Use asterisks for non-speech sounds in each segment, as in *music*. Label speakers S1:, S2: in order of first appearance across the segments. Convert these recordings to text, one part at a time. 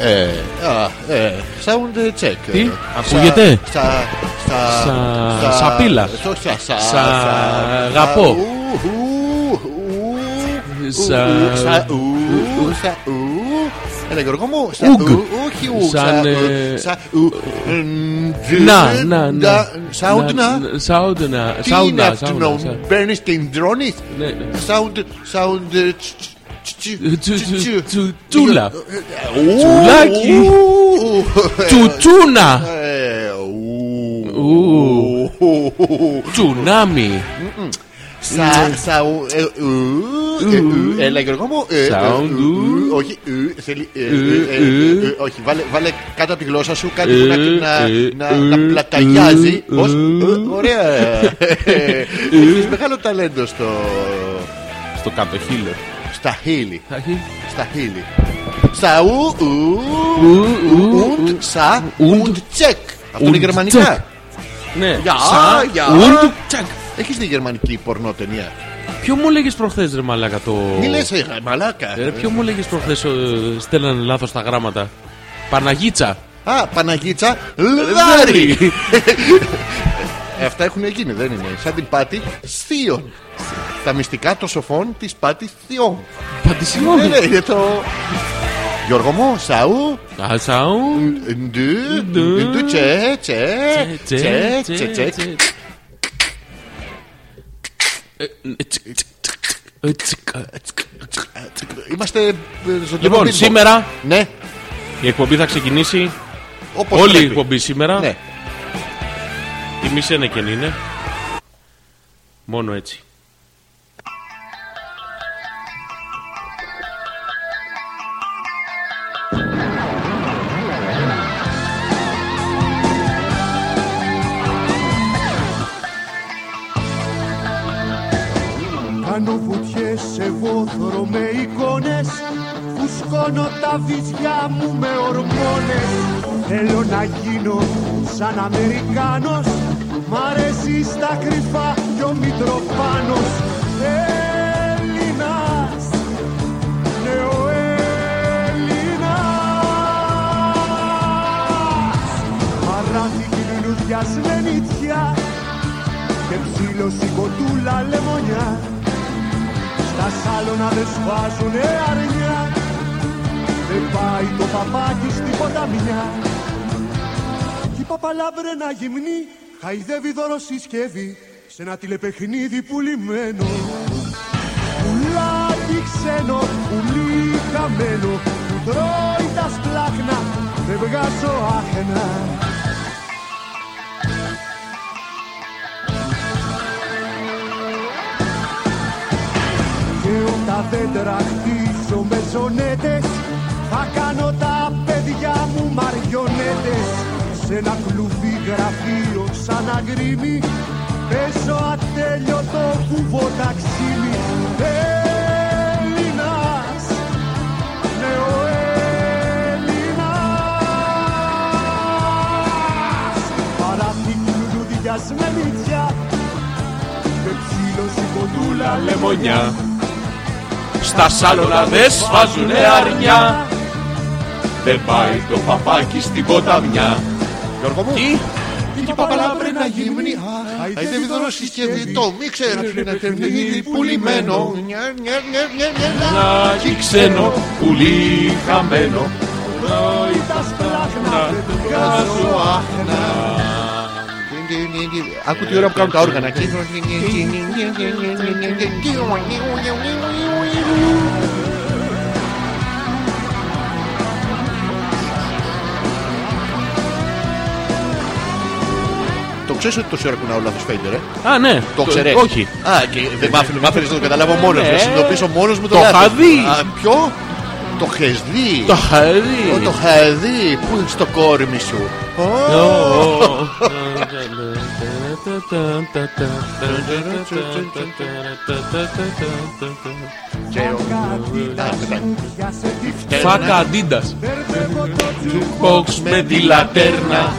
S1: Ε, α, ε, sound check.
S2: Τι?
S1: Ε,
S2: Ακούγεται?
S1: Στα. Στα.
S2: Σα- σαπίλα.
S1: Όχι, στα- στα-
S2: Σα-
S1: στα-
S2: γαπό.
S1: ου, ου, ου, ου,
S2: Σα-
S1: ου, στα-
S2: uh,
S1: ου, στα- ου. Έλα Γιώργο μου στα
S2: Ουγγ.
S1: ου, Όχι ου
S2: Σαν,
S1: στα ου,
S2: ε,
S1: στα ου, ε,
S2: Να, να,
S1: ντα-
S2: να.
S1: uh, mm, Sound να
S2: Sound να.
S1: Τι
S2: Sound
S1: είναι
S2: να.
S1: αυτό να Παίρνεις την δρώνεις
S2: Ναι, ναι.
S1: Sound Sound ε, τσ- τσ- τσ-
S2: Τσου-
S1: τσ-
S2: τσου-
S1: τσ-
S2: τσου- Τσούλα.
S1: Ου,
S2: Τσουλάκι.
S1: ου,
S2: Τσουτσούνα.
S1: ε, ου.
S2: Ου. Τσουνάμι.
S1: Σα, σα, ου, ε, ου, ε, ου. Έλα Γιώργο μου ε, ε,
S2: Sound,
S1: ου, ου,
S2: ου.
S1: Όχι, ου, θέλει ε, ε,
S2: Ου,
S1: ε, ε,
S2: ου.
S1: ε, Όχι, βάλε- βάλε κάτω από τη γλώσσα σου κάτι που να-
S2: Ε,
S1: να-
S2: ε,
S1: να-
S2: ε,
S1: να πλαταγιάζει
S2: ε,
S1: Πώς,
S2: ε,
S1: ε, ωραία Έχεις μεγάλο ταλέντο στο
S2: Στο κατοχύλο.
S1: στα χείλη Στα χείλη Σα ου, ου,
S2: ου,
S1: und, σα,
S2: und,
S1: und, τσεκ Αυτό είναι
S2: und, check.
S1: γερμανικά
S2: Ναι.
S1: Γεια,
S2: Σα-
S1: γεια.
S2: Ουρντου- τσακ.
S1: Έχεις δει γερμανική πορνότενία
S2: Ποιο μου λέγες προχθές ρε μαλάκα το...
S1: Μη λες ε, μαλάκα
S2: Ρε, ποιο μου λέγες προχθές ε, στέλνανε λάθος τα γράμματα. Παναγίτσα.
S1: Α, Παναγίτσα Λδάρι. Ε, Αυτά έχουν γίνει, δεν είναι. Σαν την πάτη θείων. Τα μυστικά των σοφών της πάτη θείων.
S2: Παντησιόν.
S1: Ναι, ναι, είναι το. Γιώργο μου, σαού,
S2: Ασαούν.
S1: ντου, ντου, τσε, τσε, τσε, τσε, τσε. Είμαστε ε, ζωντανό
S2: Λοιπόν,
S1: beatbox.
S2: σήμερα
S1: Ναι,
S2: η εκπομπή θα ξεκινήσει.
S1: όπως
S2: Όλη η
S1: πρέπει.
S2: εκπομπή σήμερα.
S1: Ναι.
S2: Τιμή σένα και είναι. Μόνο έτσι.
S3: Κάνω βουτιές σε βόθρο με εικόνες Φουσκώνω τα βυζιά μου με ορμόνες Θέλω να γίνω σαν Αμερικάνος Μ' αρέσει στα κρυφά κι ο Μητροφάνος Έλληνας Ναι ο Έλληνας Παράθη κοινωνούδια σλενίτια και ψήλος η κοτούλα λεμονιά. Στα σάλωνα δεν σφάζουνε αρνιά. Δεν πάει το παπάκι στην ποταμιά. Κι η παπαλάβρενα γυμνή χαϊδεύει δωροσυσκεύη σε ένα τηλεπαιχνίδι πουλημένο. Πουλάκι ξένο, πουλί χαμένο, που τρώει τα σπλάχνα, δεν βγάζω άχνα. Και όταν δεν τραχτίζω με ζωνέτες Θα κάνω τα παιδιά μου μαριονέτες Σε ένα κλουβί γραφείο σαν αγρίμι Παίζω ατέλειωτο κουβό ταξίμι Έλληνας, ναι ο Έλληνας Παραθήκη λουλούδια με μυτσιά Και ψήλωση κοντούλα λεμονιά
S2: Στα σάλωνα δεν σφάζουνε αρνιά. Δεν πάει το παπάκι στην ποταμιά.
S1: Γιώργο μου,
S2: Τι?
S1: τι παπαλά πρέπει να γυμνεί. Αϊδεύει δωρό συσκευή, το μίξερ να τερμίδι πουλημένο. Νια, νια, νια, νια, νια, νια.
S2: Κι ξένο πουλί χαμένο.
S3: τα σπλάχνα δεν
S1: Κάζω
S3: βγάζω
S1: άχνα. Άκου τι ώρα που κάνουν τα όργανα εκεί. Το ξέρεις ότι τόση ώρα κουνάω λάθος φέιντερ, ε?
S2: Α, ναι.
S1: Το ξέρεις.
S2: Όχι.
S1: Α, και δεν μ' άφηνε, μ' άφηνες να το καταλάβω μόνος μου.
S2: Ναι.
S1: Να συνειδητοποιήσω μόνος μου το
S2: Το είχα
S1: λάθος.
S2: δει.
S1: Α, Ποιο? Το έχεις δει.
S2: Το χαρί.
S1: Ω, Το είχα δει. Πού είναι στο κόρμι σου. Ω.
S3: Κάτι
S1: Α, μετά.
S3: για σε τη
S2: Φάκα αντίντας
S3: φτέρνω το τσουκό
S2: Box με τη λατέρνα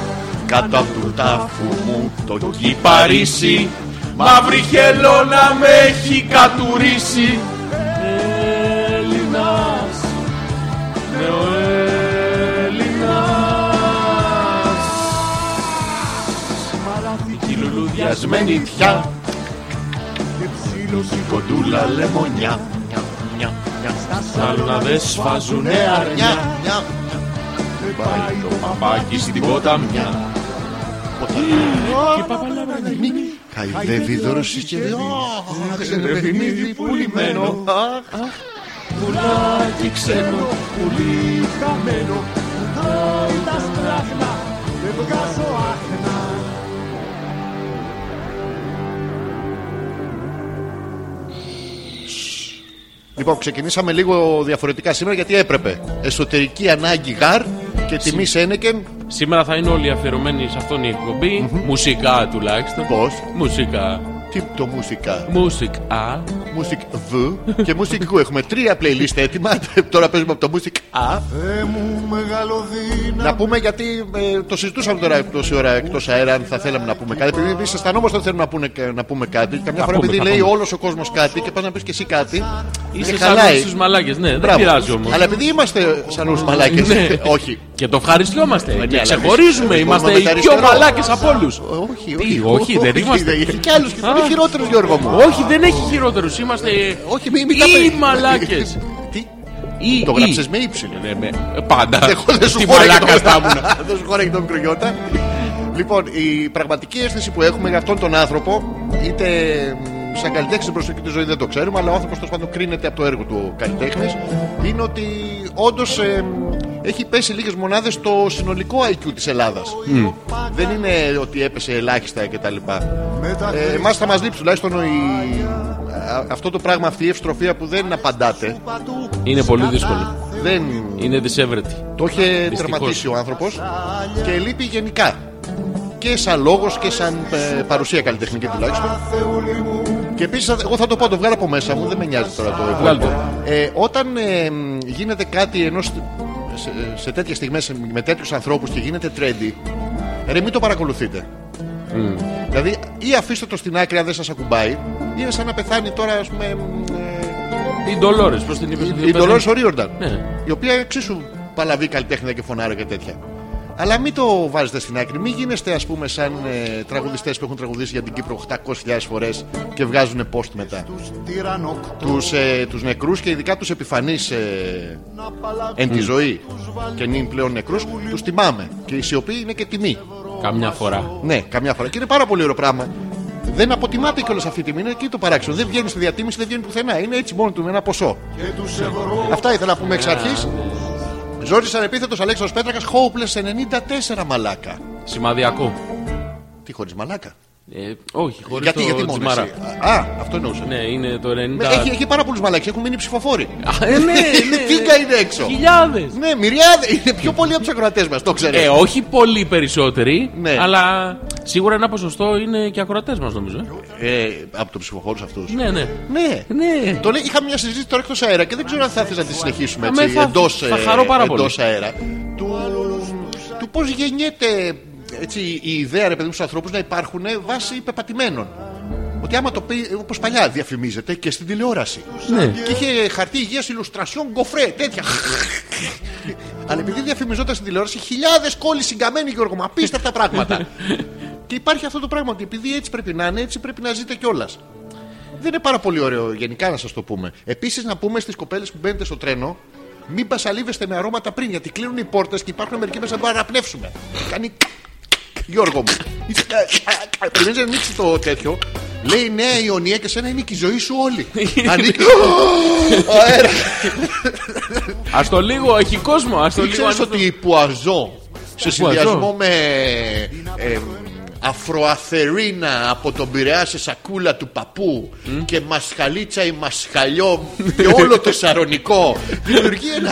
S1: Κάτω από του τάφου μου το
S2: Η Παρίσι Μαύρη χελώνα με έχει κατουρίσει Έλληνας Ναι ο
S1: πιασμένη τιά
S3: και ψήλωση
S1: κοντούλα λεμονιά. Μια, μια.
S3: Στα
S2: Σαλαδές
S3: σαλονάδες
S2: σφάζουνε
S1: Ναι,
S2: αρνιά
S1: αρνιά, μια.
S3: πάει το
S2: Παπάκι στην ποταμιά Και παπαλάβρανε
S1: Μη Χαϊδεύει δρόση και δει. Αχ, σε ένα παιχνίδι πουλημένο. Αχ,
S2: πουλάκι ξένο
S3: πουλί χαμένο που τρώει τα σπλάχνα δεν βγάζω άχνα
S1: Λοιπόν, ξεκινήσαμε λίγο διαφορετικά σήμερα γιατί έπρεπε. Εσωτερική ανάγκη γαρ και τιμή Σένεκεν.
S2: Σήμερα θα είναι όλοι αφιερωμένοι σε αυτόν η εκπομπή Μουσικά τουλάχιστον
S1: Πώς,
S2: Μουσικά
S1: τι το μουσικά.
S2: Μουσικά
S1: Music V και Music Q. Έχουμε τρία playlist έτοιμα. *laughs* Τώρα παίζουμε από το Music A.
S3: Θεέ μου μεγαλοδύναμη
S1: Να πούμε γιατί ε, το συζητούσαμε τώρα τόση ώρα εκτός αέρα αν θα θέλαμε να πούμε κάτι. Επειδή εμείς αισθανόμαστε ότι θέλουμε να, πούνε- να πούμε κάτι. Καμιά φορά
S2: πούμε,
S1: επειδή
S2: θα
S1: λέει
S2: πούμε.
S1: όλος ο κόσμος κάτι και πας να πεις και εσύ κάτι.
S2: Είσαι
S1: και
S2: σαν στους μαλάκες Ναι δεν
S1: Μπράβο.
S2: πειράζει όμως
S1: Αλλά επειδή είμαστε σαν όλους μαλάκες.
S2: Ναι.
S1: Όχι.
S2: Και το ευχαριστιόμαστε. Και
S1: Ε, ναι, αλλά
S2: ξεχωρίζουμε.
S1: εμείς
S2: Είμαστε
S1: κόβουμε
S2: οι
S1: τα
S2: πιο
S1: αριστερό.
S2: μαλάκες από όλους
S1: Όχι,
S2: Τι, όχι, δεν είμαστε.
S1: Έχει κι άλλου που είναι
S2: Α.
S1: χειρότερους, Γιώργο μου.
S2: Όχι, δεν έχει χειρότερους Είμαστε.
S1: Όχι, μη, μη τα
S2: οι
S1: παίρνεις.
S2: μαλάκες
S1: Τι,
S2: Ή-
S1: το
S2: ή.
S1: γράψε με ύψιλο.
S2: Ναι, με- Πάντα.
S1: *laughs* Εγώ δεν σου
S2: Τι
S1: χώραγε
S2: μαλάκας θα
S1: το
S2: ήμουν.
S1: μικρογιώτα. Δεν σου χώραγε το μικρογιώτα. Λοιπόν, η πραγματική αίσθηση που έχουμε για αυτόν τον άνθρωπο, είτε μ, σαν καλλιτέχνης στην προσωπική του ζωή δεν το ξέρουμε, αλλά ο άνθρωπος τέλος πάντων κρίνεται από το έργο του καλλιτέχνης, είναι ότι όντως έχει πέσει λίγες μονάδες στο συνολικό IQ της Ελλάδας. Δεν είναι ότι έπεσε ελάχιστα κτλ.
S3: με τα
S1: Ε, Εμάς θα μας λείψει τουλάχιστον η... α- αυτό το πράγμα, αυτή η ευστροφία που δεν απαντάτε.
S3: χτύπα του
S2: Είναι πολύ δύσκολο.
S1: Δεν...
S2: Είναι δυσέβρετη.
S1: Το είχε τερματίσει ο άνθρωπος και λείπει γενικά. Και σαν λόγος και σαν ε, παρουσία καλλιτεχνική τουλάχιστον. Και επίσης, εγώ θα το πω, το βγάλω από μέσα μου, δεν με νοιάζει τώρα το
S2: Βγάλ' το.
S1: υπόλοιπο. Ε, όταν ε, μ, γίνεται κάτι ενός. Σε, σε τέτοιες στιγμές με τέτοιους ανθρώπους και γίνεται trendy, ρε, μην το παρακολουθείτε. Δηλαδή, ή αφήστε το στην άκρη αν δεν σας ακουμπάει, είναι σαν να πεθάνει τώρα, ας πούμε, ε, μ,
S2: Οι ντολόρες, πώς την είπες.
S1: η Ντολόρες Ορίονταν.
S2: Ναι.
S1: Η οποία εξίσου παλαβεί καλλιτέχνη και φωνάρα και τέτοια. Αλλά μην το βάζετε στην άκρη. Μην γίνεστε, ας πούμε, σαν ε, τραγουδιστές που έχουν τραγουδίσει για την Κύπρο 800.000 φορές και βγάζουν post μετά.
S3: τους τυραννοκτώνα
S1: Του ε, τους νεκρούς και ειδικά τους επιφανείς ε,
S3: παλακούς
S1: εν τη ζωή και νυν πλέον νεκρούς, τους τιμάμε. Και η σιωπή είναι και τιμή.
S2: Καμιά φορά.
S1: Ναι, καμιά φορά. Και είναι πάρα πολύ ωραίο πράγμα. Δεν αποτιμάται κιόλας αυτή η τιμή. Είναι εκεί το παράξενο. Δεν βγαίνει στη διατίμηση, δεν βγαίνει πουθενά. Είναι έτσι μόνο του με ένα ποσό.
S3: και τους ευρώ
S1: Αυτά ήθελα να πούμε εξ αρχής. Ζόρι ανεπίθετος Αλέξανδρος Πέτρακας, Hopeless 94 μαλάκα.
S2: Σημαδιακό.
S1: Τι χωρίς μαλάκα.
S2: Ε, όχι, χωρίς
S1: γιατί,
S2: το
S1: γιατί μόνο.
S2: τζιμάρα.
S1: εσύ? Α, αυτό εννοούσα.
S2: Ναι, είναι το 90.
S1: Με- Έχει, έχει πάρα πολλούς μαλάκες, έχουν μείνει ψηφοφόροι.
S2: Α, ε, ναι,
S1: *laughs*
S2: ναι.
S1: Τίγκα είναι έξω.
S2: Χιλιάδες.
S1: Ναι, μυριάδες. Είναι πιο πολλοί από τους ακροατές μας, το ξέρω.
S2: Ε, όχι πολύ περισσότεροι,
S1: Ναι.
S2: αλλά σίγουρα ένα ποσοστό είναι και ακροατές μας, νομίζω. ε.
S1: Ε, από τους ψηφοφόρους αυτούς.
S2: Ναι, ναι.
S1: Ναι.
S2: Ναι.
S1: Το λέει, είχαμε μια συζήτηση τώρα εκτός αέρα και δεν ξέρω αν θα θε να τη συνεχίσουμε
S2: Αμέ,
S1: έτσι,
S2: Ναι, θα-
S1: εντός, ε,
S2: θα χαρώ πάρα πολύ.
S1: εντός αέρα. Του, του πώς γεννιέται έτσι, η ιδέα ρε παιδί μου στους ανθρώπους να υπάρχουν βάσει πεπατημένων. Ότι άμα το πει, όπως παλιά διαφημίζεται και στην τηλεόραση.
S2: Ναι.
S1: Και είχε χαρτί υγείας illustration γκοφρέ, τέτοια. Αλλά επειδή διαφημιζόταν στην τηλεόραση, χιλιάδες κόλλοι συγκαμμένοι Γιώργο, μα απίστευτα πράγματα. και υπάρχει αυτό το πράγμα ότι επειδή έτσι πρέπει να είναι, έτσι πρέπει να ζείτε κιόλας. Δεν είναι πάρα πολύ ωραίο γενικά να σας το πούμε. Επίσης, να πούμε στις κοπέλες που μπαίνετε στο τρένο, μην πασαλίβεστε με αρώματα πριν, γιατί κλείνουν οι πόρτες και υπάρχουν μερικοί μέσα που μπορούν να πνεύσουμε. Κάνει. Γιώργο μου. ε, Περιμένει να ανοίξει το τέτοιο. Λέει νέα Ιωνία και σένα είναι και η ζωή σου
S2: *laughs*
S1: όλη. Ανοίγει. Αέρα.
S2: Ας το λίγο, έχει κόσμο. Ας το
S1: Δεν
S2: λίγο.
S1: ξέρεις
S2: ας το-
S1: ότι πουαζό σε
S2: Πουαζό.
S1: συνδυασμό με ε, αφροαθερίνα από τον Πειραιά σε σακούλα του παππού και μασχαλίτσα ή μασχαλιό και όλο το
S2: *laughs*
S1: σαρονικό δημιουργεί ένα.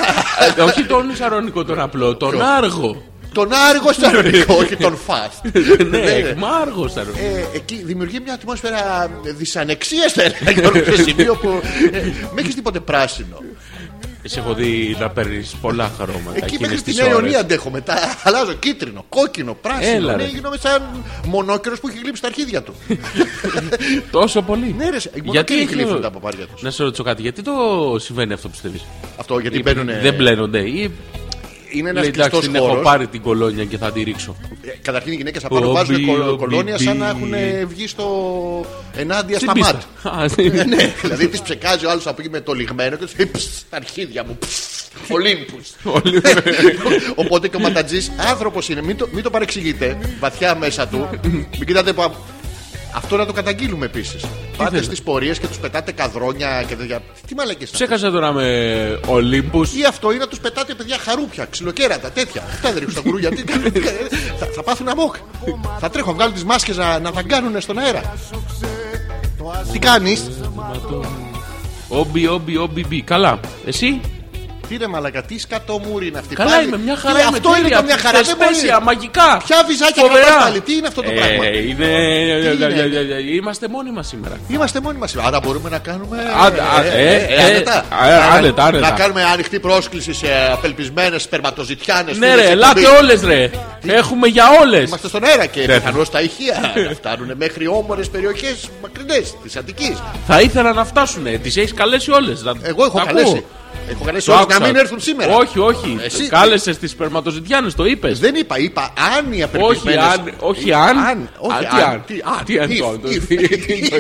S2: Ε, Όχι τον σαρονικό, τον απλό, τον άργο.
S1: τον άργο σαρονικό, όχι τον fast.
S2: Ναι, εκμάργο σαρονικό.
S1: Ε, εκεί δημιουργεί μια ατμόσφαιρα δυσανεξίας, θα έλεγα, Γιώργο, σε σημείο που. ε, Μην έχει τίποτε πράσινο.
S2: Σε έχω δει να παίρνεις πολλά χρώματα.
S1: Εκεί
S2: εκείνες
S1: μέχρι την
S2: τις
S1: Νέα
S2: ώρες.
S1: Ιωνία αντέχω μετά. Αλλάζω κίτρινο, κόκκινο, πράσινο.
S2: Έλα,
S1: ναι,
S2: ρε.
S1: γίνομαι σαν μονόκερος που έχει γλύψει τα αρχίδια του.
S2: Τόσο πολύ.
S1: ναι, ρε,
S2: Γιατί
S1: γιατί
S2: έχει-
S1: γλύφουν τα παπάρια τους.
S2: Να σε ρωτήσω κάτι, γιατί το συμβαίνει αυτό πιστεύεις.
S1: Αυτό γιατί μπαίνουν.
S2: Δεν μπλένονται. Ή...
S1: είναι ένας
S2: Ε, Λέει
S1: κλειστός
S2: εντάξει, την
S1: χώρο.
S2: έχω πάρει την κολόνια και θα τη ρίξω.
S1: Καταρχήν Ε, οι γυναίκες
S2: Ο,
S1: απάνω βάζουν
S2: μπι,
S1: κολο-
S2: ο,
S1: κολόνια
S2: μπι,
S1: σαν να
S2: μπι.
S1: έχουν ε, βγει στο. ενάντια
S2: Στην
S1: στα ματ.
S2: πίστα. Α, στην-
S1: Ναι, δηλαδή τη ψεκάζει ο άλλος από εκεί με το λιγμένο και τους λέει «Ψ, τα αρχίδια μου. Ολύμπου.
S2: Όλοι-
S1: Οπότε και ο Ματατζή άνθρωπος είναι. Μην το, μην το παρεξηγείτε βαθιά μέσα του. Μην κοιτάτε που. α- Αυτό να το καταγγείλουμε επίσης. Πάτε
S2: θέλει?
S1: στις πορείες και τους πετάτε καδρόνια και τέτοια. Τι μαλακές.
S2: Ξέχασα τώρα με Ολύμπους.
S1: Ή αυτό είναι να τους πετάτε παιδιά χαρούπια, ξυλοκέρατα, τέτοια. Αυτά δεν ρίχνουν στα κουρούγια. Τι- θα, θα πάθουν αμόκ. θα τρέχουν, να βγάλουν τις μάσκες να, να δαγκάνουν στον αέρα. Τι κάνεις,
S2: Όμπι, όμπι, όμπι, μπι. Καλά. Εσύ.
S1: Τι ρε μαλακα, τι σκατομούρη είναι αυτή.
S2: Καλά
S1: πάλι.
S2: είμαι, μια
S1: Τι
S2: χαρά.
S1: ρε,
S2: είμαι,
S1: Αυτό είναι
S2: τέλεια.
S1: καμιά χαρά. Δεν μπορεί.
S2: Θεσπέσια, μαγικά.
S1: Ποια βυζάκια
S2: Φοβερά.
S1: κρατάς πάλι, τι είναι αυτό το
S2: Ε,
S1: πράγμα.
S2: είναι- ε, Είμαστε μόνοι μας σήμερα.
S1: Είμαστε μόνοι μας. Άρα μπορούμε να κάνουμε.
S2: Άντε, άντε, ε, ε,
S1: άνετα.
S2: ε, άνετα, άνετα.
S1: Να κάνουμε ανοιχτή πρόσκληση σε απελπισμένες σπερματοζητιάνε.
S2: Ναι, ρε, ελάτε όλες, ρε. Έχουμε για όλες.
S1: Είμαστε στον αέρα και
S2: Ναι.
S1: πιθανώς τα
S2: *laughs*
S1: ηχεία να φτάνουν μέχρι όμορες περιοχές μακρινές της Αττικής.
S2: Θα ήθελα να φτάσουν. Τις έχεις καλέσει όλες.
S1: Εγώ έχω καλέσει. Έχω καλέσει όλους να μην έρθουν σήμερα. Ε,
S2: Όχι, όχι.
S1: Εσύ-
S2: Κάλεσες τις σπερματοζητιάνε, το είπες.
S1: Δεν είπα, είπα αν οι
S2: Όχι,
S1: απελπισμένες...
S2: αν. Όχι, αν.
S1: όχι,
S2: Α,
S1: αν,
S2: Τι
S1: τι
S2: αν. Τι αν.
S1: If,
S2: το- το-
S1: if,
S2: τι-
S1: if,
S2: τι είναι το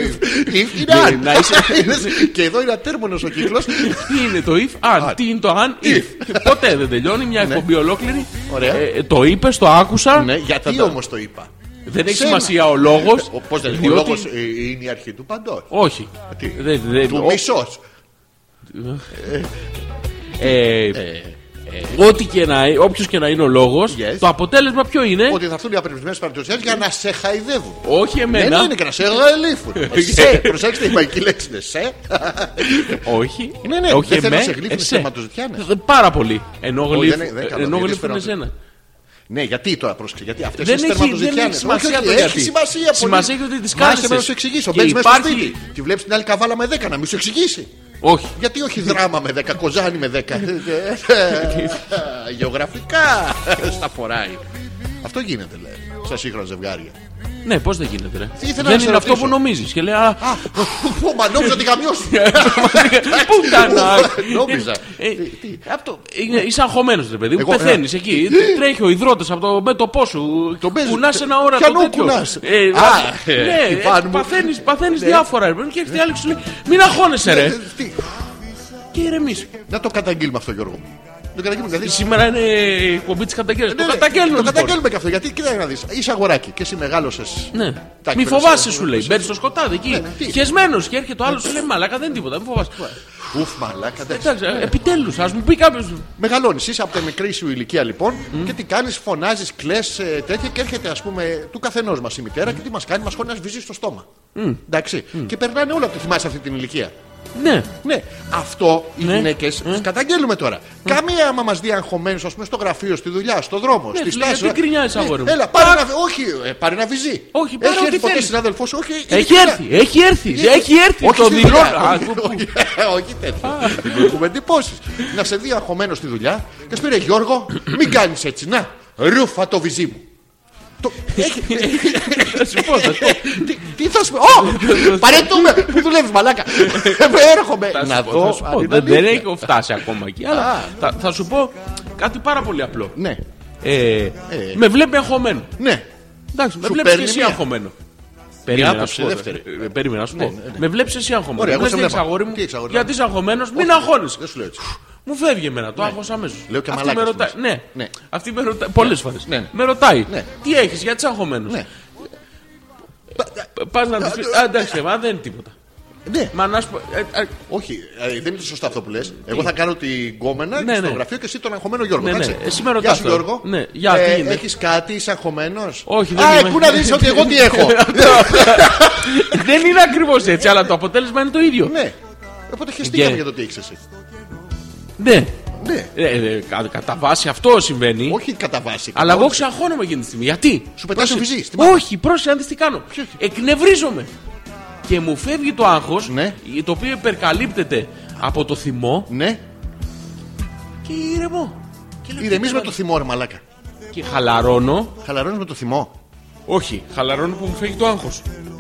S2: if.
S1: if είναι αν.
S2: Να είσαι-
S1: *laughs* Είδες, Και εδώ είναι ατέρμονος ο κύκλος.
S2: Τι είναι το if, αν. Τι είναι το αν, if. Ποτέ δεν τελειώνει μια εκπομπή ολόκληρη.
S1: Ναι. Ωραία.
S2: Ε, Το είπες, το άκουσα.
S1: Ναι, γιατί όμως το είπα.
S2: Δεν έχει
S1: Σένα.
S2: σημασία ο λόγος.
S1: Ε, Ο- Πώς δεν είναι, ο λόγος ε, είναι η αρχή του παντός.
S2: Όχι.
S1: Τι?
S2: Δεν- δεν-
S1: Του
S2: ο-
S1: μισός.
S2: ε, Ό,τι και να είναι, όποιος και να είναι ο λόγος,
S1: Yes.
S2: το αποτέλεσμα ποιο είναι.
S1: Ότι θα έρθουν οι απελπισμένες παρατηρήσεις για να σε χαϊδεύουν.
S2: Όχι
S1: Ναι,
S2: εμένα.
S1: ναι, είναι και να σε
S2: Ε,
S1: γαλήφουν. Σε, προσέξτε, η μαγική λέξη είναι σε.
S2: Όχι.
S1: Ναι, ναι,
S2: όχι
S1: δεν θέλω να
S2: εμέ-
S1: σε γλύφουνε,
S2: εσέ.
S1: στερματοζητιάνε.
S2: Δε- Πάρα πολύ. Ενώ
S1: δεν είναι-
S2: γλύφουν ε,
S1: δεν είναι καλό,
S2: ενώ
S1: γιατί
S2: γλύφουνε
S1: σφαιρώνονται.
S2: εσένα.
S1: Ναι, γιατί τώρα πρόσεξε, γιατί αυτές
S2: Δεν
S1: είναι
S2: έχει-
S1: στερματοζητιάνε.
S2: δεν έχει σημασία το γιατί.
S1: Έχει σημασία πολύ.
S2: Σημασία έχει ότι τις
S1: Μάθε
S2: κάλεσες.
S1: με να σου εξηγήσω.
S2: Και
S1: Μπαίνεις μέσα στο
S2: υπάρχει-
S1: σπίτι. Τη βλέπεις την άλλη καβάλα με 10 να μην σου εξηγήσει.
S2: Όχι.
S1: Γιατί
S2: *laughs*
S1: όχι δράμα με 10, κοζάνι με 10.
S2: *laughs*
S1: Γεωγραφικά στα φοράει. Αυτό γίνεται, λέει, στα σύγχρονα ζευγάρια.
S2: Ναι, πώς δεν γίνεται, ρε.
S1: ήθελα να
S2: δεν
S1: σε
S2: είναι αυτό
S1: ρωτήσω.
S2: που νομίζεις. Και λέει, α,
S1: Α, *laughs* πω, μα νόμιζα ότι καμιώσου.
S2: Πού ήταν, α,
S1: Νόμιζα.
S2: ε, ε, απ' το- είναι- Είσαι αγχωμένος, ρε παιδί.
S1: Εγώ, ε,
S2: Πεθαίνεις εκεί. Τρέχει ο υδρότας από το μέτωπό σου.
S1: Τον παίζεις.
S2: Κουνάς ένα ώρα
S1: Ποιανού
S2: το τέτοιο.
S1: κουνάς?
S2: Ε,
S1: Α,
S2: ναι,
S1: ε,
S2: ε,
S1: Ιβάν μου.
S2: παθαίνεις- Παθαίνεις
S1: Ναι.
S2: διάφορα, ρε παιδί. Και έρχεται η άλλη και σου λέει, Μην αγχώνεσαι, ρε.
S1: Τι,
S2: Και ηρεμείς.
S1: Να το καταγγείλουμε αυτό, Γιώργο. μου. Να Το καταγγείλουμε. δηλαδή,
S2: Σήμερα είναι η εκπομπή της καταγγέλνηση. Το
S1: Ναι, ναι,
S2: καταγγέλνουμε.
S1: Το
S2: λοιπόν.
S1: καταγγέλνουμε και αυτό. Γιατί κοίτα να δεις. Είσαι αγοράκι και εσύ μεγάλωσες.
S2: Ναι.
S1: Τα
S2: Μη
S1: εκπαιδεύσεις.
S2: φοβάσαι, σου λέει. Μπαίνεις στο σκοτάδι εκεί.
S1: Ναι, τι.
S2: Χεσμένος και έρχεται ο άλλο σου λέει Μαλάκα δεν είναι τίποτα. Μην φοβάσαι.
S1: Ουφ, μαλάκα. εντάξει.
S2: Εντάξει, επιτέλους, ας μου πει κάποιος.
S1: Μεγαλώνεις, είσαι από τη μικρή σου ηλικία λοιπόν και τι κάνεις, φωνάζεις, κλε ε, τέτοια και έρχεται ας πούμε του καθενός μας η μητέρα και τι μας κάνει, μας χώνει να σβήσει στο στόμα. Εντάξει. Και περνάνε όλα που θυμάσαι αυτή την ηλικία.
S2: Ναι.
S1: Ναι, αυτό οι
S2: Ναι.
S1: γυναίκες τι καταγγέλνουμε τώρα. Καμία άμα μας δει αγχωμένου, ας πούμε, στο γραφείο, στη δουλειά, στο δρόμο, στη
S2: του λέει,
S1: στάση.
S2: Ναι,
S1: Ναι,
S2: «Γιατί κρινιάζεις, αγόρι μου?»
S1: Έλα, πάρε ένα, όχι, ε, πάρε ένα βυζί.
S2: Όχι, πάρε
S1: έχει
S2: ό,τι
S1: έρθει ποτέ
S2: θέλεις.
S1: συνάδελφό σου, όχι.
S2: Έχει
S1: ειλικρινά.
S2: έρθει, έχει έρθει, έχει έρθει.
S1: Όχι
S2: Το
S1: στη
S2: δηλώνω.
S1: δουλειά.
S2: Α,
S1: Όχι, όχι, Όχι τέτοιο. Έχουμε εντυπώσεις. Να σε δει αγχωμένος στη δουλειά και σου πει «Ρε Γιώργο, μην κάνεις έτσι. Να, ρούφα το βυζί μου. Το- έχει-
S2: Θα σου πω, θα σου πω.
S1: Τι- Τι θα σου πω. Ω! Παρετούμε! Πού δουλεύεις, μαλάκα. Ε, Έρχομαι. Να
S2: Θα σου πω,
S1: δω.
S2: θα σου πω.
S1: αν είναι
S2: Δεν δεν
S1: αλήθεια.
S2: έχω φτάσει ακόμα εκεί. Αλλά
S1: Α.
S2: θα- θα σου πω κάτι πάρα πολύ απλό.
S1: Ναι.
S2: Ε, Με βλέπει αγχωμένο.
S1: Ναι.
S2: Εντάξει, με
S1: Σου
S2: βλέπεις
S1: παίρνει
S2: εσύ
S1: μία.
S2: αγχωμένο. Περίμενα να
S1: άποψη,
S2: σου πω.
S1: δεύτερη. Ναι,
S2: ε, ε, Περίμενα να σου πω. Με βλέπεις εσύ αγχωμένο.
S1: Ωραία, εγώ
S2: Λες,
S1: σε
S2: «Τι
S1: βλέπω.
S2: έχεις, αγόρι μου,
S1: Τι έχεις, αγόρι μου?»
S2: γιατί είσαι αγχωμένος, μην αγχώνεσαι.
S1: Δεν σου λέω έτσι.
S2: Μου φεύγει εμένα, το άγχος αμέσως.
S1: Ναι. Λέω και
S2: Αυτή με
S1: μαλάκες
S2: ρωτάει.
S1: θυμάσαι.
S2: Ναι.
S1: Ναι.
S2: Αυτή με ρωτάει. Πολλές φορές.
S1: Ναι, ναι.
S2: Με ρωτάει.
S1: Ναι.
S2: Τι έχεις, γιατί είσαι Ε, αγχωμένος.
S1: Ναι.
S2: Πα να τη πει. Εντάξει, Εύα, δεν είναι τίποτα.
S1: Ναι.
S2: Μα να σου πω. ε, ε,
S1: Όχι, ε, δεν είναι το σωστό αυτό που λες. Εγώ θα κάνω την κόμενα
S2: Ναι,
S1: στο
S2: ναι.
S1: γραφείο και εσύ τον αγχωμένο Γιώργο.
S2: Ναι, ναι.
S1: εντάξει.
S2: Εσύ με ρωτάς
S1: Γεια σου,
S2: τώρα.
S1: Γιώργο.
S2: Ναι, για, τι γίνεται.
S1: Έχεις κάτι, είσαι αγχωμένος.
S2: Όχι, δεν
S1: Α,
S2: είμαι. Ναι.
S1: εκού να δεις ότι
S2: *laughs*
S1: εγώ τι έχω.
S2: Δεν είναι ακριβώς έτσι, αλλά το αποτέλεσμα είναι το ίδιο.
S1: ναι. Οπότε χεστήκαμε
S2: Ναι.
S1: για το τι έχεις εσύ.
S2: Ναι.
S1: Ναι.
S2: Ε, ε, κα- κατά βάση αυτό συμβαίνει.
S1: Όχι κατά βάση.
S2: Αλλά εγώ ξαχώνομαι εκείνη τη στιγμή. Γιατί?
S1: Σου πετάει το
S2: Πρόσεχε.
S1: βυζί στη μάπα.
S2: Όχι, πρόσεχε να δεις τι κάνω.
S1: Ποιος?
S2: Εκνευρίζομαι. Και μου φεύγει το άγχος,
S1: Ναι.
S2: το οποίο υπερκαλύπτεται από το θυμό
S1: Ναι,
S2: και ηρεμώ. Και λέω,
S1: ηρεμείς
S2: «Τι
S1: με
S2: κάνω?»
S1: το θυμό, ρε μαλάκα.
S2: Και χαλαρώνω.
S1: Χαλαρώνεις με το θυμό.
S2: Όχι, χαλαρώνω που μου φεύγει το άγχος.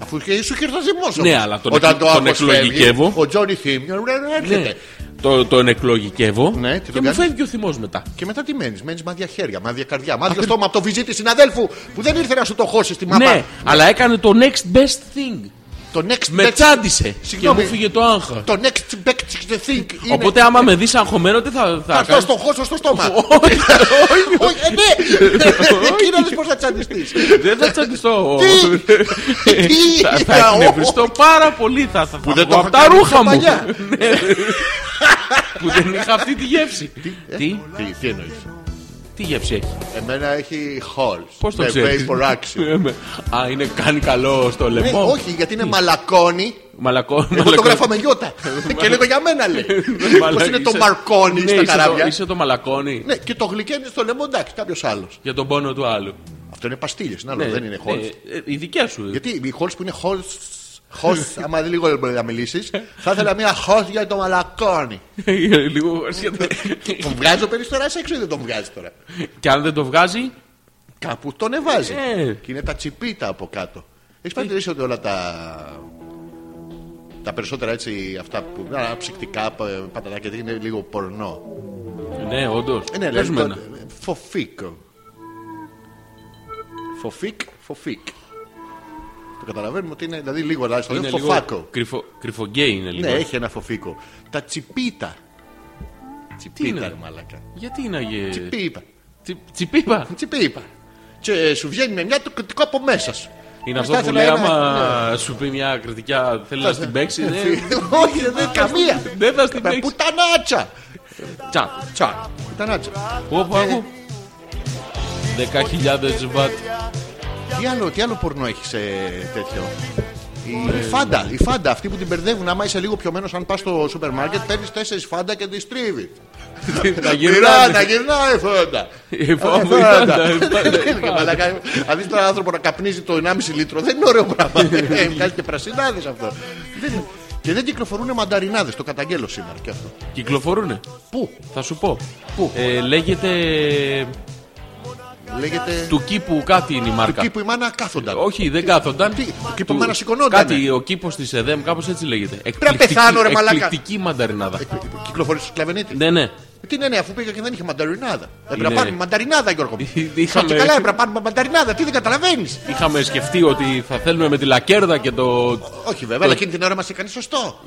S1: Αφού και σου είχε έρθει ο θυμό.
S2: Ναι, αλλά τον εκ- τον εκλογικεύω.
S1: Ο Τζόνι Θήμιο
S2: Ναι.
S1: έρχεται.
S2: το, τον εκλογικεύω
S1: Ναι, τι τον
S2: και μου
S1: κάνεις?
S2: φεύγει ο θυμός μετά.
S1: Και μετά τι μένεις, μένεις μάδια χέρια, μάδια καρδιά, μάδια στόμα από το βυζί της συναδέλφου που δεν ήρθε να σου το χώσει στη μάπα.
S2: Ναι, αλλά έκανε το next best thing.
S1: Το next
S2: Με
S1: best-
S2: τσάντισε και
S1: Συγγνώμη.
S2: μου φύγε το άγχα.
S1: Το next best thing είναι.
S2: Οπότε άμα με δεις αγχωμένο τι θα, θα
S1: Αυτό
S2: *laughs* κάνεις?
S1: στο χώσω στο στόμα.
S2: Όχι,
S1: *laughs* Όχι, ε, ναι! Εκεί να δεις πώς θα τσαντιστείς.
S2: δεν θα τσαντιστώ.
S1: Τι?
S2: *laughs*
S1: Τι?
S2: Θα- Θα εκνευριστώ πάρα πολύ. Θα θα
S1: δεν
S2: βγω
S1: το
S2: από
S1: είχα
S2: τα
S1: κάνει
S2: ρούχα
S1: πιο
S2: μου.
S1: παλιά.
S2: Ναι. Που δεν είχα αυτή τη γεύση. Τι,
S1: Τι, τι εννοείς.
S2: τι γεύση έχει.
S1: Εμένα έχει halls. Ναι,
S2: Πώς το
S1: με
S2: ξέρεις. Ε,
S1: Vapor Ε, action.
S2: Α, είναι κάνει καλό στο
S1: Ναι,
S2: λαιμό.
S1: όχι, γιατί είναι μαλακόνι.
S2: Μαλακό.
S1: Εγώ το
S2: μαλακό-
S1: γράφω με
S2: *laughs*
S1: γιώτα. Και λίγο για μένα λέει. Πώ
S2: Μαλα-
S1: είναι το
S2: είσαι-
S1: μαρκόνι
S2: Ναι,
S1: στα
S2: είσαι το-
S1: καράβια.
S2: Είσαι το μαλακόνι
S1: Ναι, και το γλυκένι στο λαιμό, εντάξει, κάποιος άλλος.
S2: για τον πόνο του άλλου.
S1: Αυτό είναι παστίλε, είναι άλλο, δεν είναι
S2: ναι,
S1: halls.
S2: ε, Η δικιά *laughs* σου.
S1: Γιατί οι halls που είναι halls. Χως, άμα δεν λίγο μπορεί να μιλήσεις, θα ήθελα μια χως για το μαλακόνι.
S2: Λίγο
S1: Ε,
S2: σχεδόν.
S1: Τον βγάζω περισσότερα σε έξω ή δεν τον βγάζει τώρα.
S2: Και αν δεν το βγάζει.
S1: Κάπου τον εβάζει.
S2: Ε.
S1: Και είναι τα τσιπίτα από κάτω. Έχεις παρατηρήσει ότι όλα τα. Τα περισσότερα έτσι, αυτά που. Α, ψυκτικά, πα- πατατάκια, είναι λίγο πορνό.
S2: Ναι, όντως.
S1: Ε, ναι,
S2: Πες μου
S1: λέει,
S2: ένα.
S1: το- Φοφίκο. Φοφίκ, φοφίκ. Το καταλαβαίνουμε ότι είναι, δηλαδή λίγο αλλάζει το
S2: Είναι
S1: λέω,
S2: λίγο
S1: φοφάκο.
S2: κρυφο- Κρυφογκέι είναι λίγο.
S1: Ναι, έχει ένα φοφίκο. Τα τσιπίτα.
S2: είναι?
S1: Τσιπίτα, ρε μαλάκα.
S2: Γιατί να γε.
S1: Τσιπίπα.
S2: Τσι- Τσιπίπα.
S1: Τσιπίπα. Και σου βγαίνει με μια το κριτικό από μέσα σου.
S2: Είναι
S1: Ας
S2: αυτό
S1: τα
S2: που λέει
S1: ήθελα ένα- Ναι.
S2: άμα σου πει μια κριτικά θέλει να την παίξει.
S1: Όχι, δεν καμία.
S2: Δεν θα στην
S1: Με
S2: παίξει.
S1: πουτανάτσα.
S2: Τσακ.
S1: Τσα. Πουτανάτσα. Ε,
S2: Όπου άκου. 10.000 βατ.
S1: Τι άλλο, τι άλλο πορνό έχεις σε τέτοιο.
S2: Ε,
S1: Η, η φάντα, η φάντα, αυτή που την μπερδεύουν. Άμα είσαι λίγο πιωμένος, αν πας στο σούπερ μάρκετ, παίρνεις τέσσερις φάντα και τη στρίβει.
S2: Να
S1: Γυρνάει,
S2: γυρνάνε.
S1: να γυρνάει η φάντα.
S2: *laughs* Η
S1: Ε,
S2: φόβη
S1: φάντα.
S2: *laughs* ήταν,
S1: Ε, και μαλάκα, Αν δει τον άνθρωπο να καπνίζει το 1,5 λίτρο, δεν είναι ωραίο
S2: *laughs*
S1: πράγμα. Ε, Βγάζει και πρασινάδες αυτό. Δεν- Και δεν κυκλοφορούν μανταρινάδες, το καταγγέλλω σήμερα και αυτό.
S2: Κυκλοφορούνε.
S1: Πού
S2: Θα σου πω.
S1: Πού?
S2: Ε, λέγεται
S1: λέγεται.
S2: του κήπου κάτι είναι η
S1: Του
S2: μάρκα.
S1: κήπου η μάνα κάθονταν.
S2: Όχι, δεν κάθονταν.
S1: τι, του κήπου
S2: Του-
S1: μάνα σηκωνόταν.
S2: Κάτι, ο κήπος της ΕΔΕΜ, κάπως έτσι λέγεται.
S1: πεθάνω, ρε μαλάκα.
S2: εκπληκτική μανταρινάδα.
S1: Ε, Κυκλοφορεί στου κλαβενίτη.
S2: Ναι, ναι.
S1: Τι ναι, ναι, αφού πήγα και δεν είχε μανταρινάδα. Έπρεπε να
S2: Είναι-
S1: πάρουμε μανταρινάδα, Γιώργο. μου.
S2: Είχαμε-
S1: Και καλά, έπρεπε να πάρουμε μανταρινάδα. Τι δεν καταλαβαίνεις.
S2: Είχαμε σκεφτεί ότι θα θέλουμε με τη λακέρδα και το.
S1: Όχι, βέβαια, αλλά εκείνη την ώρα μα έκανε σωστό.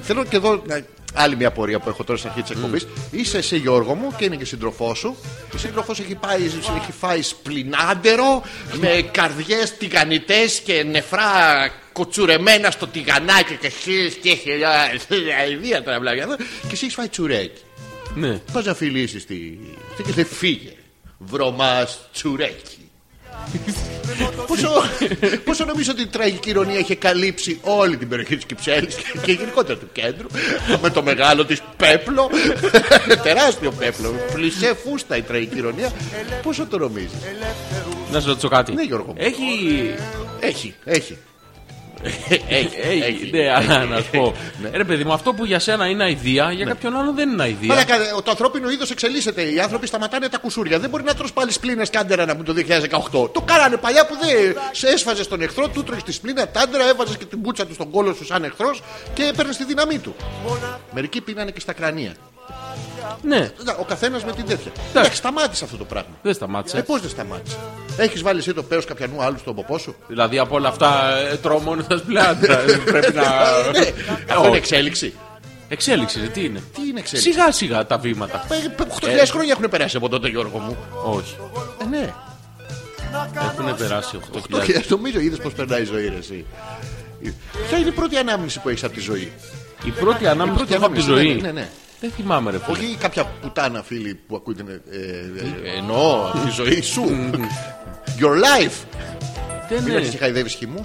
S1: Θέλω και εδώ να- άλλη μια πορεία που έχω τώρα στην αρχή της εκπομπής. Είσαι εσύ, Γιώργο μου, και είναι και σύντροφός σου. Ο σύντροφό έχει, πάει- έχει φάει σπλινάντερο με καρδιές τηγανιτές και νεφρά κοτσουρεμένα στο τηγανάκι και εσύ και έχει αηδία τώρα βλάβια εδώ. Και εσύ έχεις φάει τσουρέκι.
S2: Ναι.
S1: Πα να φιλήσεις τη. αυτή και λέει φύγε. Βρωμάς τσουρέκι. πόσο, πόσο νομίζω ότι η τραγική ηρωνία είχε καλύψει όλη την περιοχή της Κυψέλης και, και γενικότερα του κέντρου με το μεγάλο της πέπλο. τεράστιο πέπλο. Πλησέ φούστα η τραγική ηρωνία. Πόσο το νομίζεις.
S2: Να σε ρωτήσω κάτι.
S1: Ναι, Γιώργο.
S2: Έχει.
S1: Έχει, έχει. έχει, Ναι.
S2: Έχει. Ναι, αλλά να σου πω. Ρε παιδί μου, αυτό που για σένα είναι αηδία, για κάποιον άλλον δεν είναι αηδία.
S1: Μαλάκα, το ανθρώπινο είδος εξελίσσεται. Οι άνθρωποι σταματάνε τα κουσούρια. Δεν μπορεί να τρως πάλι σπλήνες κάντερα να μου το 2018. Το κάνανε παλιά που δεν σε έσφαζε στον εχθρό, του τρώγες τη σπλήνα τάντερα, έβαζες και την μπούτσα του στον κόλο σου σαν εχθρός και έπαιρνες τη δύναμή του. Μερικοί πίνανε και στα κρανία.
S2: Ναι,
S1: Ο καθένας με την τέτοια. Εντάξει, σταμάτησε αυτό το πράγμα.
S2: δεν
S1: Ε,
S2: σταμάτησε.
S1: πώς δεν σταμάτησε. Έχεις βάλει εσύ το πέος καπιανού άλλου στον ποπό σου.
S2: Δηλαδή από όλα αυτά ε, τρώω μόνο τα σπλάτα. Πρέπει να.
S1: Ναι, αυτό
S2: όχι.
S1: είναι εξέλιξη.
S2: Εξέλιξη, ρε, τι είναι.
S1: Τι είναι εξέλιξη.
S2: Σιγά σιγά τα βήματα.
S1: 8.000 χρόνια έχουν περάσει από τότε, Γιώργο μου.
S2: Όχι.
S1: Ε, ναι.
S2: Έχουν περάσει 8.000.
S1: Το νομίζω είδες πώς περνάει η ζωή, ρε, εσύ. Ποια είναι η πρώτη ανάμνηση που έχεις από τη ζωή.
S2: Η πρώτη ανάμειξη
S1: πρώτη
S2: που έχω από τη
S1: ανάμνηση, ναι,
S2: ζωή.
S1: ναι, ναι.
S2: Δεν θυμάμαι, ρε φίλε.
S1: Όχι κάποια πουτάνα φίλη που ακούει την. ε, ε, εννοώ από τη ζωή σου. Your life. Μην
S2: Δεν
S1: αρχίσει
S2: είναι-
S1: και χαϊδεύεις χυμούς.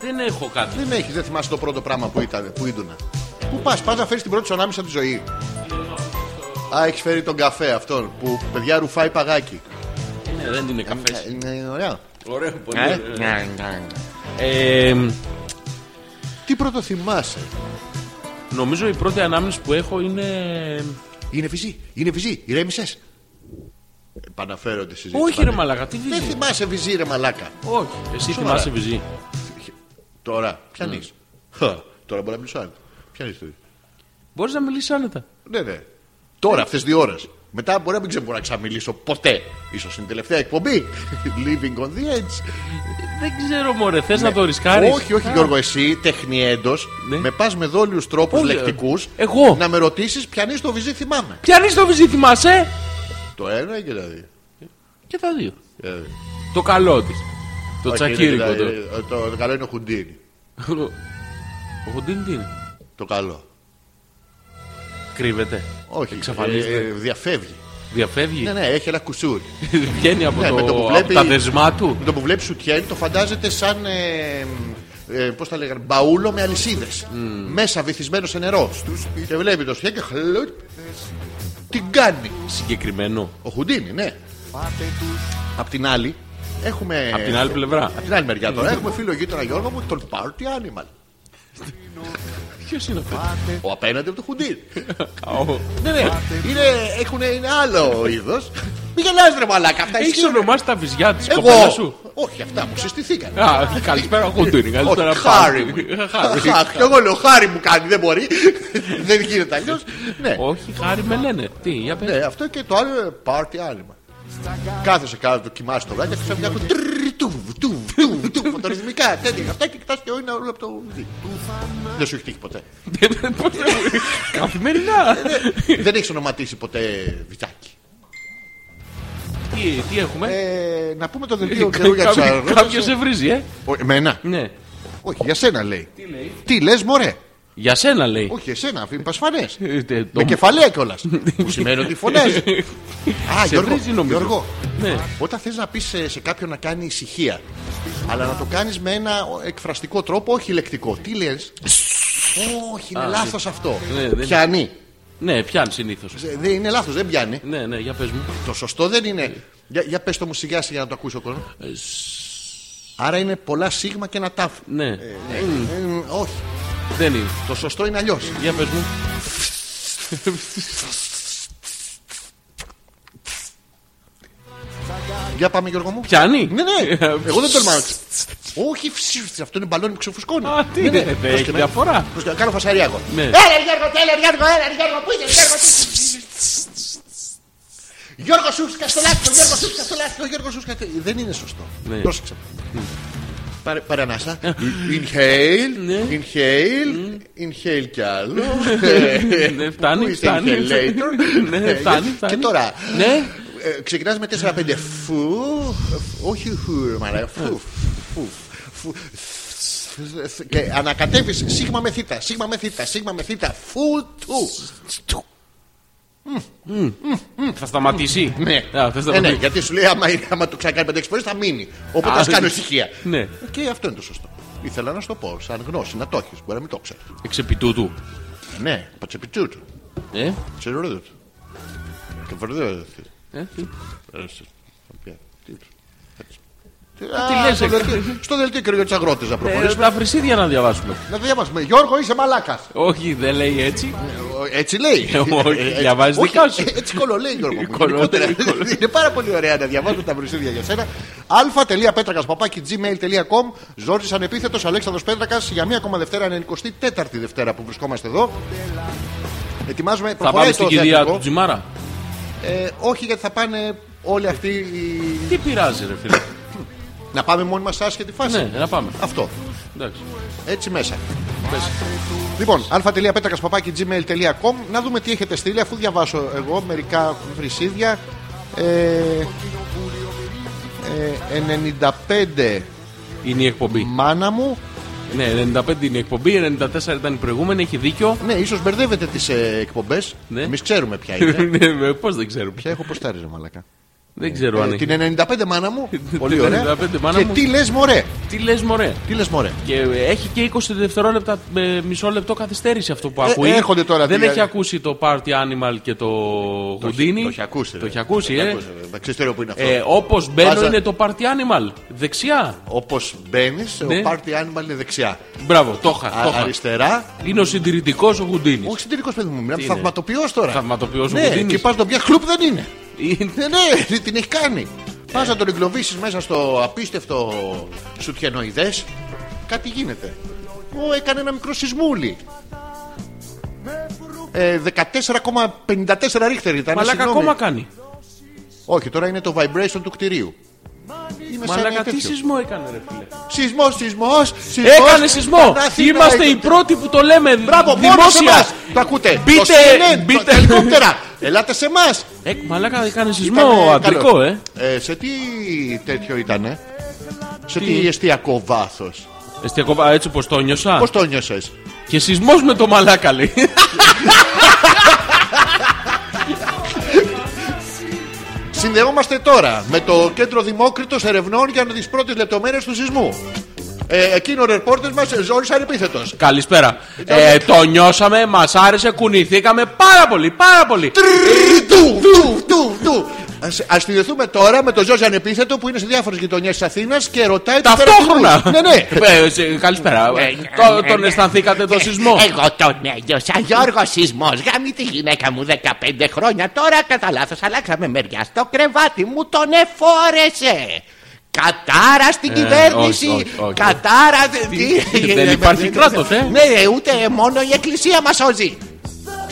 S2: Δεν έχω κάτι.
S1: Δεν έχει, δεν θυμάσαι το πρώτο πράγμα που ήταν, που ήτουνα. Πού πας, πας να φέρεις την πρώτη σου ανάμνηση από τη ζωή. Α, έχεις φέρει τον καφέ αυτόν που παιδιά ρουφάει παγάκι.
S2: Ναι, δεν είναι καφές.
S1: Ε, Είναι ωραία.
S2: Ωραίο, πολύ.
S1: Ε,
S2: ωραίο. Ε,
S1: Τι πρώτο θυμάσαι.
S2: Νομίζω η πρώτη ανάμνηση που έχω είναι.
S1: Είναι βυζί, είναι βυζί, ηρέμησες. Επαναφέρω Ε, τη συζήτηση.
S2: Όχι,
S1: πάλι.
S2: ρε Μαλάκα, τι
S1: Δεν
S2: βυζί.
S1: θυμάσαι βυζί, ρε μαλάκα.
S2: Όχι. Εσύ
S1: Σοβαρά.
S2: θυμάσαι βυζί.
S1: Ναι. Τώρα, πιανεί. Τώρα μπορεί να μιλήσω άλλο. Πιανεί το.
S2: Μπορείς να μιλήσεις άνετα.
S1: Ναι, ναι. Τώρα, αυτές δύο ώρες. Μετά μπορεί να μην ξέρω να ξαμιλήσω ποτέ. σω είναι η τελευταία εκπομπή. *laughs* Living on the edge.
S2: Δεν ξέρω, μωρέ, θες να το ρισκάρεις.
S1: Ναι. Όχι, όχι, Γιώργο, εσύ τεχνιέντο.
S2: Ναι.
S1: Με πας με δόλιους τρόπους
S2: Όχι, ε,
S1: λεκτικούς.
S2: εγώ.
S1: Να με ρωτήσεις, πιανείς το βυζί, θυμάμαι.
S2: Πιανείς το βυζί, θυμάσαι.
S1: Το ένα και τα δύο.
S2: Και τα δύο.
S1: Ε,
S2: Το καλό της. Το
S1: όχι,
S2: τσακίρικο.
S1: είναι
S2: Το...
S1: και τα- ε, Το το καλό είναι ο Χουντίνι.
S2: Ο Χοντίν τι είναι.
S1: Το καλό.
S2: Κρύβεται.
S1: Όχι,
S2: Εξαφανίζεται.
S1: ε, ε, διαφεύγει.
S2: Διαφεύγει.
S1: Ναι, ναι, έχει ένα κουσούρι.
S2: *laughs* Βγαίνει από,
S1: Ναι,
S2: το...
S1: με το που
S2: από
S1: βλέπει-
S2: τα δεσμά του.
S1: Με το που βλέπει σουτιέν το φαντάζεται σαν. Ε, ε, Πώς τα λέγανε, μπαούλο με αλυσίδες. Μέσα βυθισμένο σε νερό. Και βλέπει το σουτιέν και χλουτ. Την κάνει.
S2: Συγκεκριμένο.
S1: Ο Χουντίνι, ναι. Απ' την άλλη, έχουμε.
S2: Απ' την άλλη πλευρά.
S1: Απ' την άλλη μεριά τώρα, έχουμε φίλο γείτονα Γιώργο μου, τον Party Animal.
S2: Ποιος είναι αυτό.
S1: Ο απέναντι από το Χουντίνι.
S2: Ο- Ναι, ναι.
S1: είναι, έχουν, είναι άλλο είδος. Μην γελάς ρε μαλάκα, αυτά
S2: Έχεις
S1: ισχύουν.
S2: ονομάσει τα βυζιά της κοπέλα
S1: Εγώ.
S2: σου.
S1: Όχι, αυτά μου συστηθήκαν.
S2: Α, καλησπέρα, Χοντίν. Καλησπέρα,
S1: Όχι, χάρη μου.
S2: Πάρτι. Ε, Χάρη.
S1: Χα- Κι εγώ λέω χάρη μου κάνει, δεν μπορεί. *laughs* Δεν γίνεται αλλιώς. Ναι,
S2: Όχι, χάρη με λένε. Τι, για πες.
S1: ναι, αυτό και το άλλο ε, party άνοιγμα. Κάθεσαι κάτω, κοιμάσαι το βράδυ και ξαφνικά ακούς τρρρ, τουβ, τουβ, τουβ, τουβ, φωτορυθμικά τέτοια αυτά και κοιτάς και είναι όλο από το δι. Δεν σου έχει τύχει
S2: *laughs*
S1: ποτέ.
S2: Πώς να μου-
S1: Ναι,
S2: Καθημερινά.
S1: Δεν έχεις ονοματίσει ποτέ βυζάκι.
S2: Τι- Τι έχουμε.
S1: Ε, Να πούμε το δελτίο καιρού για ναι. τις
S2: Κάποιο
S1: αγρότες.
S2: σε βρίζει, ε.
S1: Εμένα.
S2: Ναι.
S1: Όχι, για σένα λέει. Τι λες μωρέ.
S2: Για σένα λέει.
S1: Όχι, εσένα,
S2: *laughs*
S1: πασφανές.
S2: Ε, τε-
S1: Με
S2: το-
S1: κεφαλαία κιόλας.
S2: *laughs*
S1: που σημαίνει ότι φωνές. Α,
S2: Σε
S1: Γιώργο,
S2: βρίζει, νομίζω.
S1: Γιώργο,
S2: Ναι.
S1: όταν θες να πεις σε, σε κάποιον να κάνει ησυχία, αλλά να το κάνεις με ένα εκφραστικό τρόπο, όχι λεκτικό. Τι λες, Όχι, είναι λάθος αυτό.
S2: Ναι, δεν-
S1: Πιάνει.
S2: Ναι, πιάνει συνήθως.
S1: Ε, Δεν είναι λάθος, δεν πιάνει.
S2: Ναι, ναι, για πες μου.
S1: Το σωστό δεν είναι. Για, για πες το μου σιγά σιγά να το ακούσει ο κόσμο.
S2: Ε,
S1: Άρα είναι πολλά σίγμα και ένα τάφ.
S2: Ναι,
S1: Ε, ε, όχι.
S2: δεν είναι.
S1: Το σωστό είναι αλλιώς.
S2: Για πες μου.
S1: Για πάμε, Γιώργο μου.
S2: Πιάνει.
S1: Ναι,
S2: *laughs*
S1: ναι.
S2: Ε,
S1: Εγώ δεν τολμάω. Όχι, ψήφισε. Αυτό είναι μπαλόνι που ξεφουσκώνει. Ναι,
S2: Α, τι είναι, δεν έχει
S1: Πρόσκειται.
S2: διαφορά.
S1: Πρόσκειται. Κάνω φασαριάκο.
S2: Ναι.
S1: Έλα, Γιώργο, έλα, Γιώργο, έλα, Γιώργο, πού είσαι, Γιώργο. τι- Γιώργο σου στο λάθος, Γιώργο σου στο λάθος, Γιώργο σου στο Ε, Δεν είναι σωστό.
S2: Ναι. Ε.
S1: Πρόσεξε. Πάρε, πάρε ανάσα. Inhale, inhale, inhale κι άλλο.
S2: Ναι, φτάνει,
S1: Πού είσαι,
S2: φτάνει.
S1: inhalator?
S2: Ναι, φτάνει,
S1: Ε, Και
S2: φτάνει.
S1: τώρα.
S2: Ναι.
S1: Ε, ξεκινάς με 4-5 φου, όχι χου, ρε μαλάκα, φου, φου, φου, φου, και ανακατεύεις σίγμα με θήτα, σίγμα με θήτα, σίγμα με θήτα, φου, του.
S2: Θα
S1: *laughs*
S2: σταματήσει.
S1: Ναι.
S2: Α, θα
S1: ναι, ναι,
S2: σταματήσει.
S1: γιατί σου λέει άμα, είναι- άμα το ξανακάνει 5-6 φορές θα μείνει. Οπότε
S2: Α,
S1: ας κάνω
S2: ναι.
S1: ησυχία.
S2: Ναι.
S1: Και αυτό είναι το σωστό. Ήθελα να σου το πω, σαν γνώση, να το έχεις, μπορεί να μην το ξέρεις.
S2: Εξ επί τούτου.
S1: Ναι, πατσεπιτσούτσου,
S2: Ε,
S1: ξεροδούτσου. Και φορδούτσου.
S2: ε, τι.
S1: Τι
S2: λες,
S1: στο
S2: ε,
S1: δελτίο- Στο δελτίο κύριο για τους αγρότες να
S2: Ε,
S1: προχωρήσουμε.
S2: Τα φρυσίδια να διαβάσουμε.
S1: Να το διαβάσουμε. Γιώργο, είσαι μαλάκας.
S2: Όχι, δεν λέει έτσι.
S1: Έτσι λέει.
S2: Ε, όχι,
S1: Ε, ε,
S2: διαβάζεις
S1: όχι,
S2: δικά σου.
S1: ε, Έτσι κολο λέει Γιώργο. μου.
S2: Κολο,
S1: Γενικότερα,
S2: ναι, κολο.
S1: Είναι πάρα πολύ ωραία να διαβάζω τα βρυσίδια για σένα. α.πέτρακα παπάκι gmail.com Ζόρζη ανεπίθετος Αλέξανδρος Πέτρακας για μία ακόμα Δευτέρα, είναι 24η Δευτέρα που βρισκόμαστε εδώ. Ετοιμάζουμε.
S2: Θα
S1: Προχωράει
S2: πάμε
S1: το
S2: στην κυρία
S1: θεατρικό.
S2: του Τζιμάρα.
S1: Ε, όχι γιατί θα πάνε όλοι αυτοί. οι-
S2: Τι πειράζει, ρε φίλε.
S1: Να πάμε μόνοι μας σε άσχετη φάση.
S2: Ναι, να πάμε.
S1: Αυτό.
S2: Εντάξει.
S1: Έτσι μέσα. Λοιπόν, gmail.com Να δούμε τι έχετε στείλει αφού διαβάσω εγώ μερικά βρυσίδια. Ε, ε, 95
S2: Είναι η εκπομπή.
S1: μάνα μου.
S2: Ναι, 95 είναι η εκπομπή, 94 ήταν η προηγούμενη, έχει δίκιο.
S1: Ναι, ίσως μπερδεύετε τις ε, εκπομπές.
S2: Ναι.
S1: Εμείς ξέρουμε ποια
S2: *laughs*
S1: είναι.
S2: Πώ Ε, δεν ξέρω.
S1: ποια έχω ποστάρει ρε μαλακά.
S2: Δεν ξέρω αν
S1: ναι. Ε,
S2: έχει.
S1: την 95 μάνα μου.
S2: Την
S1: πολύ ωραία.
S2: 95 μάνα
S1: και
S2: μου.
S1: τι λες μωρέ.
S2: Τι λες, μωρέ.
S1: Τι λες μωρέ.
S2: Και έχει και 20 δευτερόλεπτα με μισό λεπτό καθυστέρηση αυτό που ακούει.
S1: έρχονται Ε, τώρα
S2: Δεν
S1: τι-
S2: έχει ακούσει το Party Animal και το Houdini.
S1: Το έχει ακούσει.
S2: Το
S1: ρε.
S2: έχει ακούσει,
S1: Το
S2: ε.
S1: ακούσει, ρε. Ξέρεις τώρα που είναι αυτό.
S2: ε Όπως μπαίνω
S1: Βάζα-
S2: είναι το Party Animal. Δεξιά.
S1: Όπως μπαίνεις,
S2: Ναι.
S1: ο party animal είναι δεξιά.
S2: Μπράβο, το είχα.
S1: Α,
S2: το είχα.
S1: αριστερά
S2: Είναι ο συντηρητικός ο Houdini.
S1: Όχι συντηρητικός παιδί μου, μιλάμε
S2: είναι?
S1: θαυματοποιό τώρα.
S2: Θαυματοποιός ο
S1: Ναι,
S2: Κουδίνης.
S1: και πα τον πια χλουπ δεν είναι.
S2: Είναι-
S1: Ναι, ναι, την έχει κάνει.
S2: Ε.
S1: Πας να τον εγκλωβίσεις μέσα στο απίστευτο σουτιανοειδές. Κάτι γίνεται. Ω, έκανε ένα μικρό σεισμούλι. Ε, 14,54 ρίχτερ ήταν.
S2: Μαλάκα
S1: συγγνώμη.
S2: ακόμα κάνει.
S1: Όχι, τώρα είναι το vibration του κτηρίου. Είμαι σαν Ε, ένα
S2: Μαλάκα τι
S1: τέτοιο.
S2: σεισμό έκανε, ρε φίλε.
S1: Σεισμό, σεισμό, σεισμό.
S2: Έκανε σεισμό. Είμαστε οι
S1: πρώτοι.
S2: πρώτοι που το λέμε
S1: Μπράβο, μόνο σε
S2: δημόσια.
S1: εμάς. Το ακούτε.
S2: Μπείτε,
S1: το CNN,
S2: μπείτε.
S1: τα Ελικόπτερα. Ελάτε σε εμάς.
S2: Ε, μαλάκα έκανε σεισμό αντρικό, ε.
S1: Σε τι τέτοιο ήτανε. Σε τι εστιακό βάθος.
S2: Εστιακό, α, έτσι πως το νιώσα.
S1: Πώ το νιώσες.
S2: Και σεισμός με το μαλάκα λέει.
S1: *laughs* Συνδεόμαστε τώρα με το Κέντρο Δημόκριτος Ερευνών για τις πρώτες λεπτομέρειες του σεισμού. Ε, εκείνο ο ρεπόρτερ μας ζόρισε ανεπίθετος.
S2: Καλησπέρα. ε, το νιώσαμε, μας άρεσε, κουνηθήκαμε πάρα πολύ, πάρα πολύ.
S1: Του, του, του, του. Ας- Ας συνδεθούμε τώρα με τον Ζόρι Ανεπίθετο που είναι σε διάφορες γειτονιές της Αθήνας και ρωτάει τους
S2: Ταυτόχρονα.
S1: χαρακτηρισμούς. Ναι, ναι.
S2: Ε, σε- καλησπέρα.
S4: Ναι,
S2: Ε,
S4: ναι,
S2: το-
S4: ναι, ναι.
S2: τον αισθανθήκατε Ε,
S1: ε,
S2: το σεισμό.
S4: Εγώ τον ένιωσα Γιώργος σεισμός Γάμι τη γυναίκα μου 15 χρόνια Τώρα κατά λάθος αλλάξαμε μεριά Στο κρεβάτι μου τον εφόρεσε Κατάρα στην
S2: Ε,
S4: κυβέρνηση!
S2: όχι, όχι, όχι.
S4: Κατάρα.
S2: Τι- δεν υπάρχει κράτος, ε.
S4: Ναι, ούτε μόνο η εκκλησία μας σώζει.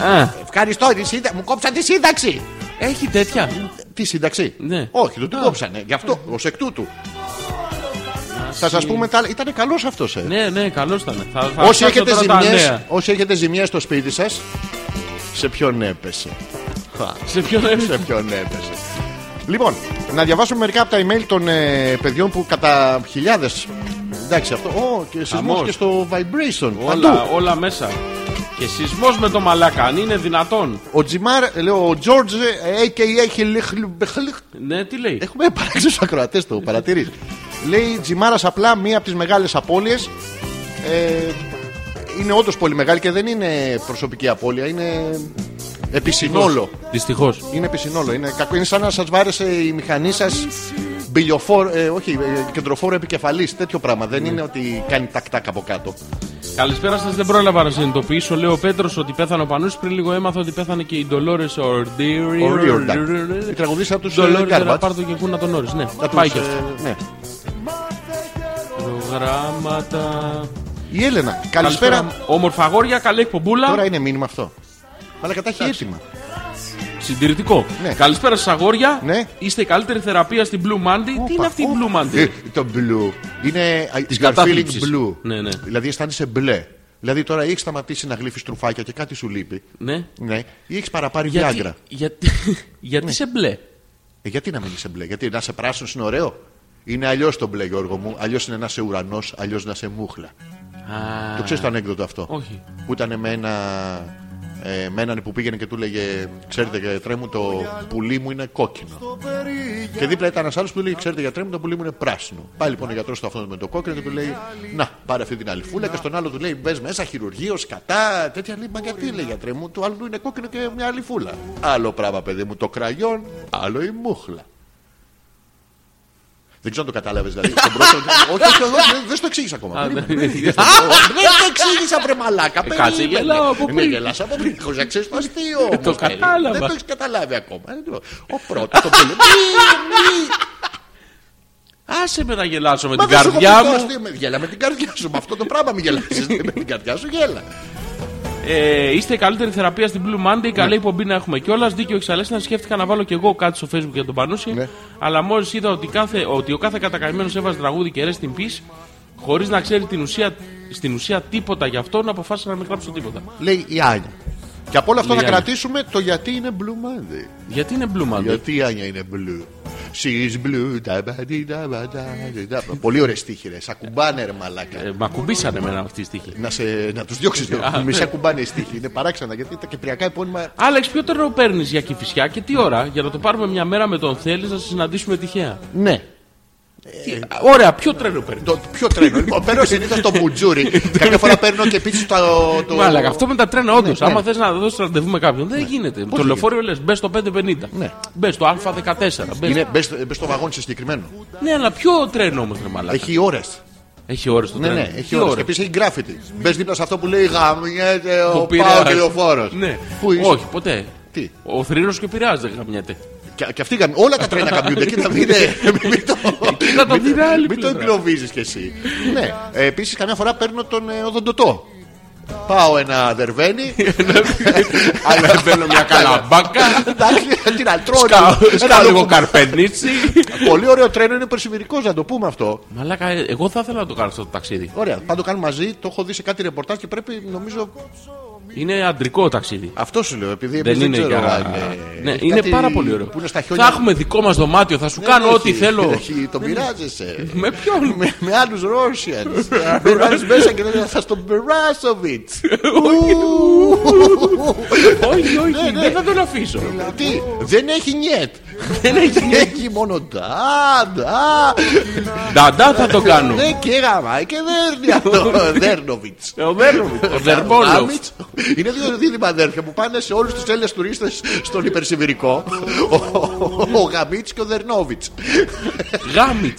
S1: ε,
S2: Α,
S4: Ευχαριστώ, η σύντα- μου κόψαν τη σύνταξη.
S2: έχει τέτοια.
S1: Τη σύνταξη.
S2: Ναι.
S1: Όχι, δεν την κόψανε. Γι' αυτό, ως εκ τούτου. Θα σας πούμε τα άλλα. Ήταν καλός αυτός, ε.
S2: Ναι, ναι, καλώ ήταν. Θα, θα
S1: Όσοι,
S2: ψάξω
S1: έχετε
S2: τώρα τα
S1: ζημιές,
S2: νέα.
S1: όσοι έχετε ζημιές στο σπίτι σας, σε ποιον έπεσε.
S2: Σε ποιον
S1: σε
S2: έμεινε.
S1: ποιον έπεσε. Λοιπόν, να διαβάσουμε μερικά από τα email των ε, παιδιών που κατά χιλιάδες. Εντάξει, αυτό. Ω, και σεισμός
S2: Χαμός.
S1: και στο vibration.
S2: Όλα,
S1: Παντού.
S2: όλα μέσα. Και σεισμός με το μαλάκα, αν είναι δυνατόν.
S1: Ο Τζιμάρ, ε, λέω, ο Τζόρτζ, ε, AKA Χιλιχλιμπεχλιχ.
S2: Ναι, τι λέει.
S1: Έχουμε παράξει του ακροατέ του, παρατηρείς. Λέει Τζιμάρας απλά μία από τις μεγάλες απώλειες. Ε, είναι όντως πολύ μεγάλη και δεν είναι προσωπική απώλεια, είναι επισυνόλο.
S2: Δυστυχώς.
S1: Είναι επισυνόλο. Είναι, κακό. είναι σαν να σας βάρεσε η μηχανή σας μπιλιοφόρο, ε, όχι, ε, κεντροφόρο επικεφαλής. Τέτοιο πράγμα. Δεν είναι ότι κάνει τακτάκ από κάτω.
S2: Καλησπέρα σας, δεν πρόλαβα να συνειδητοποιήσω. Λέω ο Πέτρος ότι πέθανε ο Πανούση. Πριν λίγο έμαθα ότι πέθανε και η Ντολόρε Ορντίρι.
S1: Ο Ρίορντακ. Η τραγουδίστρια από τους, ε,
S2: Ντολόρε
S1: Garbage.
S2: Ραπάρτο και Κούνα τον Όρις. Ναι,
S1: Να τους,
S2: πάει και
S1: ε,
S2: αυτό.
S1: ναι.
S2: Προγράμματα.
S1: Η Έλενα, καλησπέρα.
S2: Όμορφα αγόρια, καλή εκπομπούλα.
S1: Τώρα είναι μήνυμα αυτό. Αλλά κατά έχει έτοιμα.
S2: Συντηρητικό.
S1: Ναι.
S2: Καλησπέρα σας, αγόρια.
S1: Ναι.
S2: Είστε η καλύτερη θεραπεία στην Blue Monday. Τι είναι αυτή η
S1: Όπα,
S2: Blue
S1: όπα.
S2: Monday.
S1: Ε, Το blue. Είναι α,
S2: Της
S1: you're feeling
S2: κατάθλιψης.
S1: blue.
S2: Ναι, ναι.
S1: Δηλαδή αισθάνεσαι μπλε. Δηλαδή τώρα έχει σταματήσει να γλύφεις τρουφάκια και κάτι σου λείπει.
S2: Ναι.
S1: Ναι. Ή έχεις παραπάρει
S2: Γιατί,
S1: Viagra.
S2: γιατί, γιατί
S1: Ναι.
S2: σε μπλε.
S1: Ε, γιατί να μην είσαι μπλε, Γιατί να σε πράσινο είναι ωραίο. Είναι αλλιώς το μπλε, Γιώργο μου. Αλλιώς είναι να είσαι ουρανός, αλλιώς να είσαι μούχλα.
S2: Α,
S1: Το ξέρεις το ανέκδοτο αυτό.
S2: Ναι. Όχι.
S1: Που ήταν με, ένα, ε, με έναν που πήγαινε και του έλεγε: Ξέρετε, γιατρέ μου, το πουλί μου είναι κόκκινο. Και δίπλα ήταν ένας άλλος που του έλεγε: Ξέρετε, γιατρέ μου, το πουλί μου είναι πράσινο. Πάλι λοιπόν ο γιατρός του αυτόν με το κόκκινο και του λέει: Να, πάρε αυτή την αλφούλα. Και στον άλλο του λέει: Μπες μέσα, χειρουργείο, κατά. Τέτοια λέει: Μα γιατί λέει, γιατρέ μου, του άλλου είναι κόκκινο και μια αλφούλα. Άλλο πράγμα, παιδί μου, το κραγιόν, άλλο η μούχλα. Δεν ξέρω αν το κατάλαβες δηλαδή. Τον
S2: *laughs*
S1: πρώτο... όχι, όχι, όχι, δεν- δεν στο εξήγησα ακόμα.
S2: Α,
S1: Περίμενε.
S2: ναι.
S1: Δεν το εξήγησα βρε μαλάκα.
S2: Ε, κάτσε,
S1: περίμενε.
S2: γελάω από
S1: Ναι,
S2: πριν. Ε,
S1: γελάς από πριν. Έχω να ξέρεις το αστείο όμως,
S2: Το
S1: Έλλη.
S2: κατάλαβα.
S1: Δεν το έχεις καταλάβει ακόμα. Ε, λοιπόν, Ο πρώτος το πολύ.
S2: Άσε με να γελάσω με
S1: Μα
S2: την
S1: δεν σου έχω
S2: καρδιά
S1: πει το
S2: μου.
S1: αστείο. Με- Γέλα με την καρδιά σου. Με αυτό το πράγμα μη
S2: *laughs*
S1: γελάσεις. Με την καρδιά σου γέλα.
S2: Ε, είστε η καλύτερη θεραπεία στην Blue
S1: Ναι.
S2: Monday. Καλή εκπομπή να έχουμε κιόλας. Δίκιο εξαλέσνα. Σκέφτηκα να βάλω κι εγώ κάτι στο Facebook για τον Πανούση.
S1: Ναι.
S2: Αλλά μόλις είδα ότι, κάθε, ότι ο κάθε κατακαημένο έβαζε τραγούδι και rest in peace, χωρίς να ξέρει την ουσία, στην ουσία τίποτα γι' αυτό, να αποφάσισα να μην γράψω τίποτα.
S1: Λέει η Άνια. Και από όλο αυτό
S2: Η
S1: να
S2: Άνια.
S1: κρατήσουμε το γιατί είναι blue Monday.
S2: Γιατί είναι Blue Monday.
S1: Γιατί η Άνια είναι blue. She's blue. da ba di da ba da di da ba. Πολύ ωραίες στίχοι ρε. Σ' ακουμπάνε ρε μαλάκα.
S2: Ε, μ' ακουμπήσανε εμένα αυτή η στοίχη.
S1: Να, σε, να τους διώξεις λίγο. Μη σε ακουμπάνε οι στίχοι. Είναι παράξενα γιατί τα κυπριακά επώνυμα
S2: Άλεξ, ποιο τρένο παίρνεις για κυφισιά και τι ώρα, για να το πάρουμε μια μέρα με τον θέλει να σε συναντήσουμε τυχαία.
S1: Ναι.
S2: Τι- Ωραία, ποιο τρένο παίρνεις.
S1: Το ποιο τρένο. λοιπόν, παίρνω συνήθως το μπουτζούρι. Κάποια φορά παίρνω και επίσης το. το...
S2: Μάλακα, αυτό με τα τρένα, όντως.
S1: ναι.
S2: Άμα θες να δώσεις ραντεβού με κάποιον, δεν γίνεται. Το
S1: δεν
S2: λεωφορείο λες: μπες στο 550.
S1: Ναι.
S2: Μπες στο Α14. μπες-
S1: Είναι, μπες, μπες στο βαγόνι σε συγκεκριμένο.
S2: Ναι, αλλά ποιο τρένο όμως, ρε μαλάκα. Έχει,
S1: Έχει ώρες.
S2: ώρε το
S1: Ναι,
S2: τρένο.
S1: ναι, έχει
S2: Τι
S1: ώρες. Και
S2: ώρες?
S1: επίσης έχει γκράφιτι. Μπες δίπλα σε αυτό που λέει Γαμιέται ο
S2: Πειραιάς.
S1: Πάο και ο Φόρος.
S2: Ναι.
S1: Πού είσαι.
S2: Όχι, ποτέ.
S1: Τι.
S2: Ο θρύο και ο πειράζει δεν
S1: *laughs*
S2: γαμιέται.
S1: Και, και αυτοί γαμι- Όλα τα τρένα καμπιούνται. Κοίτα, μην
S2: *laughs*
S1: μην το.
S2: Κοίτα το
S1: μην-
S2: δει άλλη
S1: Μην το
S2: πλευρά.
S1: εγκλωβίζεις κι εσύ. Ναι. Επίσης, καμιά φορά παίρνω τον ε, οδοντοτό. ε, Πάω ένα
S2: *laughs*
S1: αδερβένι.
S2: Αλλά θέλω μια καλαμπάκα. *laughs*
S1: Εντάξει, την αλτρώνω.
S2: Σκάω-
S1: Ένα
S2: Σκάω λίγο
S1: λόγο-
S2: καρπενίτσι.
S1: Πολύ ωραίο τρένο είναι περσιμηρικό, να το πούμε αυτό.
S2: Μαλάκα, ε, εγώ θα ήθελα να το κάνω αυτό το ταξίδι.
S1: Ωραία, θα το κάνουμε μαζί. Το έχω δει σε κάτι ρεπορτάζ και πρέπει, νομίζω.
S2: Είναι αντρικό ταξίδι.
S1: Αυτό σου λέω, επειδή
S2: Δεν
S1: εμείς
S2: είναι
S1: ξέρω
S2: για.
S1: αν, ε,
S2: Ναι,
S1: έχει
S2: είναι
S1: κάτι
S2: πάρα πολύ ωραίο.
S1: Που είναι στα χιόνια.
S2: Θα έχουμε δικό μας δωμάτιο, θα σου
S1: Δεν
S2: κάνω
S1: έχει-
S2: ό,τι
S1: *laughs*
S2: θέλω.
S1: έχει- Τον πειράζεσαι.
S2: Με ποιον?
S1: με, με άλλους
S2: *laughs*
S1: Ρώσιαν. Με άλλους μέσα και λένε θα στον Περάσοβιτ.
S2: Όχι,
S1: Ναι,
S2: όχι,
S1: ναι. Ναι.
S2: δεν θα τον αφήσω.
S1: Τι, δεν έχει νιέτ.
S2: Δεν έχει.
S1: Έχει μόνο τα, τα.
S2: Νταντά θα το κάνω.
S1: Ναι, και γαμάει και δέρνει αυτό. Δέρνοβιτ.
S2: Ε, Ο Βέρνοβιτ. Ο Δερμόλοφ.
S1: Είναι δύο δίδυμα αδέρφια που πάνε σε όλους τους Έλληνες τουρίστες στον υπερσιβηρικό. Ο- Ο Γαμίτ και ο Δερνόβιτ.
S2: Γάμιτ.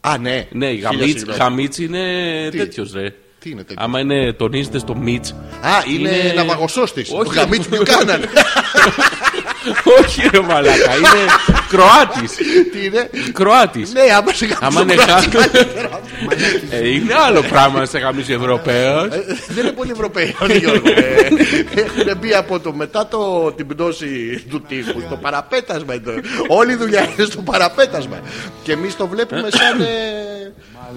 S1: Α, ναι.
S2: Ναι,
S1: Χίλια
S2: γαμίτ,
S1: συγγνώμη.
S2: γαμίτς είναι
S1: Τι?
S2: τέτοιος ρε.
S1: Τι είναι τέτοιος.
S2: Άμα είναι τονίζεται στο μίτ.
S1: Α, είναι ναυαγοσώστη. Ο
S2: Όχι.
S1: Γαμίτ που κάνανε.
S2: *laughs* Όχι, ρε Μαλάκα, είναι Κροάτης.
S1: Τι
S2: *laughs*
S1: είναι.
S2: Κροάτης.
S1: Ναι, άμα σε
S2: Άμα είναι
S1: γαμίσει,
S2: χά- Ε, Είναι άλλο πράγμα να σε γαμίσει Ευρωπαίος.
S1: Ε. Δεν είναι πολύ Ευρωπαίοι, Γιώργο. Ε, Έχουν μπει από το μετά το, την πτώση του τείχου, το παραπέτασμα. το- Όλη η δουλειά είναι στο παραπέτασμα. Και εμείς το βλέπουμε σαν.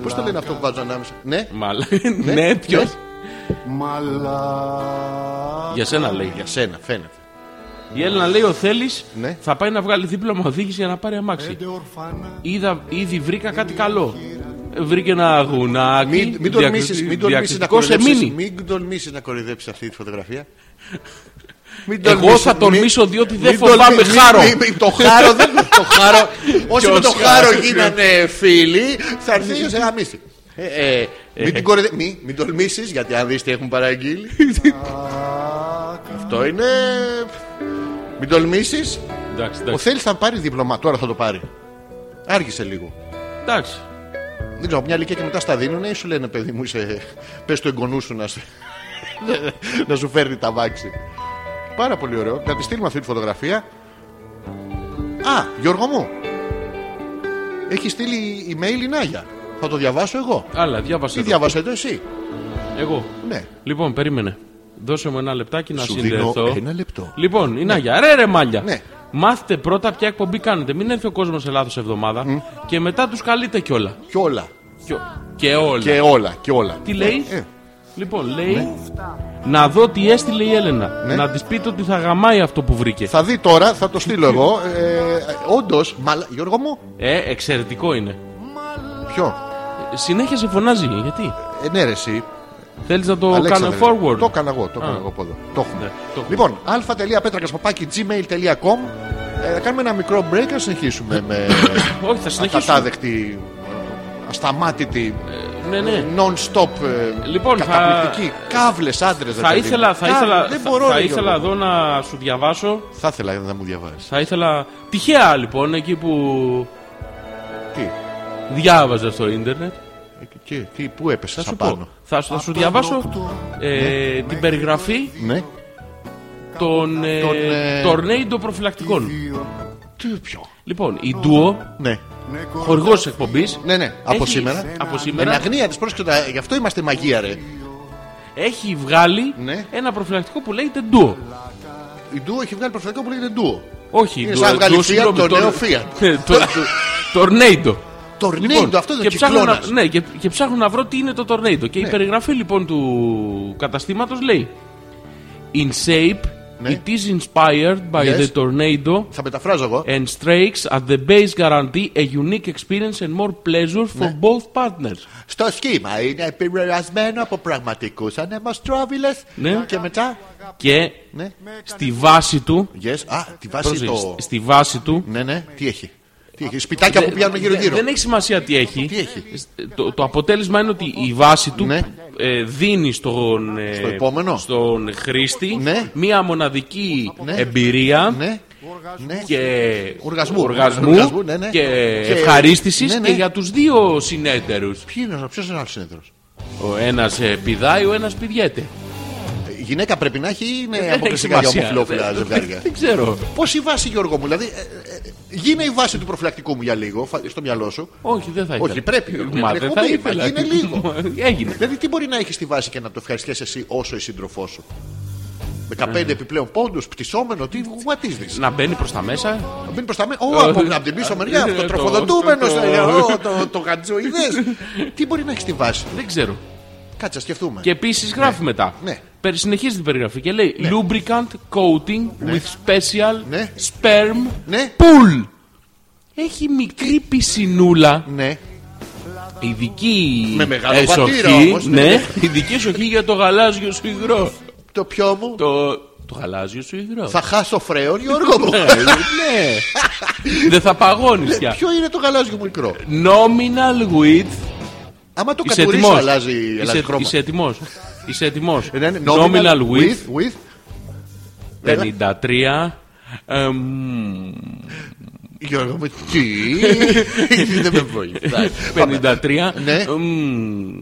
S1: Πώς το λένε αυτό που βάζουν ανάμεσα. Ναι,
S2: Μαλάκα. Ναι, ποιο.
S3: Μαλά.
S2: Για σένα λέει.
S1: για σένα φαίνεται.
S2: Η Έλληνα λέει: Ο Θέλει
S1: Ναι.
S2: θα πάει να βγάλει δίπλωμα οδήγηση για να πάρει αμάξι. Είδα, ήδη βρήκα κάτι καλό. Ε, Βρήκε ένα γουνάκι.
S1: Μην, μην τολμήσει μην τολμήσεις να
S2: διακριτικό σε
S1: κοροϊδέψεις.
S2: μήνυ.
S1: Μην τολμήσεις να κοροϊδέψεις αυτή τη φωτογραφία. Μην
S2: Εγώ
S1: τολμήσεις-
S2: θα τολμήσω
S1: μην-
S2: διότι δεν
S1: μην
S2: φοβάμαι
S1: τολμήσεις-
S2: χάρο.
S1: μην- μην- Το χάρο δεν το
S2: *laughs*
S1: χάρο. Όσοι με
S2: Ποιος
S1: το χάρο
S2: χάρος,
S1: γίνανε φίλοι, θα έρθει και σε γαμίσει. Ε, ε, Μην, την κοροϊδε- μην, μην τολμήσεις γιατί αν δεις τι έχουν
S2: *laughs*
S1: παραγγείλει Αυτό είναι Μην τολμήσεις
S2: Εντάξει,
S1: Ο
S2: εντάξει.
S1: Θέλης θα πάρει δίπλωμα Τώρα θα το πάρει Άργησε λίγο
S2: εντάξει.
S1: δεν ξέρω, από μια ηλικία και μετά στα δίνουνε ή σου λένε παιδί μου, είσαι, πες του εγγονού σου να, σε- να σου φέρνει τα βάξη. Πάρα πολύ ωραίο. Να τη στείλουμε αυτή τη φωτογραφία. Α, Γιώργο μου. Έχει στείλει email η Νάγια. Θα το διαβάσω εγώ.
S2: Άλλα,
S1: Τι
S2: διάβασε. το.
S1: διάβασε το εσύ.
S2: Εγώ.
S1: Ναι.
S2: Λοιπόν, περίμενε. Δώσε μου ένα λεπτάκι να
S1: Σου δίνω
S2: συνδεθώ.
S1: ένα λεπτό.
S2: Λοιπόν, η Νάγια, ρε ρε μάλια.
S1: Ναι.
S2: Μάθετε πρώτα ποια εκπομπή κάνετε. Μην έρθει ο κόσμος σε λάθο εβδομάδα και μετά τους καλείτε κιόλα.
S1: Και όλα.
S2: Και, και όλα.
S1: Και όλα. Και όλα.
S2: Τι λέει.
S1: Ε, ε.
S2: Λοιπόν, λέει να δω τι έστειλε η Έλενα.
S1: Ναι.
S2: Να της πείτε ότι θα γαμάει αυτό που βρήκε.
S1: Θα δει τώρα, θα το στείλω εγώ. Ε, Όντως, μαλα... Γιώργο μου,
S2: Ε, εξαιρετικό είναι.
S1: ποιο.
S2: Συνέχεια σε φωνάζει. Γιατί.
S1: Ε, ναι, ρε, εσύ.
S2: Θέλεις να το κάνω
S1: Αλέξανδρε.
S2: forward.
S1: Το έκανα εγώ, το
S2: Α.
S1: έκανα εγώ από εδώ. Το έχουμε.
S2: Ναι, το έχουμε.
S1: Λοιπόν, α.πέτρακα.gmail.com ε, Θα κάνουμε ένα μικρό break και συνεχίσουμε με
S2: Όχι, θα *coughs* συνεχίσουμε.
S1: ατατάδεκτη, ασταμάτητη,
S2: Ναι, ναι.
S1: non-stop, ε,
S2: Λοιπόν, θα-
S1: καταπληκτική, κάβλες άντρες. ρε
S2: Θα
S1: παιδί μου.
S2: ήθελα, θα
S1: Καύ-
S2: ήθελα,
S1: δεν
S2: θα-
S1: μπορώ,
S2: θα
S1: ρε,
S2: ήθελα
S1: Γιώργο.
S2: εδώ να σου διαβάσω.
S1: Θα ήθελα να μου διαβάσεις.
S2: Θα ήθελα. Τυχαία λοιπόν, εκεί που
S1: Τι,
S2: διάβαζα στο ίντερνετ.
S1: τι, τι πού έπεσες
S2: Θα σου
S1: απάνω.
S2: πω. Θα, σου- θα σου διαβάσω ε, την περιγραφή
S1: Ναι,
S2: των ε,
S1: Των, ε,
S2: τορνέιντο προφυλακτικών.
S1: τι πιο.
S2: Λοιπόν, η Duo,
S1: Ναι,
S2: χορηγός εκπομπής.
S1: ναι, ναι, από
S2: Έχει-
S1: σήμερα.
S2: Από
S1: Εν
S2: σήμερα
S1: αγνία της πρόσεξε, τα- γι' αυτό είμαστε μαγεία ρε.
S2: έχει βγάλει
S1: Ναι.
S2: ένα προφυλακτικό που λέγεται Duo.
S1: Η Ντουο έχει βγάλει προσφυγικό που λέγεται Ντουο.
S2: Όχι,
S1: Είναι
S2: Duo,
S1: σαν να βγάλει
S2: Duo,
S1: Fiat,
S2: συγγνώμη,
S1: το
S2: Tor-
S1: νέο *laughs* Fiat.
S2: Ναι, *laughs* το- το- Tornado.
S1: Τορνέιντο,
S2: Λοιπόν,
S1: αυτό δεν
S2: και ψάχνω,
S1: κυκλώνας. Ναι.
S2: να, ναι, και, και ψάχνω να βρω τι είναι το Tornado. Και η περιγραφή λοιπόν του καταστήματος λέει In shape,
S1: Ναι.
S2: it is inspired by
S1: Yes.
S2: the tornado
S1: Θα μεταφράζω εγώ.
S2: and strikes at the base guarantee a unique experience and more pleasure for
S1: Ναι.
S2: both partners.
S1: Στο σχήμα είναι επηρεασμένο από πραγματικούς ανεμοστρόβιλε.
S2: Ναι.
S1: Και μετά.
S2: Και
S1: Ναι.
S2: στη βάση του,
S1: Yes. Α, τη βάση
S2: πρόσεξε,
S1: το.
S2: στη βάση του
S1: Ναι, ναι. Τι έχει. Τι έχει. Σπιτάκια που πιάνουμε
S2: Ε, Δεν-
S1: γύρω-γύρω.
S2: Δεν έχει σημασία τι έχει.
S1: Τι έχει?
S2: Ε, Το, το αποτέλεσμα είναι ότι η βάση του
S1: Ναι.
S2: ε, δίνει στον, ε,
S1: Στο επόμενο.
S2: στον χρήστη
S1: Ναι.
S2: μία μοναδική
S1: Ναι.
S2: εμπειρία
S1: Ναι. Ναι.
S2: και
S1: Οργασμού.
S2: οργασμού
S1: Οργασμού, ναι, ναι.
S2: και
S1: Και-
S2: ευχαρίστησης
S1: ναι, ναι.
S2: και για τους δύο συνέτερους.
S1: Ποιο είναι ο ποιος είναι ο άλλο συνέδριο.
S2: Ο ένας ε, πηδάει, ο ένας πηδιέται.
S1: Ε, Γυναίκα πρέπει να Ε, έχει Ε, ή είναι
S2: Δεν έχει
S1: αποκλειστικά για
S2: σημασία.
S1: ομοφυλόφιλα
S2: Δεν-
S1: ζευγάρια.
S2: Δεν ξέρω.
S1: Πώς η βάση, Γιώργο μου, δηλαδή. ε, ε, ε, Γίνε η βάση του προφυλακτικού μου για λίγο, φα- στο μυαλό σου.
S2: Όχι, δεν θα ήθελα.
S1: Όχι, πρέπει.
S2: Ε,
S1: Είναι
S2: Μα δεν θα
S1: εκπομπή,
S2: ήθελα.
S1: μα γίνε λίγο.
S2: Μα, *laughs* Έγινε.
S1: Δηλαδή, τι μπορεί να έχεις στη βάση και να το ευχαριστιέσαι εσύ όσο η σύντροφός σου. 15
S2: Ναι.
S1: επιπλέον πόντους, πτυσσόμενο, τι γουματίζεις.
S2: Να μπαίνει προς τα μέσα.
S1: Να μπαίνει προς τα μέσα. Ω, από από την πίσω μεριά,
S2: Ε,
S1: αυτό
S2: το-
S1: τροφοδοτούμενο.
S2: το-
S1: Το γατζοειδές. Τι μπορεί να έχεις στη βάση του.
S2: Δεν ξέρω.
S1: Κάτσε, να σκεφτούμε.
S2: Και επίσης γράφει μετά.
S1: Ναι.
S2: Περι- Συνεχίζει την περιγραφή και λέει Lubricant coating with special
S1: Ναι.
S2: sperm
S1: Ναι.
S2: pool. Έχει μικρή πισινούλα.
S1: Ναι.
S2: Ειδική
S1: Με μεγάλο
S2: εσοχή,
S1: βατήρα όμως, ναι.
S2: ναι, ειδική εσοχή για το γαλάζιο σου υγρό.
S1: Το πιο μου.
S2: Το, το γαλάζιο σου υγρό.
S1: Θα χάσω φρέον, Γιώργο μου. Ε,
S2: Ε, ναι. Δεν θα παγώνεις πια.
S1: Ποιο είναι το γαλάζιο μου μικρό.
S2: Nominal width
S1: Άμα το
S2: Είσαι
S1: κατουρίσω,
S2: έτοιμος.
S1: αλλάζει, αλλάζει χρώμα.
S2: Είσαι έτοimo. Είσαι έτοιμος.
S1: Ε, ναι, ναι,
S2: Nominal width
S1: with.
S2: 53. εμ,
S1: Γιώργο μου,
S2: *laughs*
S1: τι. Δεν με βοηθάει.
S2: 53.
S1: Ναι.
S2: εμ,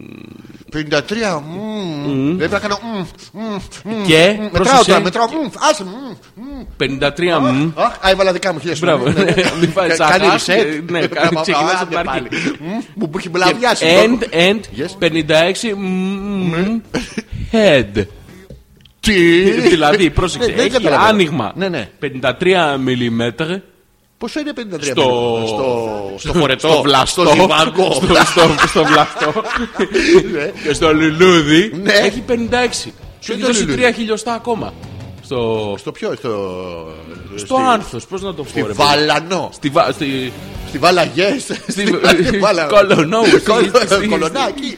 S1: 53. μμμ. Πρέπει να κάνω. μμμ, μμμ, μμμ,
S2: Και,
S1: μμμ. Μετράω
S2: πρόσεξε.
S1: τώρα, μετράω. μμμ, Άσε. μμμ, μμμ.
S2: 53. μ.
S1: Αχ, α, έβαλα δικά μου χίλια
S2: Μπράβο.
S1: συγγνώμη. Ναι.
S2: Μην πάει
S1: Κα-
S2: τσακάς.
S1: Κάνει reset.
S2: Ναι, κάνει-
S1: Α,
S2: ξεκινάς
S1: άντε
S2: από την αρχή. Ε,
S1: πάλι. Μμμ, Μου που έχει μπλαβιάσει.
S2: End, end,
S1: Yes. Ναι.
S2: 56. μ, μ, Head.
S1: Τι.
S2: Δηλαδή, πρόσεξε,
S1: Ναι, δεν
S2: έχει
S1: καταλαβαίνω.
S2: άνοιγμα
S1: Ναι, ναι.
S2: 53 μιλιμέτρ
S1: Πόσο είναι 53
S2: Στο-
S1: περίπου? Ε, στο, στο φορετό,
S2: στο βλαστό,
S1: στο ζιβάγκο.
S2: στο, στο, στο βλαστό
S1: Ναι.
S2: και στο λουλούδι
S1: Ναι.
S2: έχει 56. Σου
S1: είναι το
S2: έχει 23
S1: λουλούδι?
S2: χιλιοστά ακόμα. Στο,
S1: Στο ποιο, στο.
S2: στο άνθος, πώς να το πω.
S1: Στη
S2: ρε,
S1: Βαλανό.
S2: Στη, βα-
S1: *laughs*
S2: στη,
S1: Στη Βαλαγές.
S2: στη, *laughs*
S1: *laughs*
S2: Κολονό, στη- στη-
S1: Κολονάκι.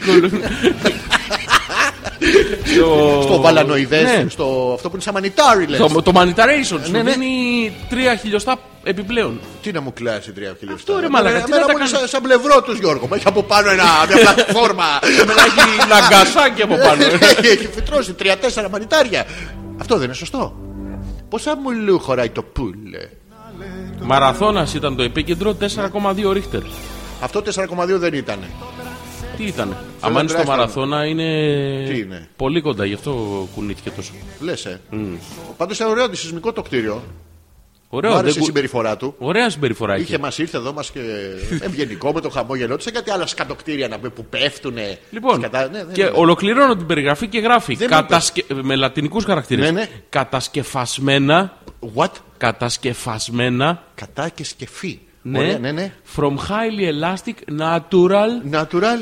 S2: στο-
S1: Στο Βαλανοειδές.
S2: Ναι.
S1: Στο αυτό που είναι σαν μανιτάρι, λες.
S2: Το, το Manitation
S1: Ναι,
S2: σου δίνει 3 χιλιοστά επιπλέον.
S1: Τι να μου κλάσει τρία χιλιοστά.
S2: Αυτό, ρε, μαλάκα, τι να
S1: Εμένα
S2: τα
S1: μου είναι
S2: κάνεις.
S1: σαν- σαν πλευρό τους Γιώργο. Μα έχει από πάνω ένα- μια
S2: *laughs*
S1: πλατφόρμα.
S2: Εμένα έχει λαγκασάκι από
S1: *laughs*
S2: πάνω. ναι.
S1: Έχει φυτρώσει τρία-τέσσερα μανιτάρια. Αυτό δεν είναι σωστό. Πόσα μουλού χωράει το πουλ. ε?
S2: Μαραθώνας ήταν το επίκεντρο 4,2 ρίχτερ.
S1: Αυτό 4,2 δεν ήταν.
S2: Τι ήταν. Αμάν
S1: να
S2: στο
S1: περάσει
S2: μαραθώνα είναι...
S1: Τι είναι?
S2: πολύ κοντά, γι' αυτό κουνήθηκε τόσο.
S1: Λες, ε. Πάντως ήταν ωραίο αντισυσμικό το κτίριο. Μου
S2: Ωραίο, δεν
S1: άρεσε η
S2: κου-
S1: συμπεριφορά του.
S2: Ωραία συμπεριφορά
S1: Είχε
S2: είχε.
S1: μας ήρθε εδώ μας
S2: *laughs*
S1: και ευγενικό με το χαμόγελό του. Σε κάτι άλλα σκατοκτήρια να πούμε που πέφτουνε.
S2: Λοιπόν,
S1: Σκατά- ναι, ναι,
S2: και
S1: ναι.
S2: ολοκληρώνω την περιγραφή και γράφει
S1: Δεν
S2: κατασκε... με λατινικούς χαρακτήρες.
S1: Ναι, ναι.
S2: Κατασκεφασμένα,
S1: What?
S2: κατασκεφασμένα,
S1: Κατά και σκεφή.
S2: ναι,
S1: Ωραία, ναι, ναι.
S2: from highly elastic natural
S1: Natural.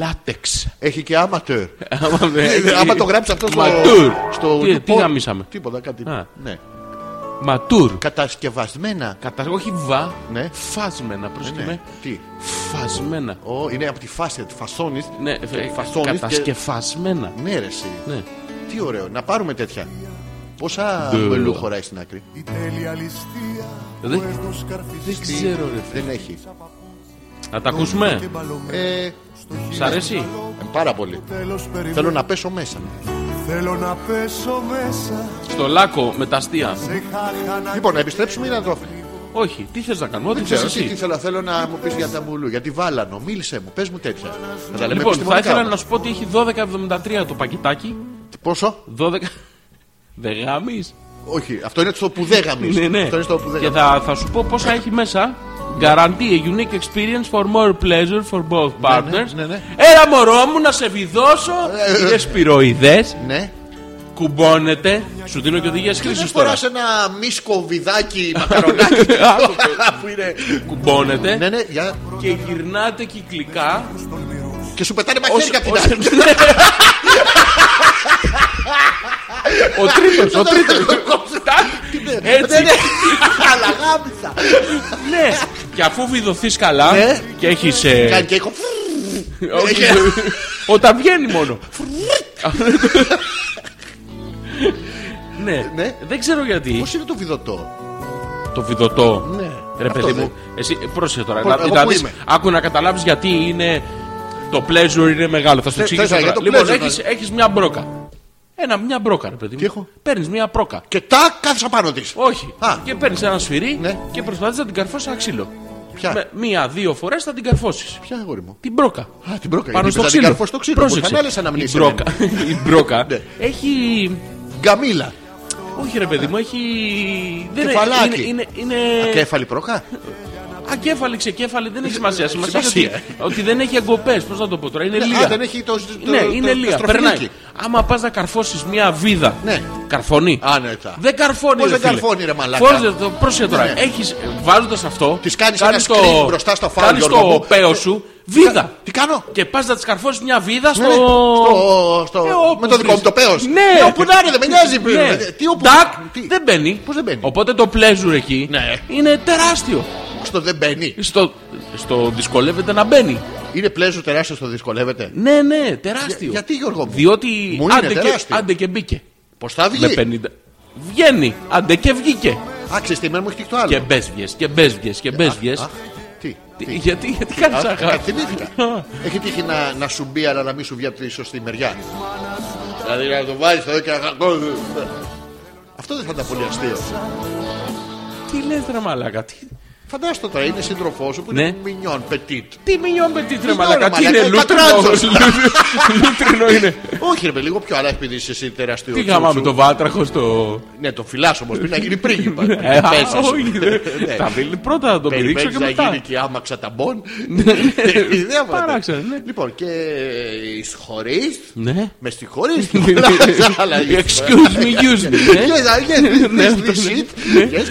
S2: latex.
S1: Έχει και amateur. Ε,
S2: Άμα με-
S1: Ναι, Άμα το γράψεις αυτό στο.
S2: Mature.
S1: στο
S2: ε, Τι-
S1: του
S2: Τι
S1: πόρ-
S2: γαμίσαμε.
S1: Τίποτα, κάτι.
S2: Α.
S1: Ναι.
S2: Ματούρ.
S1: Κατασκευασμένα.
S2: Κατά... Όχι βα,
S1: Ναι.
S2: φάσμενα,
S1: Ναι,
S2: προσέξτε
S1: ναι.
S2: με.
S1: Τι.
S2: Φασμένα.
S1: Ω, είναι από τη φάση, τη φασώνει.
S2: Ναι, ε,
S1: φασώνεις και-
S2: κατασκεφασμένα.
S1: Ναι, ρε, εσύ.
S2: Ναι.
S1: Τι ωραίο. Να πάρουμε τέτοια. Πόσα
S2: Ντε.
S1: μελού χωράει στην άκρη.
S3: Η τέλεια ληστεία
S2: Δε-
S3: που έχουν σκαρφιστεί
S2: Δεν ξέρω, ρε.
S1: Δεν έχει.
S2: Να τα ακούσουμε.
S3: και μπαλωμένη
S1: Ε,
S3: στο χείλο.
S2: Σ' αρέσει.
S1: πάρα πολύ.
S3: Τέλος
S1: Θέλω
S3: περιμένω
S1: να πέσω μέσα.
S3: Θέλω να πέσω μέσα
S2: Στο λάκο με τα αστεία.
S3: σε χάχανα
S2: Ναι,
S1: Λοιπόν, να επιστρέψουμε ή να το.
S2: Όχι, τι θες να κάνω, ό,τι
S1: Δεν
S2: θε
S1: ξέρω τι, τι
S2: εσύ.
S1: θέλω, θέλω να μου πεις για τα μουλού. Γιατί βάλανο, μίλησε μου, πες μου τέτοια. Να τα λέμε
S2: Λοιπόν, θα
S1: επιστημονικά.
S2: ήθελα να σου πω ότι έχει 12,73 το πακετάκι.
S1: Πόσο?
S2: 12. Δεν γάμεις.
S1: Όχι, αυτό είναι στο που δεν γαμίζει.
S2: Ναι, ναι.
S1: Αυτό είναι στο που δεν
S2: Και
S1: γαμίζει.
S2: θα, θα σου πω πόσα έχει μέσα. Guarantee a unique experience for more pleasure for both partners.
S1: ναι, Ε, ναι.
S2: Έλα μωρό μου να σε βιδώσω. Είναι σπυροειδές.
S1: Ναι.
S2: Κουμπώνεται. Σου δίνω και οδηγίες
S1: Και δεν
S2: χρήσης τώρα.
S1: φορά ένα μίσκο βιδάκι μακαρονάκι
S2: *laughs*
S1: που είναι.
S2: Κουμπώνεται.
S1: Ναι, ναι, για...
S2: και γυρνάτε κυκλικά.
S1: και σου πετάνε μαχαίρι
S2: Όσο-
S1: από την
S2: όσο-
S1: άλλη.
S2: Ναι. Ο τρίτος, ο τρίτος. Έτσι,
S1: Αλλά γάμισα.
S2: ναι. Και αφού βιδωθείς καλά
S1: Ναι.
S2: και έχεις...
S1: Κάνει
S2: ε,
S1: και έχω.
S2: όχι,
S1: και-
S2: Όταν βγαίνει μόνο. Ναι,
S1: Ναι.
S2: δεν ξέρω γιατί.
S1: Πώς είναι το βιδωτό.
S2: Το βιδωτό.
S1: Ναι.
S2: Ρε
S1: Αυτό
S2: παιδί
S1: δεν-
S2: μου, εσύ ε, πρόσεχε τώρα.
S1: Πώς-
S2: να-
S1: εγώ
S2: να
S1: πού
S2: δεις-
S1: είμαι?
S2: Άκου να καταλάβεις γιατί είναι. Το pleasure είναι μεγάλο. Θα σου
S1: Θε-
S2: εξηγήσω.
S1: θες να-
S2: τώρα.
S1: για το
S2: Λοιπόν,
S1: pleasure,
S2: έχεις,
S1: ναι.
S2: έχεις μια μπρόκα. Ένα, μια μπρόκα, ρε παιδί μου.
S1: Τι έχω?
S2: Παίρνεις μια μπρόκα.
S1: Και τα κάθισα πάνω της.
S2: Όχι.
S1: Α.
S2: Και παίρνεις ένα σφυρί
S1: Ναι.
S2: και προσπαθείς να την καρφώσεις ένα ξύλο.
S1: Ποια?
S2: Με- Μία-δύο φορές θα την καρφώσεις.
S1: Ποια αγόρι μου.
S2: Την μπρόκα.
S1: Α, την μπρόκα.
S2: Πάνω
S1: Ε, γιατί
S2: στο
S1: είπες να την
S2: ξύλο.
S1: καρφώ στο ξύλο.
S2: Πρόσεξε.
S1: Που είχαν άλλες
S2: *laughs* Η
S1: αναμνήσεις
S2: μπρόκα,
S1: εμένα.
S2: η μπρόκα
S1: Ναι.
S2: έχει
S1: Γκαμίλα.
S2: Όχι ρε παιδί μου, έχει. Δεν είναι-
S1: Κεφαλάκι.
S2: Είναι, είναι, είναι...
S1: Ακέφαλη πρόκα.
S2: Ακέφαλη, ξεκέφαλη, δεν έχει σημασία. Σημασία έχει ότι,
S1: Σημασία.
S2: ότι δεν έχει εγκοπές. Πώς να το πω τώρα, είναι
S1: Ναι,
S2: λίγα.
S1: α, δεν έχει το- το-
S2: ε, ναι,
S1: το-
S2: είναι
S1: το
S2: λίγα.
S1: στροφιλίκι.
S2: Περνάει. Άμα πας να καρφώσεις μια βίδα.
S1: Ναι.
S2: Καρφώνει.
S1: Α, ναι, θα.
S2: Δεν καρφώνει.
S1: Πώς
S2: ρε
S1: δεν
S2: φίλε.
S1: καρφώνει, ρε μαλάκα.
S2: Πώς δεν το πρόσεχε τώρα.
S1: Ναι.
S2: Έχεις, βάζοντας αυτό.
S1: Της κάνεις
S2: κάνεις
S1: ένα screen μπροστά στο φάουλ,
S2: Κάνεις
S1: Γιώργο
S2: το
S1: μου.
S2: παίο σου βίδα.
S1: Τι κάνω.
S2: Και πας να της καρφώσεις μια βίδα στο...
S1: Ναι, ναι. Στο- στο-
S2: Ε, όπου
S1: με το δικό μου το
S2: βρεις.
S1: πέος.
S2: Ναι.
S1: Ε, όπου να είναι, δεν με νοιάζει.
S2: Ναι.
S1: Τι όπου-
S2: Τακ,
S1: τι.
S2: δεν μπαίνει.
S1: Πώς δεν μπαίνει?
S2: Οπότε το πλέζουρ εκεί
S1: Ναι.
S2: είναι τεράστιο.
S1: Στο δεν μπαίνει.
S2: Ε, Στο, στο δυσκολεύεται να μπαίνει.
S1: Είναι πλέζο τεράστιο στο δυσκολεύεται.
S2: Ναι, ναι, τεράστιο.
S1: Για- γιατί, Γιώργο μου?
S2: Διότι
S1: Μου είναι
S2: άντε, και,
S1: τεράστιο.
S2: άντε και μπήκε.
S1: Πώς θα
S2: Με
S1: βγει.
S2: 50. Βγαίνει, άντε και βγήκε.
S1: Άξιε τι μέρα μου έχει τύχει το
S2: Και
S1: άλλο.
S2: μπες βγες, και μπες βγες, και μπες βγες.
S1: Αχ, Τι.
S2: Τι-
S1: τι.
S2: Γιατί, γιατί κάνεις
S1: Α,
S2: αχά.
S1: κάτι θυμήθηκα. Έχει τύχει να, να σου μπει, αλλά να μην σου βγει από τη σωστή μεριά. Δηλαδή να το βάλεις εδώ και να χακώ- Αυτό δεν θα ήταν πολύ αστείο.
S2: Τι λες ρε μαλάκα, τι,
S1: Φαντάζομαι τώρα είναι σύντροφός σου που είναι
S2: Ναι.
S1: μινιόν, πετίτ.
S2: τι μηνιόν με τι ρε
S1: Μηνιόν,
S2: μαλάκα,
S1: ρε
S2: τι είναι,
S1: μαλάκα,
S2: λούτρινο,
S1: κατράτσος.
S2: λούτρινο- λούτρινο είναι.
S1: Όχι, ρε παιδί, λίγο πιο αλλά επειδή είσαι εσύ τεραστίο.
S2: Τι
S1: τσούτσου.
S2: γαμάμε το βάτραχο στο...
S1: Ναι, το φυλά όμως πριν να γίνει πρίγκιπα.
S2: Ε,
S1: Δεν
S2: α,
S1: πέσεις.
S2: όχι, ρε.
S1: Ναι.
S2: Τα φίλοι πρώτα θα το πηδήξω
S1: Περιμένεις
S2: και
S1: να γίνει
S2: μετά. Ναι.
S1: και άμαξα ταμπών. *laughs*
S2: Παράξενο, ναι.
S1: Λοιπόν, και εις χωρίς,
S2: Ναι.
S1: μες συγχωρείς. *laughs* Αλλά εις-
S2: Excuse me, use me. ναι.
S1: Yes, I- yes,
S2: Ναι,
S1: this-
S2: αυτό
S1: this
S2: είναι.
S1: shit. Yes.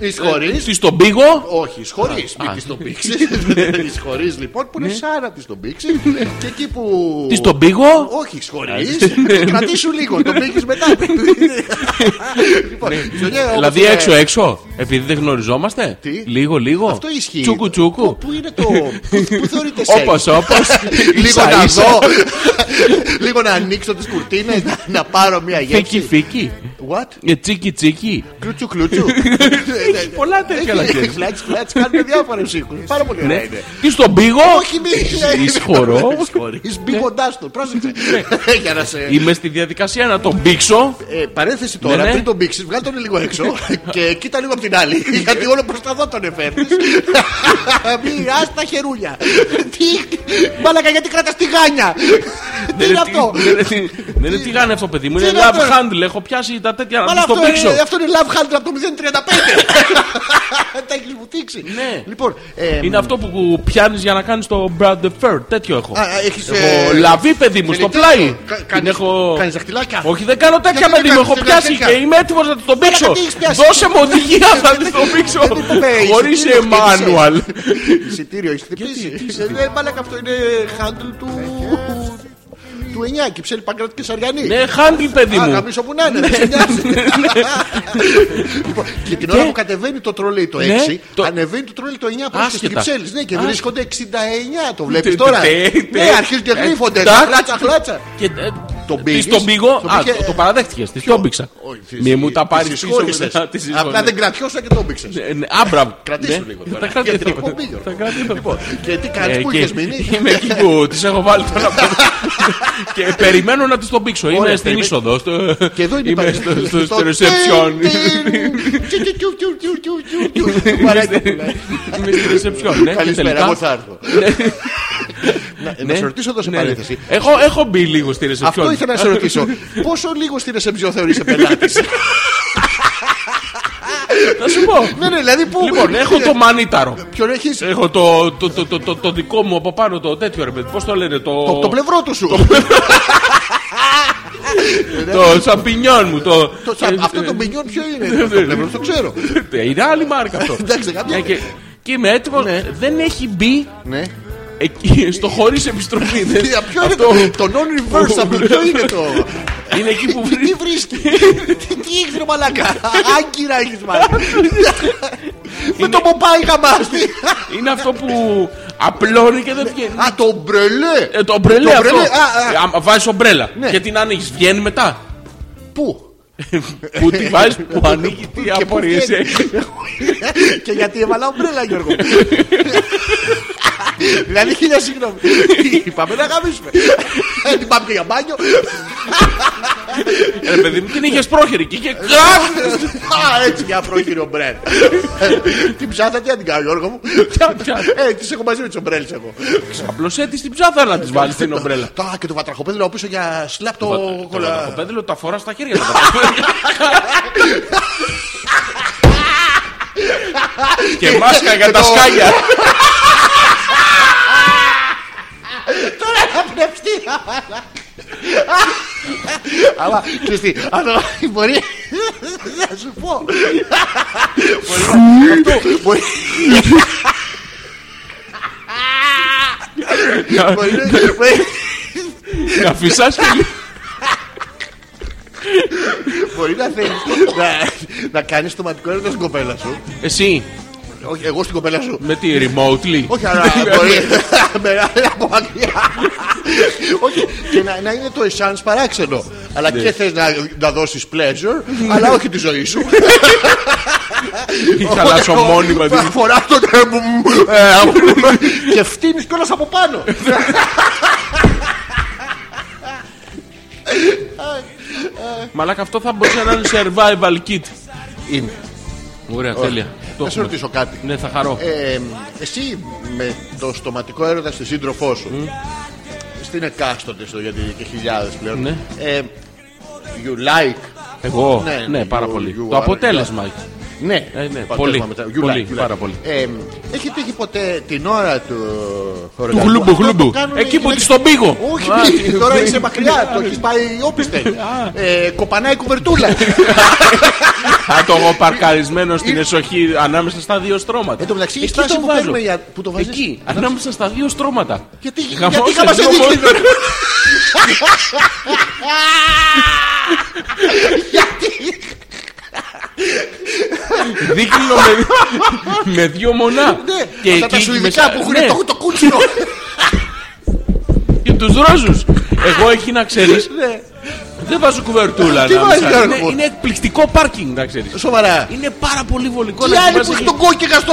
S1: Εις χωρίς.
S2: Τι στον πύγο.
S1: Όχι, εις χωρίς, μην
S2: α. *laughs* Ναι.
S1: της τον πήξεις. Εις χωρίς λοιπόν που είναι σαν να της τον πήξεις. Και εκεί που...
S2: Τι στον ναι. πύγο.
S1: Όχι, εις χωρίς. *laughs* Κρατήσου λίγο, τον πήξεις μετά. Λοιπόν, στο λέω,
S2: Ναι. Δηλαδή
S1: όπως, ε,
S2: έξω έξω. Επειδή δεν γνωριζόμαστε.
S1: Τι?
S2: Λίγο λίγο.
S1: Αυτό ισχύει.
S2: Τσούκου
S1: Πού-
S2: τσούκου.
S1: Πού είναι το. Πού πού θεωρείται σεξ.
S2: *laughs* Όπως όπως.
S1: *laughs* Λίγο
S2: Ίσα,
S1: να
S2: ίσα.
S1: δω. *laughs* Λίγο να ανοίξω τις κουρτίνες να- Να πάρω μια
S2: Φίκι
S1: γεύση.
S2: φίκι.
S1: What?
S2: Ε, Τσίκι τσίκι.
S1: Κλούτσου κλούτσου.
S2: *laughs* Έχει πολλά τέτοια να
S1: Έχει
S2: ξέρεις.
S1: φλάτς φλάτς. Κάνουμε διάφορους ήχους. Πάρα πολύ ωραία είναι.
S2: Ναι. Τι στον πύγο.
S1: Ναι, Όχι μη. ναι. *laughs*
S2: Ισχωρό.
S1: Ισχωρείς.
S2: Ναι.
S1: Μπει κοντά στο. Πρόσεξε. *laughs* Για να σε...
S2: Είμαι στη διαδικασία να τον πήξω.
S1: Ε, παρένθεση
S2: Ναι,
S1: τώρα,
S2: ναι.
S1: πριν τον πήξεις, βγάλ τον λίγο
S2: *laughs*
S1: έξω και κοίτα λίγο από την άλλη. γιατί όλο προς τα δω τον εφέρνεις.
S2: *laughs*
S1: Μη άστα τα χερούλια. Τι. Μάλακα, γιατί κρατάς τη γάνια. Τι είναι
S2: Δεν είναι
S1: αυτό.
S2: Ναι, τι- δεν είναι τι- Δεν είναι τι γάνε αυτό παιδί μου.
S1: Τι
S2: Είναι
S1: είναι
S2: lab
S1: αυτό, ρε?
S2: handle. Έχω πιάσει τα τέτοια να
S1: Μάλα
S2: τους το
S1: αυτό,
S2: πήξω.
S1: είναι, ε, αυτό είναι love handle από το 035.
S2: *laughs*
S1: Τα έχεις βουτήξει.
S2: Ναι.
S1: Λοιπόν, ε,
S2: Είναι αυτό που πιάνεις για να κάνεις το Brad the Fair. Τέτοιο έχω.
S1: Α, έχεις,
S2: Έχω
S1: ε,
S2: λαβεί, παιδί μου, στο
S1: γεννητή-
S2: πλάι.
S1: Κα-
S2: Την
S1: κάνεις-
S2: έχω-
S1: κάνεις δαχτυλάκια.
S2: Όχι, δεν κάνω τέτοια,
S1: Γιατί
S2: παιδί
S1: δεν
S2: μου.
S1: κάνεις
S2: Έχω
S1: δαχτυλάκια?
S2: πιάσει και είμαι έτοιμος να του το πήξω.
S1: τι έχεις πιάσει?
S2: Δώσε μου οδηγία να του το πήξω.
S1: δεν είπαμε
S2: Χωρίς
S1: εισιτήριο, χτύπησε.
S2: manual.
S1: Εισιτήριο, έχει χτυπήσει. Ε, Μάλακα, αυτό είναι handle του. Του 9 κυψέλη Παγκράτη και Σαριανή.
S2: Ναι, χάντλ, παιδί
S1: Α,
S2: μου. Ναι.
S1: γαμίσω που να είναι, δεν σε
S2: *laughs*
S1: νοιάζει. Λοιπόν, Και την ώρα που κατεβαίνει το τρολέι το 6,
S2: Ναι, το-
S1: ανεβαίνει το τρολέι το 9 πάνω στι
S2: Άσχετα.
S1: Κυψέλη. Ναι, και
S2: Άσχετα.
S1: βρίσκονται 69, το βλέπεις
S2: Τε-
S1: τώρα.
S2: τε- τε- Ε,
S1: Ναι, αρχίζουν και
S2: τε-
S1: γλύφονται.
S2: τάκ.
S1: Χλάτσα, χλάτσα.
S2: Και, ε,
S1: Τον
S2: της
S1: πήγες,
S2: τον πήγω.
S1: τον
S2: Α,
S1: πήγε-
S2: το- το παραδέχτηκε. Τη
S1: Ποιο?
S2: τον πήξα.
S1: Όχι, τις-
S2: Μη μου τα
S1: τις
S2: πάρεις πίσω.
S1: συγχώρησες.
S2: μετά, τις
S1: Απλά
S2: συγχώρησες.
S1: δεν κρατιώσαν και το μπήξε.
S2: Ε, ναι,
S1: *laughs*
S2: Άμπρα.
S1: Κρατήσου
S2: ναι.
S1: λίγο
S2: Τα
S1: τώρα.
S2: κρατήσω.
S1: Γιατί το κόμπι, Γιώργο.
S2: Τα κρατήσω.
S1: Λοιπόν, και τι
S2: Ε,
S1: κάνει, πού
S2: και-
S1: είχες
S2: *laughs*
S1: μείνει.
S2: Είμαι εκεί που τις έχω βάλει τώρα.
S1: *laughs*
S2: και περιμένω να τις τον πήξω. Είμαι
S1: Ωραία,
S2: στην
S1: είμαι-
S2: είσοδο. στο-
S1: Και εδώ είναι η
S2: Είμαι
S1: παρένθεση.
S2: στο- στο- στο
S1: Στο
S2: reception.
S1: τιν,
S2: *laughs*
S1: τιν, τσου, τσου, τσου, τσου, τσου, τσου, τσου, τσου. Παράκτα που λέει.
S2: Είμαι στο reception. ναι, και
S1: Καλησπέρα,
S2: τελικά-
S1: εγώ θα έρθω. Να- Να σε ρωτήσω εδώ σε
S2: Ναι, Λοιπόν. ναι.
S1: παρένθεση.
S2: Έχω, έχω μπει λίγο στη reception.
S1: Αυτό ήθελα να σε ρωτήσω. Πόσο λίγο στην εσεμψιό θεωρείσαι πελάτη.
S2: *laughs* Θα σου πω.
S1: Ναι, ναι, δηλαδή πού.
S2: Λοιπόν, έχω το μανίταρο.
S1: Ποιον έχεις.
S2: Έχω το, το, το, το, το, το δικό μου από πάνω το τέτοιο ρε παιδί. Πώς το λένε, το.
S1: Το, το πλευρό του σου.
S2: το σαμπινιόν μου. Το,
S1: Το σα- αυτό το μπινιόν ποιο είναι. Το πλευρό το ξέρω.
S2: Ε, Είναι άλλη μάρκα
S1: *laughs*
S2: αυτό.
S1: Εντάξει, δεν
S2: Ναι,
S1: καμιά.
S2: και, και είμαι έτοιμος.
S1: Ναι.
S2: Δεν έχει μπει
S1: Ναι.
S2: εκεί, στο χωρίς
S1: *laughs*
S2: επιστροφή. Δεν-
S1: Τι- Ποιο είναι
S2: αυτό
S1: το. Το non-reversible, ποιο είναι
S2: *laughs*
S1: το.
S2: είναι εκεί
S1: *laughs*
S2: που
S1: Τι
S2: βρίσκει.
S1: βρίσκει. Τι- Τι έχεις ρε μαλακά. Άγκυρα έχεις μάλλον. Με το ποπάι γαμάστη.
S2: είναι αυτό που απλώνει και δεν βγαίνει.
S1: Α, το μπρελέ.
S2: Ε, το ομπρελέ αυτό. Ε,
S1: ομπρελέ, α, α.
S2: Άμα Βάζεις ομπρέλα.
S1: Ναι.
S2: Και την ανοίγεις. Βγαίνει μετά.
S1: Πού.
S2: που τη βάζεις, που ανοίγει, τι
S1: Και πού
S2: απορίες
S1: βγαίνει.
S2: έχει.
S1: Και γιατί έβαλα ομπρέλα, Γιώργο. δηλαδή, χίλια συγγνώμη. Είπαμε να γαμίσουμε. Δεν πάμε και για μπάνιο.
S2: Ρε παιδί μου, την είχες πρόχειρη και είχε κρακ.
S1: Α, έτσι μια πρόχειρη ομπρέλα. Την ψάθα, τι να την κάνω, Γιώργο μου.
S2: Ποια- ποια-
S1: Ε, τις έχω μαζί με τις ομπρέλες εγώ.
S2: Ξαπλωσέ τη στην ψάθα να τη βάλει την ομπρέλα.
S1: Τα και το βατραχοπέδιλο πίσω για σλαπ το
S2: Το
S1: κολλά.
S2: πέδελο τα φοράς στα χέρια. τα βατραχοπέδιλα. μάσκα για τα
S1: το-
S2: σκάλια.
S1: Τώρα θα πνευστεί. Αλλά ξέρεις τι, αν το- μπορεί να σου πω. Μπορεί να- αυτό, μπορεί- μπορεί να- μπορεί-
S2: Να φυσάς και λίγο.
S1: Μπορεί να θέλεις να- να κάνεις το ματικό έρωτα στην κοπέλας σου.
S2: Εσύ,
S1: Όχι, εγώ στην κοπέλα σου.
S2: με τη remotely.
S1: Όχι, αλλά μπορεί με ένα από μακριά. Όχι, και να, να είναι το εσάν παράξενο. Αλλά
S2: Ναι.
S1: και θες να, να δώσεις pleasure, αλλά όχι τη ζωή σου.
S2: Η θαλασσομόνιμα.
S1: Οπότε,
S2: δηλαδή.
S1: Φορά τον εμ, εμ, και φτύνεις κιόλας από πάνω.
S2: Μαλάκα αυτό θα μπορούσε να είναι survival kit.
S1: Είναι.
S2: Ωραία, τέλεια. Το
S1: Θα σε
S2: έχουμε.
S1: ρωτήσω κάτι.
S2: Ναι, θα χαρώ.
S1: Ε, εσύ με το στοματικό έρωτα στη σύντροφό σου. Στην εκάστοτε στο γιατί και χιλιάδες πλέον.
S2: Ναι.
S1: Ε, you like.
S2: Εγώ,
S1: ναι,
S2: ναι,
S1: you-
S2: πάρα πολύ.
S1: you
S2: Το
S1: are-
S2: αποτέλεσμα.
S1: Ναι,
S2: Ε, ναι,
S1: Πατέρα
S2: πολύ,
S1: μου μετά. You
S2: πολύ,
S1: like, you like.
S2: πάρα πολύ.
S1: Ε, έχει τύχει ποτέ την ώρα του
S2: Του
S1: οργασμού.
S2: γλούμπου,
S1: Αυτό
S2: γλούμπου.
S1: το κάνουν οι
S2: Εκεί που
S1: γυναίκες.
S2: τη τον πήγω.
S1: Όχι,
S2: Α,
S1: *laughs* μη, τώρα
S2: ναι.
S1: είσαι μακριά, το έχεις πάει όπιστε. ε, κοπανάει
S2: *laughs*
S1: κουβερτούλα.
S2: Θα το έχω παρκαρισμένο στην
S1: Είναι-
S2: εσοχή ανάμεσα στα δύο στρώματα.
S1: Εν τω μεταξύ, η
S2: Εκεί
S1: στάση
S2: τον
S1: που
S2: βάζω.
S1: παίρνουμε για- που το βάζεις-
S2: Εκεί, ανάμεσα στα δύο στρώματα.
S1: γιατί
S2: Γαμώ
S1: γιατί
S2: σε
S1: είχα μας
S2: δύο
S1: δείξει. *laughs*
S2: *laughs* πόδια.
S1: Γιατί.
S2: Δίκλινο με, με δύο μονά.
S1: Ναι, αυτά τα
S2: εκεί
S1: σουηδικά
S2: μέσα-
S1: που
S2: ναι,
S1: έχουν το- το κούτσινο.
S2: *laughs* Και τους ρόζους. Εγώ εκεί να ξέρεις, δεν βάζω κουβερτούλα.
S1: Τι
S2: ανάμεσα.
S1: βάζεις, Γιώργο?
S2: είναι, είναι εκπληκτικό πάρκινγκ, να ξέρεις.
S1: Σοβαρά.
S2: Είναι πάρα πολύ βολικό
S1: Τι άλλοι
S2: κοιμάσαι
S1: που έχει
S2: εκεί.
S1: τον κόκκικα στο.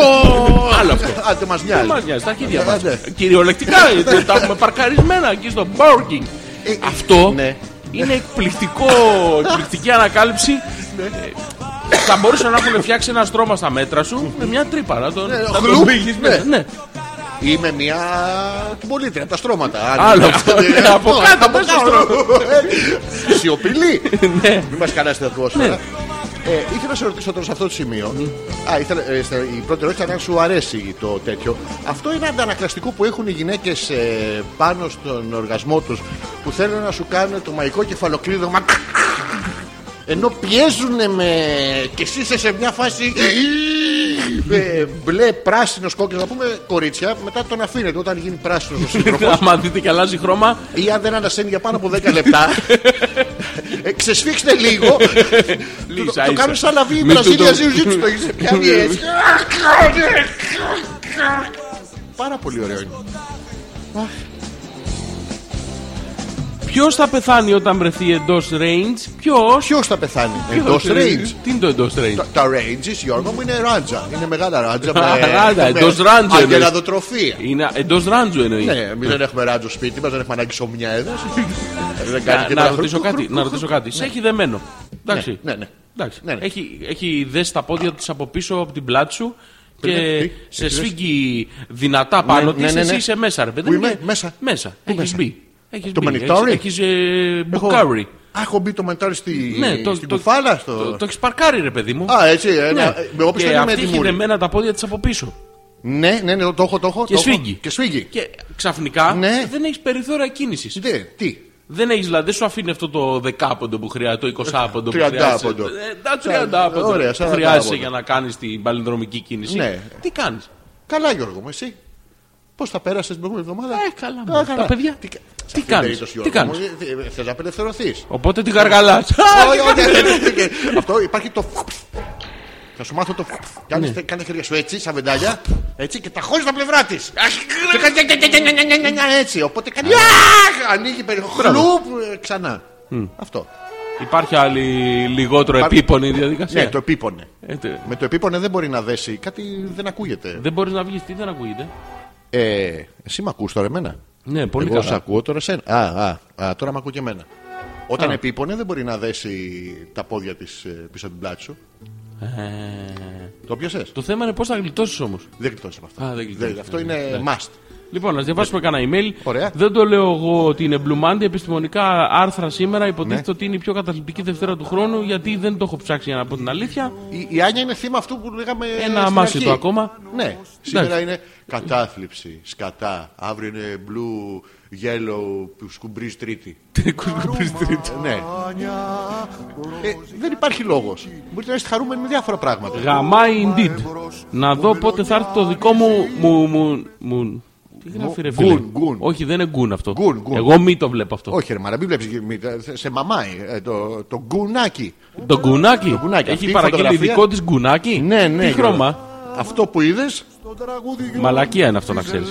S2: Άλλο αυτό.
S1: Άντε μας
S2: Δεν μας
S1: νοιάζει.
S2: νοιάζει, τα αρχίδια
S1: Ε,
S2: μας.
S1: ναι. *laughs*
S2: Κυριολεκτικά ε, τα έχουμε παρκαρισμένα εκεί στο parking.
S1: Ε,
S2: Αυτό
S1: ναι.
S2: είναι εκπληκτικό, εκπληκτική ανακάλυψη. Ε, Θα μπορούσαν να έχουν φτιάξει ένα στρώμα στα μέτρα σου με μια τρύπα. Να τον, να τον
S1: χλουπ,
S2: πήγεις
S1: ναι.
S2: μέσα. Ναι.
S1: Ή με μια την πολίτρια, τα στρώματα. Άντε,
S2: Άλλο
S1: ναι,
S2: αυτό,
S1: ναι,
S2: ναι, από κάτω,
S1: από
S2: μέσα
S1: κάτω.
S2: στο-
S1: Ε, Σιωπηλή.
S2: Ναι.
S1: Μην μας κανάς την ατμόσφαιρα. Ε, ήθελα να σε ρωτήσω τώρα σε αυτό το σημείο. Α, ήθελα, ε, στα- η πρώτη ερώτηση ήταν αν σου αρέσει το τέτοιο. Αυτό είναι αντανακλαστικό που έχουν οι γυναίκες πάνω στον οργασμό τους που θέλουν να σου κάνουν το μαϊκό κεφαλοκλείδωμα. Ενώ πιέζουν με. και εσύ είσαι σε μια φάση. ε, μπλε, πράσινο, κόκκινο. Να πούμε κορίτσια, μετά τον αφήνετε όταν γίνει πράσινος ο σύντροφος.
S2: *laughs* Άμα δείτε και αλλάζει χρώμα,
S1: Ή αν δεν ανασένει για πάνω από 10 λεπτά. ε, ξεσφίξτε λίγο. το,
S2: Λύσα,
S1: το
S2: ίσα.
S1: κάνω σαν να βγει η
S2: Μην του
S1: Βραζίλια
S2: το-
S1: ζύου ζύου το έχεις πιάνει έτσι. Πάρα πολύ ωραίο είναι.
S2: ποιος θα πεθάνει όταν βρεθεί εντός range, ποιος.
S1: Ποιος θα πεθάνει, εντό range.
S2: Τι είναι το εντός range.
S1: Τα- Τα ranges, Γιώργο μου, είναι ράντζα. Είναι μεγάλα ράντζα. με-
S2: *laughs* Ράντζα,
S1: με
S2: εντός ράντζα εννοείς.
S1: αγελαδοτροφία.
S2: Είναι εντός ράντζου εννοείς.
S1: Ναι, εμείς δεν έχουμε ράντζο σπίτι μας, δεν έχουμε ανάγκη σομιάδες. δεν κάνει
S2: Ναι. Να,
S1: και
S2: να
S1: τα-
S2: ρωτήσω κάτι, να ρωτήσω κάτι. Σε έχει δεμένο. Εντάξει.
S1: Ναι, ναι.
S2: Εντάξει.
S1: Ναι, ναι.
S2: Έχει, έχει δέσει τα πόδια της από πίσω από την πλάτη σου
S1: Περίμενε,
S2: και
S1: τι,
S2: σε
S1: έχει δέσει.
S2: σφίγγει δυνατά πάνω τη.
S1: ναι, ναι, ναι.
S2: Εσύ είσαι μέσα, ρε παιδί.
S1: Πού
S2: μου,
S1: είμαι?
S2: και-
S1: Μέσα.
S2: Μέσα.
S1: Πού
S2: Έχεις
S1: μέσα?
S2: μπει. Έχεις
S1: Το
S2: μπει.
S1: μανιτόρι?
S2: Έχεις ε,
S1: Έχω-
S2: μπουκάρι.
S1: Α, έχω μπει το μανιτάρι στη,
S2: Ναι, το,
S1: στην
S2: το,
S1: κουφάλα. στο-
S2: το, το έχεις παρκάρει, ρε παιδί μου.
S1: Α, έτσι. Ένα,
S2: Ναι.
S1: ε, Εγώ πιστεύω
S2: και
S1: είναι με
S2: αυτή έχει
S1: ετοιμούρι.
S2: δεμένα τα πόδια της από πίσω.
S1: Ναι, ναι, ναι, το έχω, το έχω. το
S2: Και
S1: έχω.
S2: σφίγγει.
S1: Και σφίγγει.
S2: Και ξαφνικά
S1: Ναι.
S2: δεν έχεις περιθώρια κίνησης.
S1: Ναι, τι.
S2: Δεν έχεις δηλαδή, δεν σου αφήνει αυτό το δεκάποντο που χρειάζεται, το 20 πόντο που
S1: 30
S2: χρειάζεται.
S1: πόντο.
S2: Ε, τα 30 πόντο
S1: Ωραία,
S2: που
S1: 40
S2: χρειάζεσαι
S1: πόντο.
S2: για να κάνεις την παλινδρομική κίνηση.
S1: Ναι.
S2: Τι κάνεις.
S1: Καλά, Γιώργο μου, εσύ. Πώς τα πέρασες την προηγούμενη εβδομάδα.
S2: Ε, καλά, μου. Τα παιδιά.
S1: Τι, κα-
S2: Τι
S1: σε αυτή την
S2: κάνεις,
S1: περίπτωση,
S2: τι
S1: Γιώργο μου, ε, ε, θες να ναι, απελευθερωθείς.
S2: Οπότε την καργαλά.
S1: Αυτό υπάρχει το. Θα σου μάθω το.
S2: Ναι.
S1: Κάνεις τα χέρια σου έτσι, σαν βεντάλια. Έτσι και τα χωρί τα πλευρά της. Έτσι. Οπότε κάνει. Αχ, Ανοίγει περιοχλούπ ξανά. Αυτό.
S2: Υπάρχει άλλη λιγότερο
S1: Υπάρχει-
S2: επίπονη διαδικασία.
S1: Ναι, το επίπονε.
S2: Ε, τε-
S1: Με το επίπονε δεν μπορεί να δέσει. Κάτι δεν ακούγεται.
S2: Δεν μπορείς να βγεις, τι δεν ακούγεται.
S1: Ε, εσύ με ακούς τώρα εμένα.
S2: Ναι, πολύ
S1: Εγώ
S2: καλά.
S1: σε ακούω τώρα εσένα. Α, α, α, τώρα με ακούω και εμένα. Όταν επίπονε δεν μπορεί να δέσει τα πόδια της πίσω από την πλάτη σου.
S2: Ε,
S1: Το πιασες.
S2: Το θέμα είναι πώς θα γλιτώσεις όμως.
S1: Δεν γλιτώνεις από αυτά.
S2: Α, δεν γλιτώνεις.
S1: αυτό
S2: Ναι,
S1: είναι
S2: ναι.
S1: must.
S2: Λοιπόν, να διαβάσουμε κανένα email.
S1: Ωραία.
S2: Δεν το λέω εγώ ότι είναι Blue Monday. Επιστημονικά άρθρα σήμερα υποτίθεται
S1: Ναι.
S2: ότι είναι η πιο καταθλιπτική Δευτέρα του χρόνου, γιατί δεν το έχω ψάξει για να πω την αλήθεια.
S1: Η, η Άνια είναι θύμα αυτού που λέγαμε.
S2: Ένα
S1: στην
S2: αμάσιτο
S1: αρχή.
S2: ακόμα.
S1: Ναι, σήμερα είναι κατάθλιψη, σκατά. Αύριο είναι blue, yellow, σκουμπρί τρίτη. Ε, ναι. Ε, δεν υπάρχει λόγος. Μπορείτε να είστε χαρούμενοι με διάφορα πράγματα.
S2: Γαμάει indeed. Να δω πότε θα έρθει το δικό μου. μου, μου, μου. Τι γράφει ρε φίλε.
S1: γκουν, γκουν.
S2: Όχι, δεν είναι γκουν αυτό.
S1: Γκουν, γκουν.
S2: Εγώ μη το βλέπω αυτό.
S1: Όχι, ρε Μαρα, μην βλέπεις. Σε μαμάει ε, το, το γκουνάκι.
S2: Το γκουνάκι.
S1: Το γκουνάκι. Αυτή
S2: Έχει
S1: η
S2: παραγγείλει
S1: φωτογραφία-
S2: δικό της γκουνάκι.
S1: Ναι, ναι.
S2: Τι
S1: Γιώργο.
S2: χρώμα.
S1: Αυτό που είδες.
S2: Μαλακία είναι αυτό να ξέρεις.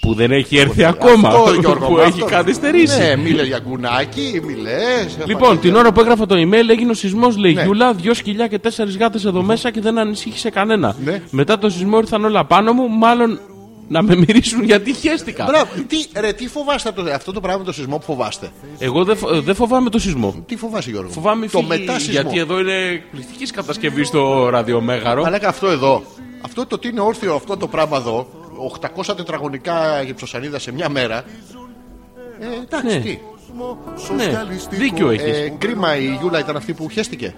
S2: Που δεν έχει έρθει ακόμα.
S1: Αυτό, Γιώργο.
S2: που
S1: μου,
S2: έχει
S1: αυτό.
S2: καθυστερήσει.
S1: Ναι, μίλε για γκουνάκι, μιλέ.
S2: Λοιπόν, την ώρα που έγραφα το email έγινε ο σεισμός, λέει
S1: Ναι.
S2: Γιούλα. Δυο σκυλιά και τέσσερις γάτες εδώ μέσα και δεν ανησύχησε κανένα.
S1: Ναι.
S2: Μετά το σεισμό ήρθαν όλα πάνω μου, μάλλον να με μυρίσουν γιατί χαίστηκα.
S1: Μπράβο, τι, ρε, τι φοβάστε από το- αυτό το πράγμα το σεισμό που φοβάστε.
S2: Εγώ δεν φο- δεν φοβάμαι το σεισμό.
S1: Τι φοβάσαι, Γιώργο. μου?
S2: Φοβάμαι
S1: το
S2: φύγει,
S1: μετά σεισμό.
S2: γιατί εδώ είναι πληκτική κατασκευή στο ραδιομέγαρο.
S1: Αλλά και αυτό εδώ. Αυτό το ότι είναι όρθιο αυτό το πράγμα εδώ, 800 τετραγωνικά γυψοσανίδα σε μια μέρα. Ε, εντάξει,
S2: Ναι.
S1: τι.
S2: Ναι, δίκιο έχει.
S1: Ε, κρίμα η Γιούλα ήταν αυτή που χέστηκε.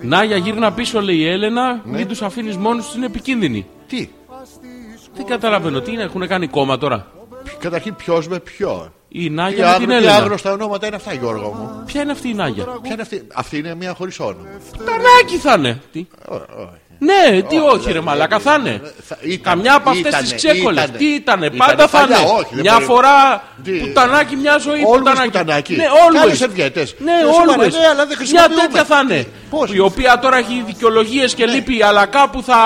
S2: Νάγια, γύρνα πίσω, λέει η
S1: Ναι.
S2: Έλενα. Μην τους αφήνεις μόνους τους, είναι επικίνδυνοι.
S1: Τι.
S2: Δεν καταλαβαίνω τι είναι, έχουν κάνει κόμμα τώρα.
S1: Ποι- Καταρχήν ποιος με ποιο.
S2: Η
S1: Τι,
S2: Νάγια με την
S1: άγνο, τι
S2: Έλενα.
S1: άγνωστα ονόματα είναι αυτά, Γιώργο μου.
S2: Ποια είναι αυτή η Νάγια.
S1: Ποια είναι αυτή. Αυτή είναι μια χωρίς όνομα.
S2: Τανάκι θα είναι. Τι. Ναι, τι όχι, ρε Μαλάκα, θα είναι.
S1: Ε, Θα- ήταν,
S2: Καμιά από αυτές
S1: ήτανε,
S2: τι ξέκολε.
S1: ήτανε.
S2: Τι ήτανε,
S1: Ήτανε
S2: πάντα θα
S1: παλιά,
S2: είναι.
S1: όχι, δεν
S2: Μια
S1: μπορεί.
S2: φορά
S1: Τι.
S2: πουτανάκι, μια ζωή
S1: Όλμες πουτανάκι.
S2: Ναι,
S1: Κάνε
S2: όλμες.
S1: σερβιέτες.
S2: Ναι,
S1: Ε, σοβαρά,
S2: όλμες.
S1: ναι, αλλά δεν
S2: Μια
S1: χρησιμοποιούμε.
S2: τέτοια θα είναι.
S1: Πώς? Ναι.
S2: Η οποία τώρα έχει δικαιολογίες και λείπει, αλλά κάπου θα.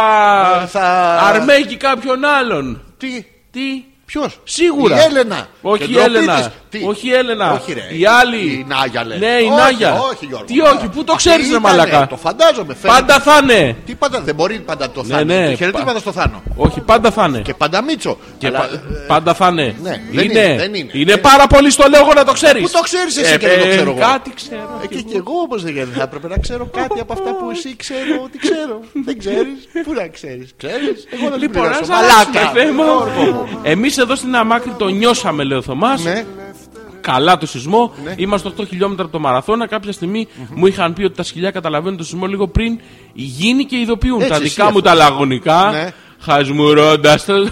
S1: Ε, θα-
S2: αρμέγει κάποιον άλλον.
S1: Τι.
S2: Τι.
S1: Ποιος.
S2: Σίγουρα.
S1: Η Έλενα.
S2: Όχι η
S1: Και ντροπή
S2: Έλενα.
S1: της. Τι?
S2: Όχι η Έλενα.
S1: Όχι, ρε.
S2: Η άλλη.
S1: Η Νάγια λέει.
S2: Ναι, η
S1: όχι,
S2: Νάγια.
S1: Όχι, Γιώργο.
S2: Τι όχι, πού το ξέρεις,
S1: Αυτή
S2: ρε
S1: ήτανε,
S2: μαλάκα.
S1: Το φαντάζομαι. φαίνεται.
S2: Πάντα θα είναι.
S1: Τι πάντα, δεν μπορεί πάντα το θάνο.
S2: ναι,
S1: Και χαιρετήματα
S2: πα-
S1: στο θάνο.
S2: Όχι, πάντα θα είναι.
S1: Και πάντα Μίτσο.
S2: Και
S1: Αλλά, ε,
S2: πα- πάντα θα είναι.
S1: ναι, δεν είναι, δεν είναι. Ε,
S2: πάρα πολύ στο λέω εγώ να το ξέρεις.
S1: Πού το ξέρεις εσύ και δεν το ξέρω εγώ.
S2: Ε, Κάτι ξέρω.
S1: ε, και, και εγώ όμως δεν θα έπρεπε να ξέρω κάτι από αυτά που εσύ ξέρω ότι ξέρω. δεν ξέρεις. Πού να ξέρεις. Ξέρεις. Εγώ δεν
S2: Λοιπόν,
S1: πληρώσω.
S2: ας αλλάξουμε
S1: Μαλάκα.
S2: θέμα.
S1: Γιώργο μου.
S2: Εμείς εδώ στην Αμάκρη το νιώσαμε, λέει ο Θωμάς.
S1: Ναι.
S2: Καλά το σεισμό. Είμαστε 8 χιλιόμετρα από το μαραθώνα. Κάποια στιγμή μου είχαν πει ότι τα σκυλιά καταλαβαίνουν το σεισμό λίγο πριν γίνει και ειδοποιούν.
S1: Έτσι,
S2: τα
S1: εσύ
S2: δικά μου
S1: αυτό.
S2: τα λαγωνικά,
S1: Ναι.
S2: χασμουρώντας *laughs* το.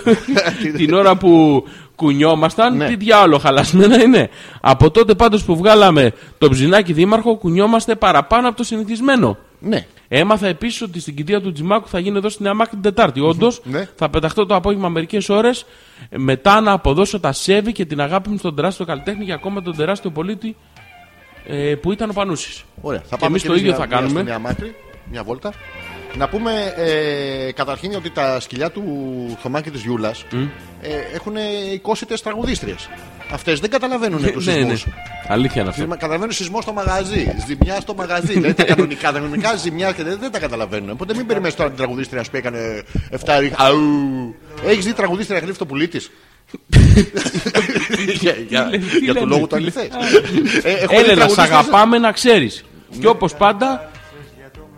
S2: την ώρα που κουνιόμασταν,
S1: Ναι.
S2: τι διάολο χαλασμένα είναι. Από τότε πάντως που βγάλαμε τον ψινάκι δήμαρχο, κουνιόμαστε παραπάνω από το συνηθισμένο.
S1: Ναι.
S2: Έμαθα επίσης ότι στην κηδεία του Τζιμάκου θα γίνει εδώ στην Αμάκη την Τετάρτη. Όντως,
S1: ναι.
S2: θα πεταχτώ το απόγευμα μερικές ώρες μετά να αποδώσω τα σέβη και την αγάπη μου στον τεράστιο καλλιτέχνη και ακόμα τον τεράστιο πολίτη ε, που ήταν ο Πανούσης.
S1: Ωραία. Θα
S2: Και
S1: πάμε
S2: εμείς
S1: και
S2: το
S1: εμείς
S2: ίδιο
S1: μια-
S2: θα
S1: μια
S2: κάνουμε.
S1: στο Νέα Μάκρη, μια βόλτα. Να πούμε ε, καταρχήν ότι τα σκυλιά του Θωμά και της Γιούλας ε, έχουν εικόσιτες τραγουδίστριες. Αυτές δεν καταλαβαίνουν
S2: Ναι,
S1: τους σεισμούς.
S2: Ε, Αλήθεια είναι αυτό.
S1: Σεισμα- Καταλαβαίνουν σεισμό στο μαγαζί, ζημιά στο μαγαζί. δηλαδή
S2: Ναι.
S1: τα κανονικά, κανονικά ζημιά και δεν, δεν τα καταλαβαίνουν. Οπότε μην περιμένεις τώρα την τραγουδίστρια να σου πει, έκανε 7 ρίχα. Έχεις δει τραγουδίστρια να κλείφει το πουλί
S2: *laughs*
S1: τη. για για,
S2: λέ- τι
S1: για
S2: λέμε,
S1: το λόγο
S2: τι
S1: του
S2: λέ-
S1: αληθές. Ε,
S2: Έλενα, σ' αγαπάμε να ξέρεις.
S1: Ναι.
S2: Και όπως πάντα,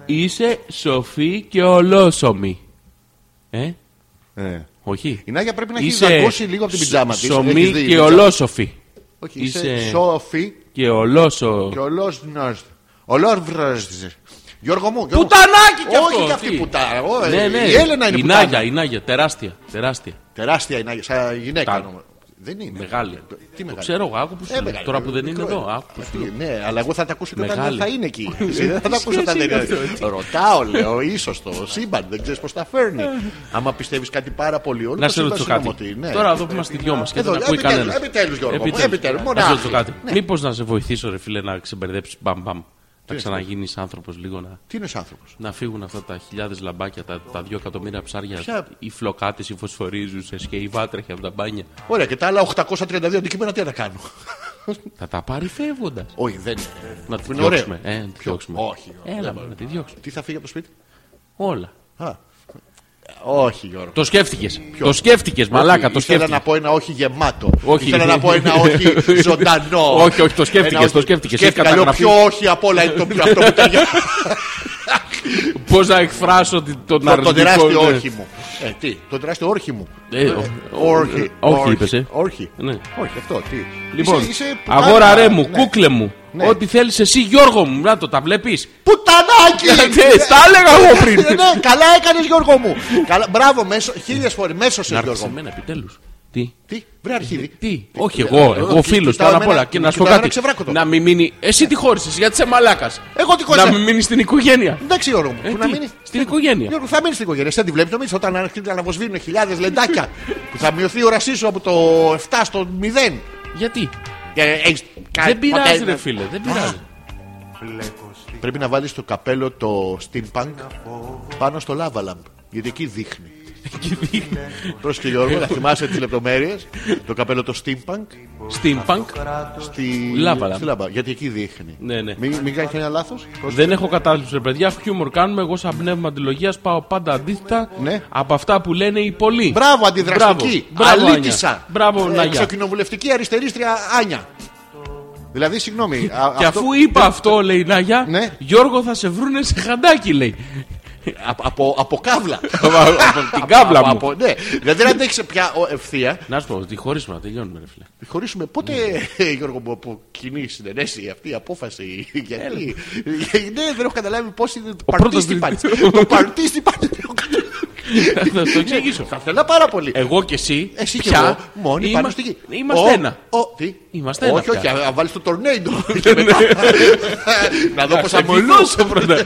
S2: είσαι σοφή και ολόσωμη. Ε, όχι.
S1: Η Νάγια πρέπει να έχει δαγκώσει λίγο από την πιτζάμα της. Έχεις
S2: Σωμή
S1: δει,
S2: και
S1: πιτζάμα.
S2: ολόσοφη.
S1: Όχι, είσαι
S2: Είσαι-
S1: σόφι
S2: Και ολόσο.
S1: και ολόσνος. Ολόρβρος. Γιώργο μου, Γιώργο.
S2: Πουτανάκι κι αυτό!
S1: Όχι και αυτή
S2: τι.
S1: η πουτάρα. Ω,
S2: Ναι, ναι.
S1: Ε, Η Έλενα είναι
S2: η
S1: πουτάρα.
S2: Νάγια, η Νάγια, τεράστια. τεράστια.
S1: Τεράστια η Νάγια, σαν γυναίκα.
S2: Τα-
S1: νομίζω. Δεν είναι.
S2: Μεγάλη.
S1: Τι
S2: Το
S1: μεγάλη.
S2: ξέρω εγώ, άκου που σου
S1: Ε,
S2: λέω.
S1: μεγάλη.
S2: Τώρα που δεν είναι
S1: Μικρό
S2: εδώ, άκου που σου
S1: Αυτή,
S2: λέω.
S1: Ναι, αλλά εγώ θα τα ακούσω και όταν
S2: Μεγάλη.
S1: θα είναι
S2: *laughs*
S1: εκεί. Εσύ Δεν θα τα ακούσω όταν δεν
S2: είναι
S1: είναι.
S2: αυτό,
S1: Ρωτάω, λέω, ίσως το σύμπαν, δεν ξέρεις πώς τα φέρνει. Άμα πιστεύεις κάτι πάρα πολύ, όλο
S2: Ε. Να
S1: το
S2: σε ρωτήσω
S1: σύμπαν
S2: κάτι.
S1: είναι ότι, ναι.
S2: Τώρα εδώ που είμαστε δυο μας και
S1: Εδώ,
S2: δεν ακούει
S1: επιτέλους,
S2: κανένας.
S1: επιτέλους, Γιώργο μου, επιτέλους,
S2: Να σε ρωτήσω
S1: μονάχα. Ναι.
S2: κάτι. Μήπως να σε βοηθήσω, ρε φίλε, να ξεμπερδέψεις μπαμ μπαμ. Να ξαναγίνεις άνθρωπος λίγο να.
S1: Τι είναι άνθρωπος.
S2: Να φύγουν αυτά τα χιλιάδες λαμπάκια, τα, τα δύο εκατομμύρια ψάρια,
S1: Ποια?
S2: οι φλοκάτες, οι φωσφορίζουσες και οι βάτρεχοι από τα μπάνια.
S1: Ωραία, και τα άλλα 832 αντικείμενα τι να τα κάνω.
S2: Θα τα πάρει φεύγοντας.
S1: Όχι, δεν
S2: Να τη
S1: είναι ωραίο.
S2: διώξουμε. Ε, να τη διώξουμε.
S1: Όχι.
S2: Έλα, μωρέ, να τη διώξουμε.
S1: Τι θα φύγει από το σπίτι.
S2: Όλα.
S1: Α. Όχι, Γιώργο.
S2: Το σκέφτηκες. Το σκέφτηκες, μαλάκα, το
S1: Ήθελα
S2: σκέφτηκες.
S1: να πω ένα όχι γεμάτο.
S2: Όχι.
S1: Ήθελα να πω ένα
S2: *laughs*
S1: όχι ζωντανό.
S2: Όχι, όχι, το σκέφτηκες,
S1: Ένα όχι-
S2: το σκέφτηκες, έχεις
S1: Σκέφτηκα, λέω,
S2: καταγραφεί.
S1: πιο όχι απ' όλα είναι το πιο αυτό που ταιριάζει.
S2: Πώς να εκφράσω την- τον
S1: *laughs* Το,
S2: αρνητικό.
S1: το τεράστιο
S2: ναι.
S1: όρχη μου. Ε, τι, το τεράστιο όρχη μου.
S2: Ε, ο- ο-
S1: Όρχη.
S2: Όχι, είπες, ε.
S1: Όρχη.
S2: Ναι.
S1: Όχι, αυτό, τι.
S2: Λοιπόν,
S1: Είσαι- είσαι πουτάνα,
S2: αγόρα ρε μου,
S1: ναι.
S2: κούκλε μου.
S1: Ναι.
S2: Ό,τι θέλεις εσύ, Γιώργο μου, να το τα βλέπεις.
S1: Πουτανάκι!
S2: Ε, Τα έλεγα εγώ πριν.
S1: Ε, ναι, καλά έκανες Γιώργο μου. Καλά, μπράβο, μέσο, χίλιες φορές μέσος σε
S2: Να έρθει
S1: Γιώργο
S2: σε
S1: μου. Ε,
S2: μένα επιτέλους. Τι.
S1: Τι, βρε αρχίδι.
S2: Τι, όχι εγώ, εγώ φίλος
S1: κοιτάω
S2: πάνω απ' όλα.
S1: εμένα-
S2: Και να σου πω
S1: κοιτάω ένα
S2: κάτι.
S1: ξεβράκωτο.
S2: Να μην μείνει. Εσύ τι χώρισες, γιατί είσαι μαλάκας.
S1: Ε, Εγώ τι
S2: Να
S1: κόλλησα.
S2: μην μείνεις στην οικογένεια.
S1: Εντάξει, Γιώργο μου.
S2: Ε,
S1: που να
S2: τι,
S1: μείνει.
S2: στην οικογένεια.
S1: Γιώργο, θα μείνεις στην οικογένεια. Εσύ δεν τη βλέπεις το μίτσο όταν αρχίζουν να αποσβήνουν χιλιάδες λεντάκια. που θα μειωθεί η όρασή σου από το 7 στο 0.
S2: Γιατί.
S1: Και
S4: Ε,
S1: έχεις κάνει
S2: Δεν πειράζει,
S1: ποτέ-
S2: ρε φίλε, δεν πειράζει.
S1: Πρέπει να βάλεις το καπέλο το steampunk πάνω στο lava lamp. Γιατί εκεί δείχνει. Πρόσεχε Γιώργο, να θυμάσαι τις λεπτομέρειες. Το καπέλο το steampunk
S2: Steampunk.
S1: στη
S2: Lava lamp.
S1: στη λάμπα. Γιατί εκεί δείχνει.
S2: Ναι, ναι.
S1: Μην, μην κάνει κανένα λάθος.
S2: Δεν έχω κατάληψη, ρε παιδιά. Χιούμορ κάνουμε. Εγώ, σαν πνεύμα αντιλογίας, πάω πάντα αντίθετα
S1: Ναι.
S2: από αυτά που λένε οι πολλοί.
S1: Μπράβο, αντιδραστική.
S2: Μπράβο, μπράβο,
S1: Αλήτησα.
S2: Άνια. Μπράβο,
S1: Ε,
S2: Ναγιά.
S1: Εξοκοινοβουλευτική αριστερίστρια Άνια. Δηλαδή, συγγνώμη. α-
S2: Και
S1: αυτό-
S2: αφού είπα αυτό, λέει η Νάγια,
S1: Ναι.
S2: Γιώργο θα σε βρούνε σε χαντάκι, λέει.
S1: Από, από, από κάβλα.
S2: *laughs* Από την κάβλα
S1: Από-
S2: μου.
S1: από- ναι. Δηλαδή, δεν αντέχει πια ο- ευθεία.
S2: Να σου πω, ότι χωρίσουμε να τελειώνουμε, ρε φίλε.
S1: Χωρίσουμε πότε, *laughs* Γιώργο μου, από κοινή συνενέση αυτή η απόφαση. *laughs* Γιατί. *laughs* ναι, δεν έχω καταλάβει πώς είναι το
S2: πρώτος
S1: παρτίστη πάλι.
S2: διευθυντής.
S1: Το παρτίστη πάλι.
S2: Θα σου το εξηγήσω.
S1: Θα ήθελα πάρα πολύ.
S2: Εγώ και εσύ.
S1: Εσύ και
S2: πια
S1: εγώ μόνοι
S2: είμα-
S1: πάνω στη γη.
S2: Είμαστε
S1: Ο-
S2: ένα.
S1: ο- τι?
S2: Είμαστε ένα
S1: Όχι, όχι,
S2: πια.
S1: α βάλεις το τορνέιντο. *laughs* Και μετά-
S2: Ναι.
S1: Να δω πώ
S2: Θα
S1: θα
S2: μιλήσω
S1: μολύσω.
S2: πρώτα.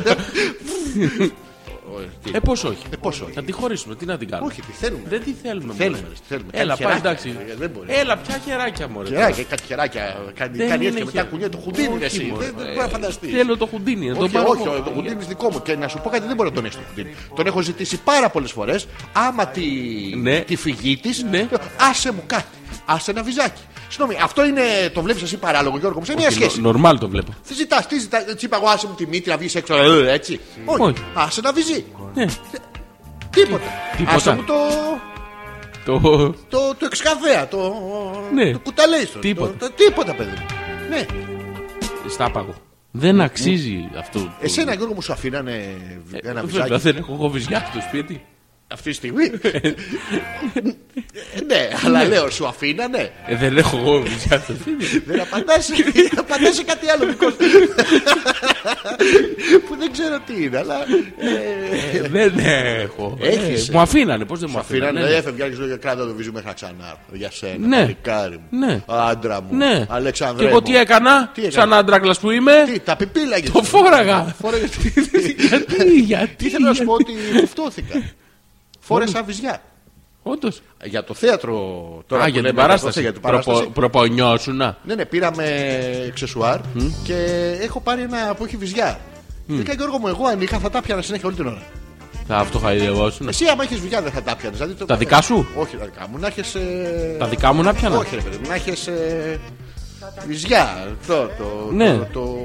S2: Ε, πώς όχι.
S1: Ε, πώς όχι.
S2: Θα τη χωρίσουμε, τι να την κάνουμε.
S1: Όχι, τι θέλουμε.
S2: Δεν τη θέλουμε.
S1: Θέλουμε,
S2: μωρέ.
S1: θέλουμε.
S2: Έλα,
S1: Κάνει
S2: πάει
S1: χεράκια.
S2: εντάξει.
S1: Ε, δεν μπορεί.
S2: Έλα, πια χεράκια μωρέ.
S1: Χεράκια, κάτι χεράκια. Κάνει
S2: Δεν
S1: κάνει
S2: είναι
S1: έτσι και μετά
S2: χερ-
S1: κουνιέ το χουντίνι.
S2: Όχι,
S1: ρε, εσύ.
S2: μωρέ.
S1: Δεν δεν μπορεί να φανταστείς.
S2: Θέλω το χουντίνι, να το
S1: Όχι,
S2: πάρω
S1: όχι,
S2: εγώ.
S1: το κουντίνι είναι δικό μου. Και να σου πω κάτι, δεν μπορώ να τον έχεις το κουντίνι. Τον έχω ζητήσει πάρα πολλές φορές. Άμα τη,
S2: Ναι.
S1: τη φυγή της,
S2: Ναι.
S1: άσε μου κάτι. Άσε ένα βυζάκι. Συγγνώμη, αυτό είναι, το βλέπεις εσύ παράλογο, Γιώργο μου, σε μια
S2: Και νο-
S1: σχέση.
S2: Νορμάλ το βλέπω.
S1: Τι ζητάς, τι ζητάς, έτσι είπα εγώ, άσε μου τη μύτη να βγεις έξω. ε, έτσι. Όχι,
S2: Όχι.
S1: άσε να βυζεί.
S2: Ναι.
S1: Τίποτα.
S2: τίποτα.
S1: Άσε μου το,
S2: Το.
S1: το, το εξκαβέα, το,
S2: Ναι.
S1: το κουταλέιστρο.
S2: Τίποτα.
S1: Το, το- τίποτα, παιδί μου. Ναι.
S2: Στάπαγο. Δεν αξίζει αυτό. το- Ε,
S1: Εσένα, Γιώργο μου, σου αφήνανε ένα
S2: Βέβαια,
S1: βυζάκι
S2: δεν έχω εγώ βυζιά στο σπίτι.
S1: αυτή τη στιγμή. Ε, ναι, αλλά λέω, σου αφήνανε.
S2: Ε, δεν έχω εγώ βυζιά στο σπίτι.
S1: Δεν
S2: *laughs*
S1: απαντάς, απαντάς σε κάτι άλλο δικό σου. Που δεν ξέρω τι είναι, αλλά. ε,
S2: Ε, Δεν έχω.
S1: Έχεις,
S2: Ε,
S1: ε.
S2: Μου αφήνανε, πώς δεν μου
S1: Μου αφήνανε,
S2: αφήνανε.
S1: ναι,
S2: ναι.
S1: έφευγε και κράτα το βίζι μέχρι να ξανάρθω. Για σένα,
S2: Ναι.
S1: παλικάρι μου.
S2: Ναι.
S1: Άντρα μου.
S2: Ναι.
S1: Αλεξανδρέ
S2: Και εγώ
S1: μου.
S2: τι έκανα,
S1: Τι έκανα?
S2: σαν άντρακλας που είμαι,
S1: Τι, τα πιπίλαγε.
S2: το φόραγα.
S1: Φόραγες.
S2: Γιατί, γιατί.
S1: *laughs* Τι θέλω να σου πω ότι κουφτώθηκα. Φόρεσα βυζιά.
S2: Όντως.
S1: Για το θέατρο τώρα. που
S2: Ναι. Α, για την
S1: λέμε,
S2: παράσταση.
S1: Για την
S2: Προπο-
S1: παράσταση.
S2: Προπονιώσουνα.
S1: Ναι, ναι, πήραμε εξεσουάρ και έχω πάρει ένα που έχει βυζιά. Τελικά Γιώργο μου, εγώ αν είχα θα τα πιανα συνέχεια όλη την ώρα.
S2: Ναι. Θα αυτοχαϊδευόσουν.
S1: Εσύ, άμα είχε βυζιά, δεν θα τα πιανε. Δηλαδή, το-
S2: Τα δικά σου?
S1: Όχι, τα δικά μου. Να ε, έχει.
S2: Τα δικά μου να πιάνα.
S1: Όχι, ρε παιδί μου, να έχεις. Ε... Βυζιά, αυτό το,
S2: Ναι.
S1: το, το,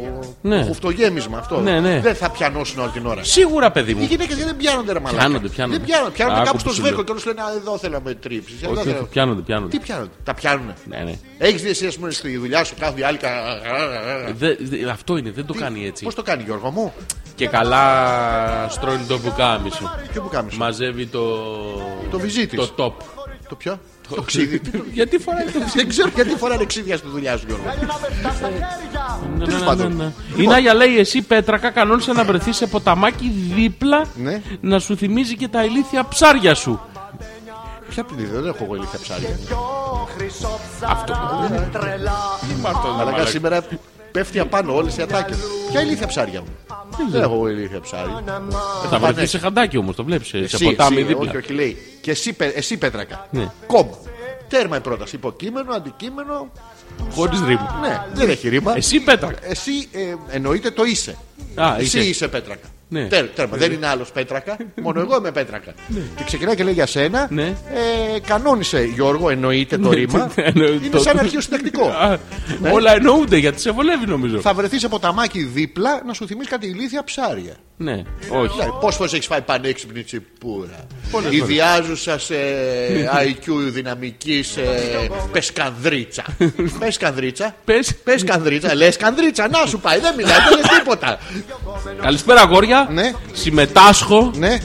S2: Ναι.
S1: το χουφτογέμισμα αυτό.
S2: Ναι, ναι.
S1: Δεν θα πιανώσουν όλη την ώρα.
S2: Σίγουρα, παιδί
S1: Οι
S2: μου.
S1: γυναίκες δεν πιάνονται ρε μαλάκα.
S2: Πιάνονται, πιάνονται.
S1: Δεν πιάνονται. Πιάνονται
S2: Άκου
S1: κάπου
S2: που
S1: στο
S2: σου
S1: σβέρκο
S2: λέω.
S1: και όλους λένε «Α, Εδώ θέλω να με τρίψει.
S2: Όχι, όχι, πιάνονται, πιάνονται.
S1: Τι πιάνονται. Τα πιάνουνε.
S2: Ναι, ναι.
S1: Έχεις δει εσύ, ας πούμε, στη δουλειά σου κάθε άλλη.
S2: Δε- δε- Αυτό είναι, δεν το κάνει έτσι.
S1: Πώς το κάνει, Γιώργο μου.
S2: Και καλά στρώνει το βουκάμι σου.
S1: Και που κάνει.
S2: Μαζεύει το.
S1: Το βυζί της.
S2: Το top.
S1: Το ποιο. Το ξύδι. Τι-
S2: Γιατί φοράει το
S1: Δεν ξέρω γιατί φοράνε ξύδια στη δουλειά σου, Γιώργο.
S2: Ναι,
S1: Τέλος πάντων.
S2: Η
S1: Λοιπόν,
S2: Νάγια λέει: Εσύ πέτρακα, κανόνισε να βρεθείς σε ποταμάκι δίπλα
S1: Ναι.
S2: να σου θυμίζει και τα ηλίθια ψάρια σου.
S1: Ποια ποινή, δεν έχω εγώ ηλικία ψάρια.
S3: Αυτό
S1: Αλλά καλά, σήμερα πέφτει απάνω όλες οι ατάκες. Ποια ηλίθια ψάρια μου. Δεν έχω εγώ ηλίθια ψάρια.
S2: Ε, Θα βρεθεί
S1: ναι.
S2: σε χαντάκι όμως, το βλέπεις. Σε
S1: Εσύ,
S2: ποτάμι
S1: εσύ,
S2: δίπλα.
S1: όχι, όχι, λέει. Και εσύ, πε- εσύ Πέτρακα.
S2: Ναι.
S1: Κόμμα. Τέρμα η πρόταση. Υποκείμενο, αντικείμενο.
S2: Χωρίς ρήμα.
S1: Ναι, δεν έχει ρήμα.
S2: Εσύ πέτρακα.
S1: Εσύ ε, εννοείται το είσαι.
S2: Α,
S1: εσύ
S2: είσαι.
S1: είσαι Πέτρακα.
S2: Ναι.
S1: Τέρ- τέρμα. Δεν είναι άλλος
S2: *laughs*
S1: Πέτρακα. Μόνο εγώ είμαι Πέτρακα. Και ξεκινάει και λέει για σένα.
S2: Ναι.
S1: Ε, κανόνισε Γιώργο, εννοείται το Ναι,
S2: *laughs*
S1: ρήμα. είναι
S2: ναι, Το-
S1: σαν Ναι. αρχείο συντακτικό.
S2: Α, Όλα εννοούνται γιατί σε βολεύει νομίζω.
S1: Θα βρεθείς σε ποταμάκι δίπλα να σου θυμίσει κάτι ηλίθια ψάρια.
S2: Ναι, όχι.
S1: Πόσες φορές έχεις φάει πανέξυπνη τσιπούρα. Ιδιάζουσα σε IQ δυναμική σε πεσκανδρίτσα. *laughs* Πεσκανδρίτσα.
S2: Πες.
S1: Πεσκανδρίτσα. Λες κανδρίτσα. Να σου πάει. Δεν μιλάει. Δεν λες τίποτα.
S2: Καλησπέρα, αγόρια.
S1: Ναι.
S2: Συμμετάσχω
S1: Ναι.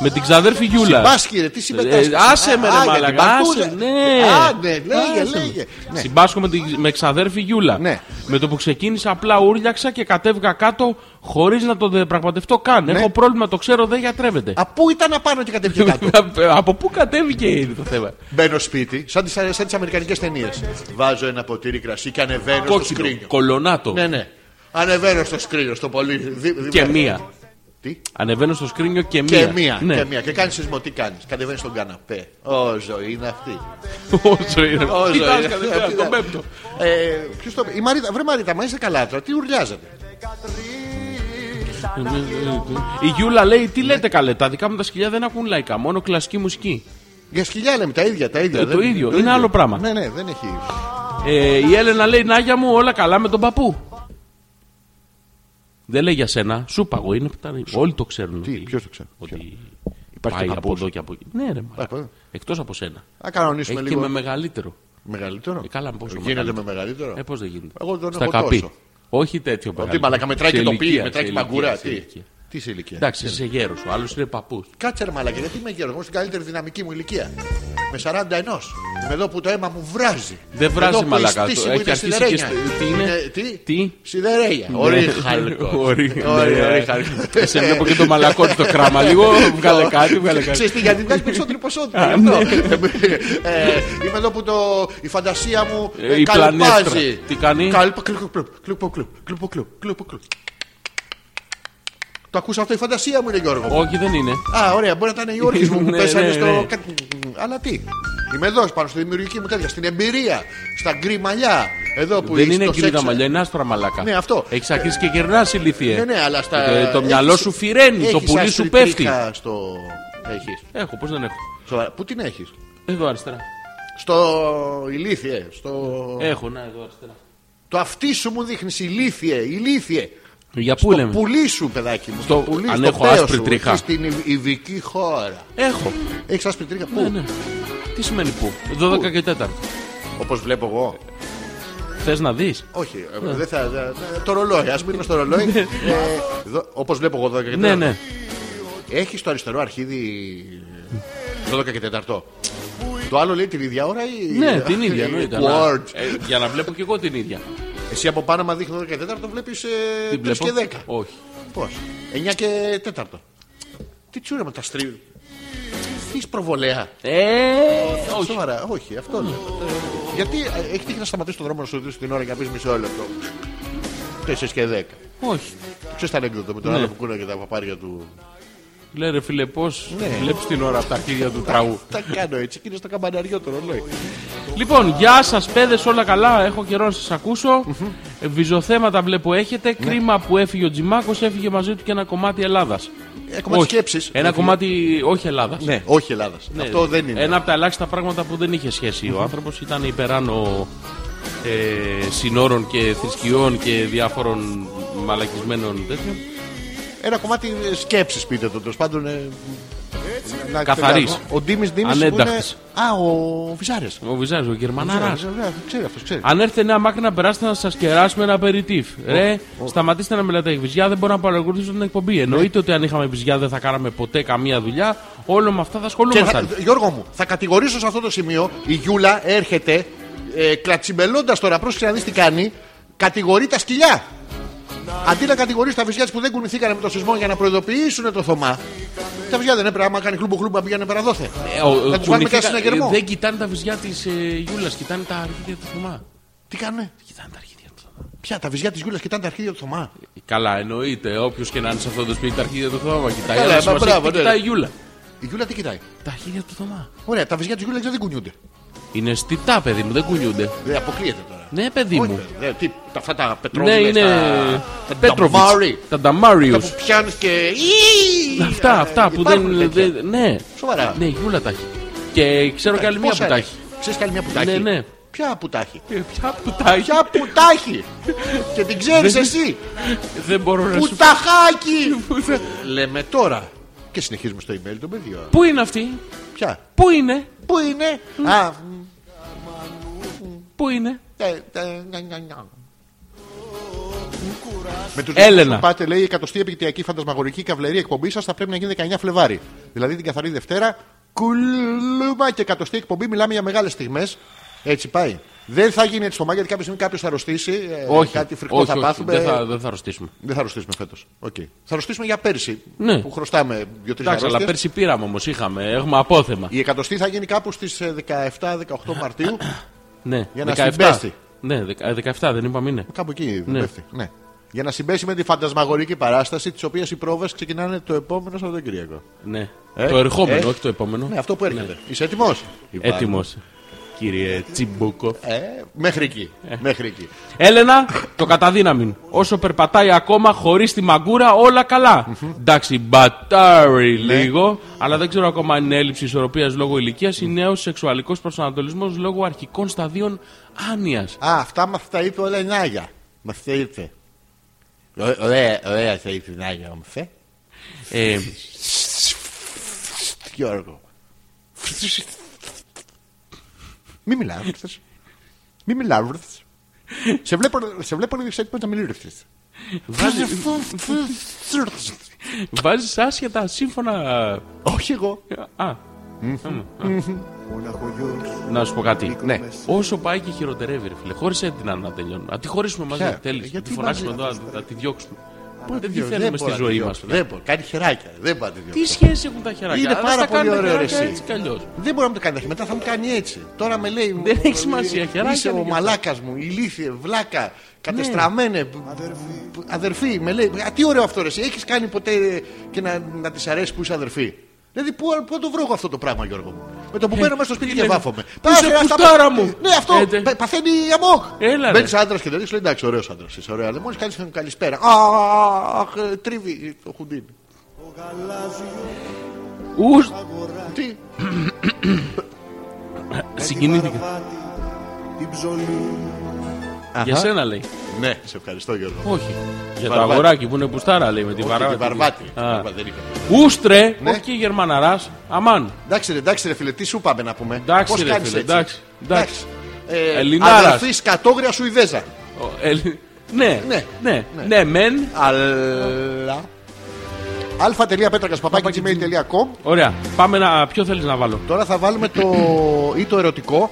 S2: με την ξαδέρφη Γιούλα.
S1: Μπάσκε, ρε, τι
S2: Ε,
S1: συμμετάσχει.
S2: άσε με, ρε μαλακά, άσε, ναι.
S1: Α, ναι, λέγε,
S2: Άσε με.
S1: λέγε. Ναι.
S2: Συμπάσχω με, την- με ξαδέρφη Γιούλα.
S1: Ναι.
S2: Με το που ξεκίνησα, απλά ούρλιαξα και κατέβγα κάτω χωρίς να το διαπραγματευτώ καν.
S1: Ναι.
S2: Έχω πρόβλημα, το ξέρω, δεν γιατρεύεται.
S1: Από πού ήταν απάνω και κατέβηκε *laughs* κάτω.
S2: Α- *laughs* Από πού κατέβηκε είναι το θέμα.
S1: Μπαίνω σπίτι, σαν τις, σαν τις αμερικανικές ταινίες. Βάζω ένα ποτήρι κρασί και ανεβαίνω στο
S2: Κόκκινο,
S1: σκρίνιο.
S2: κολονάτο.
S1: Ναι, ναι. Ανεβαίνω στο σκρίνιο, στο πολύ. δι- δι-
S2: Ε, Και μία.
S1: Τι?
S2: Ανεβαίνω στο σκρίνιο και μία.
S1: Και μία.
S2: Ναι. *laughs*
S1: Και, μία. και κάνεις σεισμό, τι κάνεις. Κατεβαίνεις στον καναπέ. Ω, ζωή είναι αυτή.
S2: Όσο είναι.
S1: Ω, ζωή
S2: Κοιτάς,
S1: είναι
S2: κατευθείαν,
S1: αυτή.
S2: τον πέμπτο.
S1: Ε, ποιος το είπε? Η Μαρίτα, βρε Μαρίτα, μα είσαι καλά τώρα, τι ουρλιάζατε.
S2: Η Γιούλα λέει:
S1: Ναι.
S2: Τι λέτε καλέ, τα δικά μου τα σκυλιά δεν ακούν λαϊκά, μόνο κλασική μουσική.
S1: Για σκυλιά λέμε τα ίδια, τα ίδια.
S2: Ε, το ίδιο, είναι άλλο πράγμα.
S1: Ναι, ναι, δεν έχει.
S2: Ε, η Έλενα λέει: Νάγια μου, όλα καλά με τον παππού. Δεν λέει για σένα, σου είπα εγώ, είναι τα- Όλοι το ξέρουν.
S1: Τι,
S2: ότι-
S1: ποιος το ξέρει, ποιος.
S2: Ότι
S1: Υπάρχει
S2: πάει
S1: και
S2: από
S1: παππούς.
S2: εδώ και από εκεί. Ναι, ρε,
S1: Πάει από εδώ.
S2: Εκτός από σένα.
S1: Α
S2: Έχει
S1: κανονίσουμε
S2: και
S1: λίγο.
S2: με μεγαλύτερο.
S1: Μεγαλύτερο.
S2: Ε, καλά, πόσο
S1: Γίνεται
S2: μεγαλύτερο.
S1: με μεγαλύτερο.
S2: Ε, πώς δεν γίνεται.
S1: Εγώ δεν
S2: Στα
S1: έχω
S2: καπί.
S1: τόσο.
S2: Όχι τέτοιο πράγμα.
S1: Τι μαλακα μετράει
S2: Σε
S1: και το πει,
S2: ηλικία,
S1: μετράει
S2: σε
S1: και μαγκουρά.
S2: ηλικία, σε
S1: Τι,
S2: ηλικία.
S1: τι σε ηλικία.
S2: Εντάξει, είσαι γέρος. Ο άλλος είναι παππούς.
S1: Κάτσε ρε μαλακα, γιατί είμαι γέρος. Εγώ στην καλύτερη δυναμική μου ηλικία. Με 41. Με εδώ που το αίμα μου βράζει.
S2: Δεν
S1: Με
S2: βράζει,
S1: εδώ που η
S2: μαλάκα,
S1: στήση
S2: το-
S1: μου
S2: έχει
S1: είναι
S2: αρχίσει
S1: σιδερένια.
S2: και στο- τι είναι?
S1: Τι.
S2: Τι? Ναι.
S1: Σιδερένια. Ορίχαλκο.
S2: Ορί- ναι.
S1: Ορίχαλκο.
S2: Σε βλέπω και το μαλακό του το κράμα λίγο. Βγάλε κάτι, βγάλε κάτι. ναι.
S1: Ξέρεις τι, γιατί βγάζει περισσότερη ποσότητα. γι' αυτό. Ε, Είμαι εδώ που το, η φαντασία μου
S2: Ε,
S1: ε,
S2: η
S1: καλπάζει.
S2: πλανέστρα. Τι κάνει?
S1: Καλπα, κλουπ, κλουπ, κλουπ, κλουπ, κλουπ, κλουπ, κλουπ, κλουπ. Το ακούσα αυτό η φαντασία μου είναι Γιώργο.
S2: Όχι, δεν είναι.
S1: Α, ωραία, μπορεί να ήταν οι όρκες μου που
S2: *laughs* Ναι,
S1: πέσανε
S2: ναι, ναι.
S1: στο. κάτι- Αλλά τι. Είμαι εδώ πάνω στη δημιουργική μου τέτοια, στην εμπειρία, στα γκρι μαλλιά. Εδώ που
S2: Δεν
S1: είσαι
S2: είναι
S1: στο
S2: κύριε
S1: σεξ.
S2: μαλλιά, είναι άστρα μαλακά.
S1: Ναι, αυτό.
S2: Έχεις αρχίσει και γερνάς ηλίθιε.
S1: Ναι, ναι, αλλά στα.
S2: Ε, το
S1: έχεις-
S2: μυαλό σου φυρένει, το
S1: έχεις
S2: πουλί σου πέφτει.
S1: αστριτρίχα Στο... Έχεις.
S2: Έχω, πώς δεν έχω.
S1: Σοβαρά. Πού την έχεις.
S2: Εδώ αριστερά.
S1: Στο ηλίθιε. Στο...
S2: Έχω, να εδώ αριστερά.
S1: Το αυτί σου μου δείχνεις ηλίθιε, ηλίθιε.
S2: Για πού
S1: Στο
S2: λέμε.
S1: πουλί σου, παιδάκι μου.
S2: Στο-
S1: πουλί,
S2: αν
S1: στο
S2: έχω
S1: πέος
S2: άσπρη
S1: σου,
S2: τρίχα.
S1: εκεί Στην ι- ειδική χώρα.
S2: Έχω.
S1: Έχεις άσπρη τρίχα. Πού,
S2: Ναι, ναι. Τι σημαίνει πού. 12 και 4.
S1: όπως βλέπω εγώ.
S2: Θες να δεις.
S1: Όχι, ε,
S2: Ναι.
S1: δεν θα. δε- δε- Το ρολόι, ας μείνουμε στο
S2: *laughs*
S1: ρολόι. ε, δο- Όπως βλέπω εγώ 12 και 4.
S2: Ναι, ναι.
S1: Έχεις το αριστερό αρχίδι 12 και 4. Το άλλο λέει την ίδια ώρα ή.
S2: Ναι, την ίδια εννοείται. αλλά-
S1: Ε, Word.
S2: Ε, για να βλέπω και εγώ την ίδια.
S1: Εσύ από πάνω, μα δείχνει 12 και 4, βλέπεις ε, 3 και 10.
S2: Όχι.
S1: Πώς. 9 και 4. Τι τσούρα με τα στρίμ. Τι είσαι προβολέα.
S2: Ε, όχι.
S1: Σοβαρά, όχι, αυτό λέω. Γιατί ε, έχει τύχει να σταματήσει τον δρόμο να σου δώσει την ώρα και να πεις μισό λεπτό. 4 και 10.
S2: Όχι.
S1: Ξέρεις τα ανέκδοτα με τον
S2: Ναι.
S1: άλλο που κούναγε τα παπάρια του.
S2: Λέει ρε φίλε, πώς βλέπεις την ώρα από τα αρχίδια του τραγού.
S1: Τα κάνω έτσι και είναι στο καμπαναριό το ρολόι.
S2: Λοιπόν, γεια σας, παιδες, όλα καλά. Έχω καιρό να σας ακούσω. Ε, Βυζοθέματα βλέπω έχετε.
S1: Ναι.
S2: Κρίμα που έφυγε ο Τζιμάκος, έφυγε μαζί του και ένα κομμάτι Ελλάδας.
S1: Ε, κομμάτι σκέψης.
S2: Ένα
S1: Έφυγε.
S2: κομμάτι όχι Ελλάδας.
S1: Ναι. Όχι Ελλάδας. Αυτό δεν είναι.
S2: Ένα από τα ελάχιστα πράγματα που δεν είχε σχέση. Ο άνθρωπος ήταν υπεράνω ε, συνόρων και θρησκειών και διάφορων μαλακισμένων τέτοιων.
S1: Ένα κομμάτι σκέψης πείτε το τέλος πάντων. Ε, να-
S2: Καθαρής.
S1: να- Ο Ντίμης Ντίμης.
S2: Ανένταχτης.
S1: Α, ο Φυσάρε.
S2: Ο Βυζάζο, ο Γερμανάρας.
S1: Ξέρει αυτός, ξέρει.
S2: Αν έρθετε νέα μάκρυνα, περάστε να σας κεράσουμε ένα περιτύφ. Ρε, σταματήστε να μιλάτε για βυζιά, δεν μπορώ να παρακολουθήσω την εκπομπή. Εννοείται ότι αν είχαμε βυζιά δεν θα κάναμε ποτέ καμία δουλειά. Όλο με αυτά θα
S1: Και θα,
S2: ασχολούμασταν.
S1: Γιώργο μου, θα κατηγορήσω σε αυτό το σημείο. Η Γιούλα έρχεται ε, κλατσιμπελώντας τώρα, πρόσεξε να δεις τι κάνει. Κατηγορεί τα σκυλιά. Αντί να κατηγορήσει τα βυζιά της που δεν κουνηθήκανε με το σεισμό για να προειδοποιήσουν το Θωμά. Τα βυζιά δεν έπρεπε, άμα κάνει κλούμπο κλούμπο να πήγαινε πέρα δόθε.
S2: Ε, ο- ο-
S1: Να τους βάλουμε και ένα
S2: κουνηθήκα-
S1: συναγερμό.
S2: ε, Δεν κοιτάνε τα βυζιά της Γιούλας, κοιτάνε τα αρχίδια του Θωμά.
S1: Τι κάνουνε.
S2: Κοιτάνε τα αρχίδια του Θωμά. Ε,
S1: Ποια, τα βυζιά της Γιούλας κοιτάνε τα αρχίδια του Θωμά.
S2: Καλά, εννοείται. Όποιος και να είναι σε αυτό το σπίτι, τα αρχίδια του Θωμά κοιτάει.
S1: Καλά,
S2: αλλά
S1: μα
S2: σημασία
S1: μπράβο,
S2: έχει,
S1: ναι.
S2: Κοιτάει η Γιούλα.
S1: Η Γιούλα τι κοιτάει.
S2: Τα αρχίδια του Θωμά.
S1: Ωραία, τα βυζιά της Γιούλας δεν κουνιούνται.
S2: Είναι στιτά, παιδί μου, δεν κουνιούνται.
S1: Δεν αποκλείεται τώρα.
S2: Ναι, παιδί
S1: Όχι,
S2: μου.
S1: ρε, τι, τα- αυτά τα
S2: Ναι,
S1: πετρόλαια.
S2: είναι.
S1: Τα, τα
S2: Πέτροβιτς,
S1: νταμάρι,
S2: Τα
S1: τα
S2: Νταμάριους.
S1: που πιάνεις και.
S2: Αυτά, αυτά που
S1: ε, Υπάρχουν
S2: δεν.
S1: τέτοια.
S2: δεν- ναι.
S1: Σοβαρά.
S2: Ναι, η Γιούλα τα έχει. Και ξέρω και άλλη μία που
S1: Πόσα
S2: τα
S1: έχει.
S2: έχει.
S1: Ξέρεις κι άλλη μια που τα
S2: Ναι,
S1: έχει.
S2: ναι.
S1: Ποια πουτάχη.
S2: Ε, Ποια πουτάκι.
S1: Ποια πουτάχη. και την ξέρεις
S2: Δεν-
S1: εσύ. Ε,
S2: Δεν μπορώ να σου
S1: Πουταχάκι.
S2: πω.
S1: Λέμε τώρα. Και συνεχίζουμε στο email των παιδιών.
S2: Πού είναι αυτή,
S1: Ποια.
S2: πού είναι,
S1: Πού είναι. Α,
S2: πού είναι.
S1: ε, ε, νια, νια, νια. Με τους
S2: Έλενα.
S1: που Πάτε, λέει, η εκατοστή επαιτειακή φαντασμαγορική καυλερή εκπομπή σας θα πρέπει να γίνει 19 Φλεβάρι. Δηλαδή την καθαρή Δευτέρα, κουλούμα και εκατοστή εκπομπή. Μιλάμε για μεγάλες στιγμές. Έτσι πάει. Δεν θα γίνει έτσι το μάγκ, γιατί κάποια στιγμή κάποιος θα αρρωστήσει. ε,
S2: Όχι,
S1: κάτι φρικτό
S2: όχι,
S1: θα
S2: όχι,
S1: πάθουμε.
S2: Δεν θα, δεν θα αρρωστήσουμε.
S1: Δεν θα αρρωστήσουμε φέτος. Okay. Θα αρρωστήσουμε για πέρσι.
S2: Ναι.
S1: Που χρωστάμε δύο-τρει
S2: Εντάξει, αλλά
S1: αρρώστιες.
S2: πέρσι πήραμε όμως, είχαμε, έχουμε απόθεμα.
S1: Η εκατοστή θα γίνει κάπου στις 17-18 Μαρτίου.
S2: Ναι,
S1: Για να συμπέσει.
S2: Ναι, δεκα- ε, 17 δεν είπαμε είναι.
S1: Κάπου εκεί
S2: Ναι.
S1: ναι. πέφτει. Ναι. Για να συμπέσει με τη φαντασμαγορική παράσταση, της οποίας οι πρόβες ξεκινάνε το επόμενο Σαββατοκύριακο.
S2: Ναι.
S1: Ε,
S2: το ερχόμενο,
S1: ε.
S2: όχι το επόμενο.
S1: Ναι, αυτό που έρχεται. Είσαι έτοιμος.
S2: Έτοιμος. Κύριε Τσιμπούκο.
S1: Ε, μέχρι εκεί. Μέχρι εκεί.
S2: Έλενα, το καταδύναμιν. Όσο περπατάει ακόμα χωρίς τη μαγκούρα, όλα καλά. Εντάξει, μπατάρει
S1: Ναι.
S2: λίγο, αλλά δεν ξέρω ακόμα αν είναι έλλειψη ισορροπίας λόγω ηλικίας ή νέος σεξουαλικός προσανατολισμός λόγω αρχικών σταδίων άνοια.
S1: Α, αυτά μας τα είπε όλα η Νάγια. Μας τα είπε. Ω- Ωραία, ωραία θα είπε η Νάγια όμως. Ε.
S2: Ε,
S1: Γιώργο. Μη μιλάω. Μη μιλάω. Σε βλέπω, σε βλέπω να διεξέτει να μιλήσεις.
S2: Βάζει άσχετα σύμφωνα.
S1: Όχι εγώ.
S2: Α,
S3: Μοναχογιός
S2: να σου πω κάτι.
S1: Ναι.
S2: Όσο πάει και χειροτερεύει, ρε φίλε. Χώρισε την να- να τελειώνουμε. Να τη χωρίσουμε μαζί.
S1: Ποια?
S2: Τέλει. Να
S1: Ε, Γιατί
S2: τη φωνάξουμε
S1: μαζί,
S2: εδώ, να- να τη διώξουμε.
S1: Πού
S2: Δεν τη
S1: δύο,
S2: θέλουμε στη
S1: μπορώ να
S2: ζωή
S1: τη
S2: μα.
S1: διώξω. Δεν μπορώ. Κάνει χεράκια. Δεν πάτε δύο.
S2: Τι σχέση έχουν τα χεράκια.
S1: Είναι
S2: Δεν
S1: πάρα
S2: στα
S1: πολύ
S2: κάνουν τα
S1: ωραίο, ρε,
S2: χεράκια
S1: εσύ.
S2: Έτσι κι αλλιώς.
S1: Δεν μπορεί να μου το κάνει τα μετά, θα μου κάνει έτσι. Τώρα με λέει.
S2: Δεν έχει σημασία, χεράκια
S1: Είσαι
S2: είναι
S1: ο
S2: και αυτά.
S1: μαλάκας μου, ηλίθιε, βλάκα, κατεστραμμένε. π- π- Αδερφή, με λέει. «Α, Τι ωραίο αυτό, ρε. Έχεις κάνει ποτέ ε, και να, να της αρέσει που είσαι αδερφή. Δηλαδή, πού, πού το βρω εγώ αυτό το πράγμα, Γιώργο μου. Με το που μπαίνω μέσα στο σπίτι και
S2: λέμε,
S1: βάφομαι.
S2: «Πού
S1: Πάσε,
S2: είσαι,
S1: ρε, αυτά-
S2: κουστάρα μου».
S1: Ναι, αυτό.
S2: Ε, τε-
S1: πα- Παθαίνει αμόχ.
S2: Έλα, ρε.
S1: Μπαίνεις άντρας και δεν λέει, εντάξει, ωραίος άντρας. Είσαι ωραία. Μόλις κάνεις τον καλησπέρα. Αχ, ε, τρίβει το χουντίν.
S2: Ους,
S1: Τι.
S2: συγκινήθηκα.
S3: βάτη την ψωλή
S2: Για σένα λέει.
S1: Ναι, σε ευχαριστώ, Γιώργο.
S2: Όχι. Για το
S1: Βαρβάτη.
S2: αγοράκι που είναι πουστάρα λέει με τη
S1: Όχι, και
S2: βαρβάτη.
S1: βαρβάτη.
S2: Α.
S1: Δεν είχα.
S2: Ούστρε,
S1: Ναι.
S2: όχι και γερμαναράς. Αμάν.
S1: Εντάξει, ρε, εντάξει, ρε φίλε, τι σου πάμε να πούμε.
S2: Εντάξει,
S1: Πώς
S2: ρε,
S1: κάνεις
S2: φίλε,
S1: έτσι?
S2: εντάξει, εντάξει.
S1: Ε,
S2: Ελληνάρας.
S1: Αδερφή κατόγρια Σουηδέζα.
S2: Ο, ε, Ναι,
S1: Ναι.
S2: ναι,
S1: Ναι.
S2: ναι, μεν.
S1: Αλλά. αλφα.πέτρακα παπάκι.gmail.com
S2: Ωραία. Πάμε να. Ποιο θέλεις να βάλω.
S1: Τώρα θα βάλουμε το ή το ερωτικό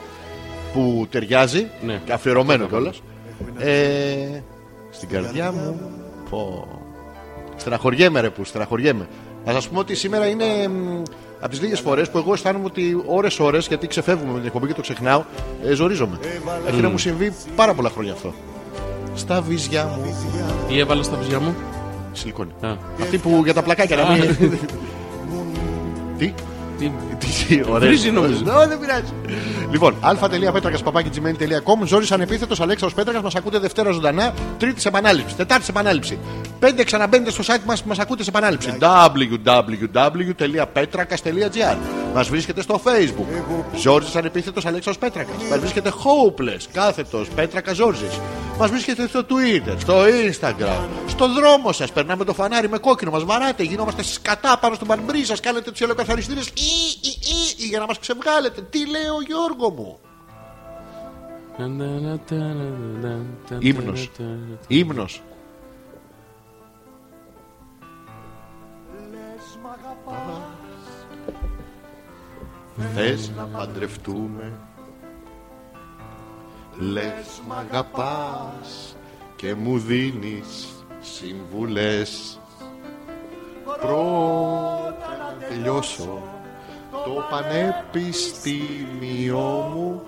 S1: που ταιριάζει
S2: Ναι.
S1: και αφιερωμένο κιόλα. Ε, στην καρδιά μου. Πω. Στεναχωριέμαι, ρε που στεναχωριέμαι. Να σα πούμε ότι σήμερα είναι από τις λίγες φορές που εγώ αισθάνομαι ότι ώρε-ώρε, γιατί ξεφεύγουμε με την εκπομπή και το ξεχνάω, ε, ζορίζομαι. Έχει να μου συμβεί πάρα πολλά χρόνια αυτό. Στα βυζιά μου.
S2: Τι έβαλα στα βυζιά μου.
S1: Σιλικόνη.
S2: Α.
S1: Αυτή που για τα πλακάκια να μην. Τι.
S2: Τι-
S1: Τι ωραία.
S2: Βρίζει, νομίζω.
S1: Ναι, δεν πειράζει. Λοιπόν, α.πέτρακα.gmail.com Ζόρις ανεπίθετος Αλέξαρο Πέτρακας. Μας ακούτε Δευτέρα ζωντανά, Τρίτη σε επανάληψη, Τετάρτη σε επανάληψη. Πέντε ξαναμπαίνετε στο site μας που μας ακούτε σε επανάληψη. www.petrakas.gr Μας βρίσκεται στο facebook. Ζόρις ανεπίθετος Αλέξαρο Πέτρακας. Μας βρίσκεται Hopeless, κάθετος Πέτρακα Ζόρι. Μα βρίσκεται στο Twitter, στο Instagram, στο δρόμο σας. Περνάμε το φανάρι με κόκκινο, μας βαράτε, γινόμαστε σκατά πάνω στον μπαρμπρί σας. Κάνετε του ελαιοκαθαριστήρε για να μας ξεβγάλετε. Τι λέει ο Γιώργο μου. Ύμνος. Ύμνος. Θες να παντρευτούμε Λες μ' αγαπάς Και μου δίνεις συμβουλές Πρώτα να τελειώσω Το πανεπιστήμιό μου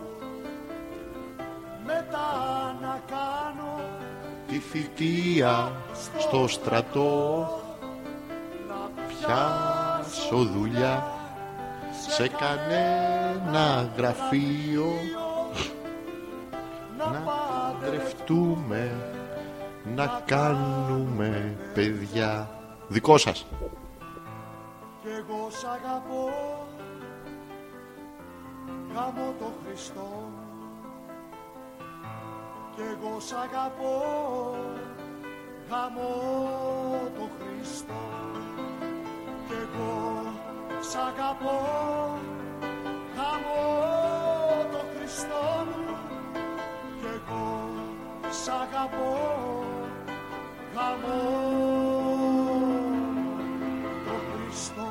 S3: μετά να κάνω
S1: τη θητεία στο στρατό πιάσω δουλειά σε κανένα γραφείο να παντρευτούμε να κάνουμε παιδιά δικό σας
S3: κι εγώ σ' αγαπώ γάμω το Χριστό κι εγώ σ' αγαπώ Χαμό το Χριστό κι εγώ σ' αγαπώ Χαμό το Χριστό μου κι εγώ σ' αγαπώ Χαμό το Χριστό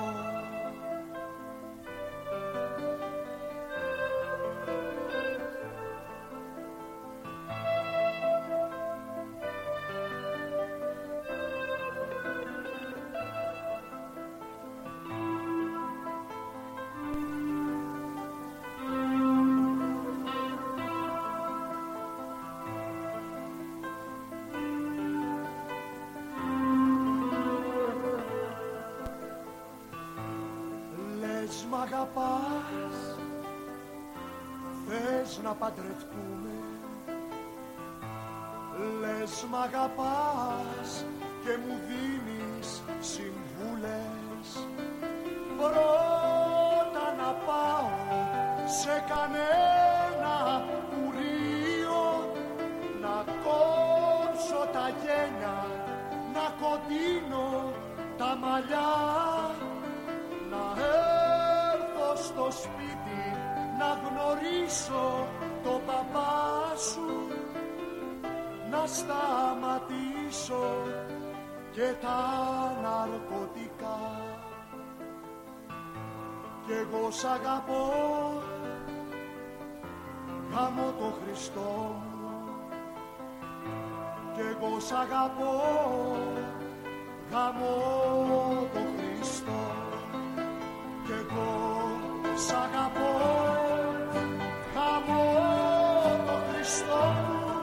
S3: Λες μ' αγαπάς Θες να παντρευτούμε Λες μ' αγαπάς Και μου δίνεις συμβούλες Πρώτα να πάω Σε κανένα κουρίο Να κόψω τα γένια Να κοντίνω τα μαλλιά να έρθω στο σπίτι να γνωρίσω το παπά σου να σταματήσω και τα ναρκωτικά κι εγώ σ' αγαπώ γάμω το Χριστό μου κι εγώ σ' αγαπώ γάμω το Χριστό κι εγώ σ' αγαπώ Χαμώ το Χριστό μου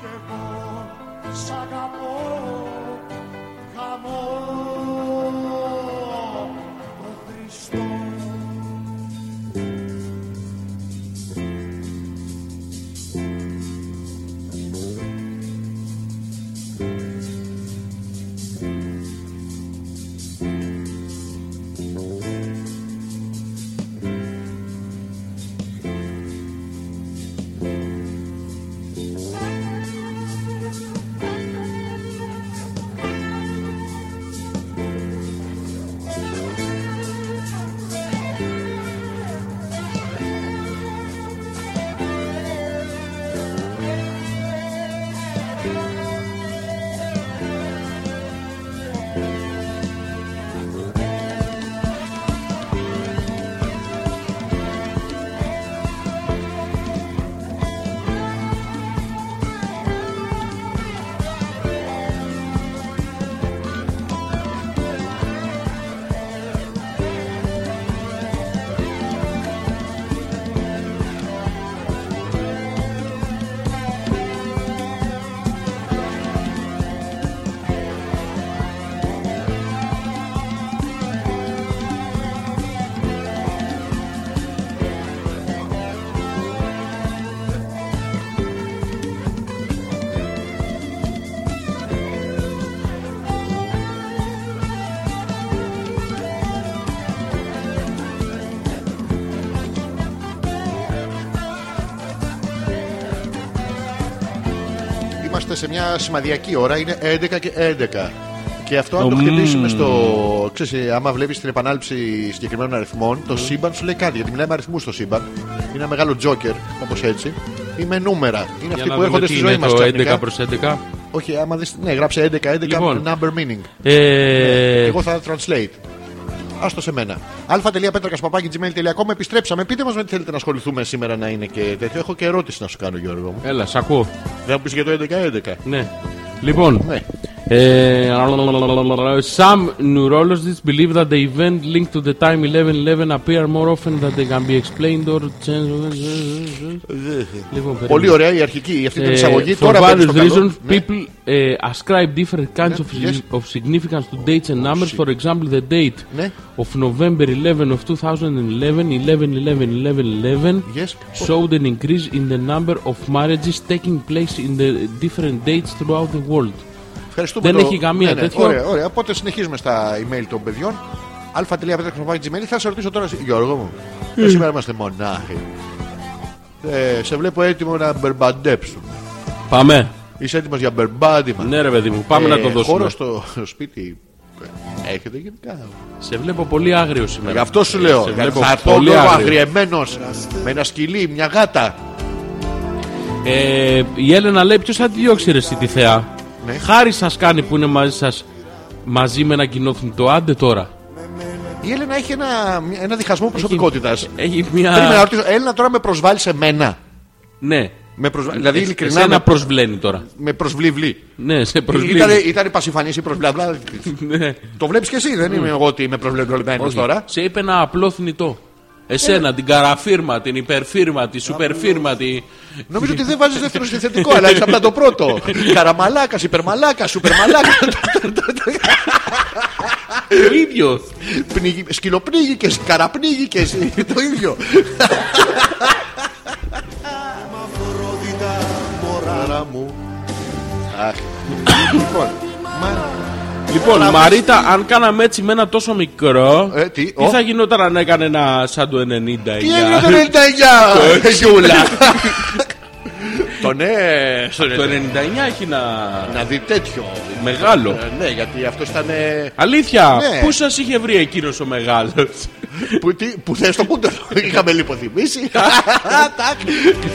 S3: κι εγώ σ' αγαπώ Χαμώ το Χριστό
S1: Είμαστε σε μια σημαδιακή ώρα, είναι 11 και 11. Και αυτό αν το
S2: Το
S1: χτυπήσουμε
S2: μμμ.
S1: στο. Ξέρεις, ε, άμα βλέπεις την επανάληψη συγκεκριμένων αριθμών, το σύμπαν σου λέει κάτι. Γιατί μιλάμε αριθμούς στο σύμπαν. Είναι ένα μεγάλο τζόκερ, όπως έτσι. Είμαι νούμερα. Είναι αυτοί που
S2: να δούμε
S1: έρχονται
S2: τι
S1: στη
S2: είναι
S1: ζωή μας.
S2: το 11 προς 11.
S1: Όχι, άμα δεις, Ναι, γράψε 11-11
S2: Λοιπόν.
S1: number meaning.
S2: Ε,
S1: Εγώ θα translate. Άστο σε μένα. α.πέτρακα.gmail.com Επιστρέψαμε. Πείτε μας με τι θέλετε να ασχοληθούμε σήμερα να είναι και τέτοιο. Έχω και ερώτηση να σου κάνω, Γιώργο μου.
S2: Έλα, σ' ακούω.
S1: Δεν μου πει για το 11-11.
S2: Ναι. Λοιπόν,
S1: Ναι.
S2: Ε, some neurologists believe that the event linked to the time 11-11 appear more often than they can be explained or changed.
S1: Ε,
S2: Λοιπόν,
S1: Πολύ ωραία η αρχική, αυτή την
S2: Ε,
S1: εισαγωγή.
S2: For
S1: Τώρα μπαίνεις
S2: various
S1: στο καλό.
S2: reasons,
S1: Ναι.
S2: people ε, ascribe different kinds
S1: Ναι,
S2: of,
S1: yes. Oh,
S2: of significance to dates and numbers. For example, the date
S1: Ναι.
S2: of November 11 of 2011, 11-11-11-11,
S1: Yes.
S2: showed an increase in the number of marriages taking place in the different dates throughout the world.
S1: Ευχαριστούμε Ναι,
S2: δεν έχει καμία τέτοιο.
S1: Ωραία, ωραία. Οπότε συνεχίζουμε στα email των παιδιών. α.πέτρακα.gmail. Θα σε ρωτήσω τώρα, Γιώργο μου. Ε, Σήμερα είμαστε μονάχοι. Ε, σε βλέπω έτοιμο να μπερμπαντέψουμε.
S2: Πάμε.
S1: Είσαι έτοιμος για μπερμπάντημα.
S2: Ναι, ρε παιδί μου, πάμε
S1: Ε,
S2: να το δώσουμε.
S1: Χώρο στο σπίτι ε, έχετε γενικά.
S2: Σε βλέπω πολύ άγριο σήμερα.
S1: Γι' αυτό σου λέω.
S2: Ε, σε
S1: γιατί
S2: βλέπω
S1: θα έρθω
S2: πολύ
S1: λίγο
S2: άγριο.
S1: αγριεμένος με ένα σκυλί, μια γάτα.
S2: Ε, η Έλενα λέει ποιος θα τη διώξει ρε εσύ τη θεά.
S1: Ναι.
S2: Χάρη σας κάνει που είναι μαζί σας μαζί με ένα κοινό θνητό. Άντε τώρα.
S1: Η Έλενα έχει ένα, μια- ένα διχασμό προσωπικότητας.
S2: Έχει μια.
S1: Περίμενα να ρωτήσω, Έλενα τώρα με προσβάλλει σε μένα.
S2: Ναι.
S1: Με προσβα- Δηλαδή
S2: Ε,
S1: ειλικρινά
S2: εσένα
S1: με,
S2: προσβλένει τώρα.
S1: με προσβλήβλη.
S2: Ναι, σε προσβλένει.
S1: Ήταν, ήταν πασιφανή ή προσβλαβλά.
S2: Ναι.
S1: το βλέπεις και εσύ, δεν είμαι εγώ ότι είμαι προσβλεβλημένο
S2: Όχι.
S1: τώρα.
S2: Σε είπε ένα απλό θνητό. Εσένα, την καραφύρμα, την υπερφύρμα, τη σουπερφύρμα, τη.
S1: Νομίζω ότι δεν βάζεις δεύτερο συνθετικό, αλλά είσαι απλά το *laughs* πρώτο. Καραμαλάκας, υπερμαλάκας, σουπερμαλάκας. Ε,
S2: Το ίδιο.
S1: Σκυλοπνίγηκες, καραπνίγηκες. *laughs* Το ίδιο.
S3: Αφροδίτα μωρά
S1: Άρα μου. Αχ.
S2: Λοιπόν, Μαρίτα, αν κάναμε έτσι με ένα τόσο μικρό.
S1: Ε, τι,
S2: Τι
S1: ο.
S2: θα γινόταν αν έκανε ένα σαν το 99.
S1: Τι έγινε το 99, ε, *laughs* Γιούλα. Το ναι, στο
S2: Το
S1: 99.
S2: 99 έχει να.
S1: Να δει τέτοιο.
S2: Μεγάλο.
S1: Ε, Ναι, γιατί αυτός ήταν. ε,
S2: Αλήθεια,
S1: Ναι.
S2: πού σας είχε βρει εκείνος ο μεγάλος.
S1: *laughs* που- τι- Που θες το κούντελο. Είχαμε λιποθυμίσει. Τάκ.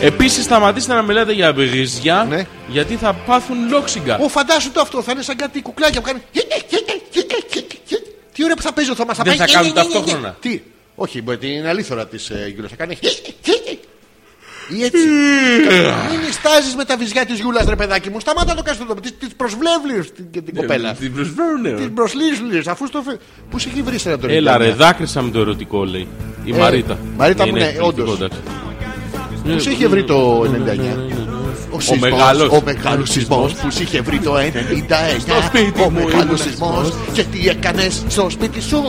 S2: Επίσης, σταματήστε να μιλάτε για βυζιά,
S1: Ναι.
S2: γιατί θα πάθουν λόξιγκα.
S1: Ω, φαντάσου το αυτό, θα είναι σαν κάτι κουκλάκια που κάνει. Τι ώρα που θα παίζει ο Θωμάς, θα
S2: Δεν
S1: πάει-
S2: θα κάνουν ταυτόχρονα.
S1: Τι, όχι, μπορεί την είναι αλήθωρα της Γιούλα. Θα κάνει. Ή έτσι.
S2: Ε.
S1: Μην ιστάζει με τα βυζιά της Γιούλας, ρε παιδάκι μου. Σταμάτα να το κάνει αυτό. Τη προσβλέβλει και
S2: Ε,
S1: την κοπέλα.
S2: Την προσφέρουνε.
S1: Τη προσλύσλεις, αφού στο. φε- Πού σε έχει βρει σε ένα τον
S2: Έλα ρε, δάκρυσα με το ερωτικό λέει. Η
S1: Ναι. Ε,
S2: Μαρίτα.
S1: Μαρίτα μου,
S2: Είναι
S1: ναι,
S2: εκπληκτικό,
S1: όντως.
S2: εντάξει.
S1: Πού σε είχε βρει το 99. Ο, σεισμός,
S2: μεγάλος.
S1: Ο μεγάλος σεισμός που σε είχε βρει το 99.
S2: σπίτι
S1: ο
S2: μου ήμουν
S1: μεγάλος σεισμός. Και τι έκανες στο σπίτι σου.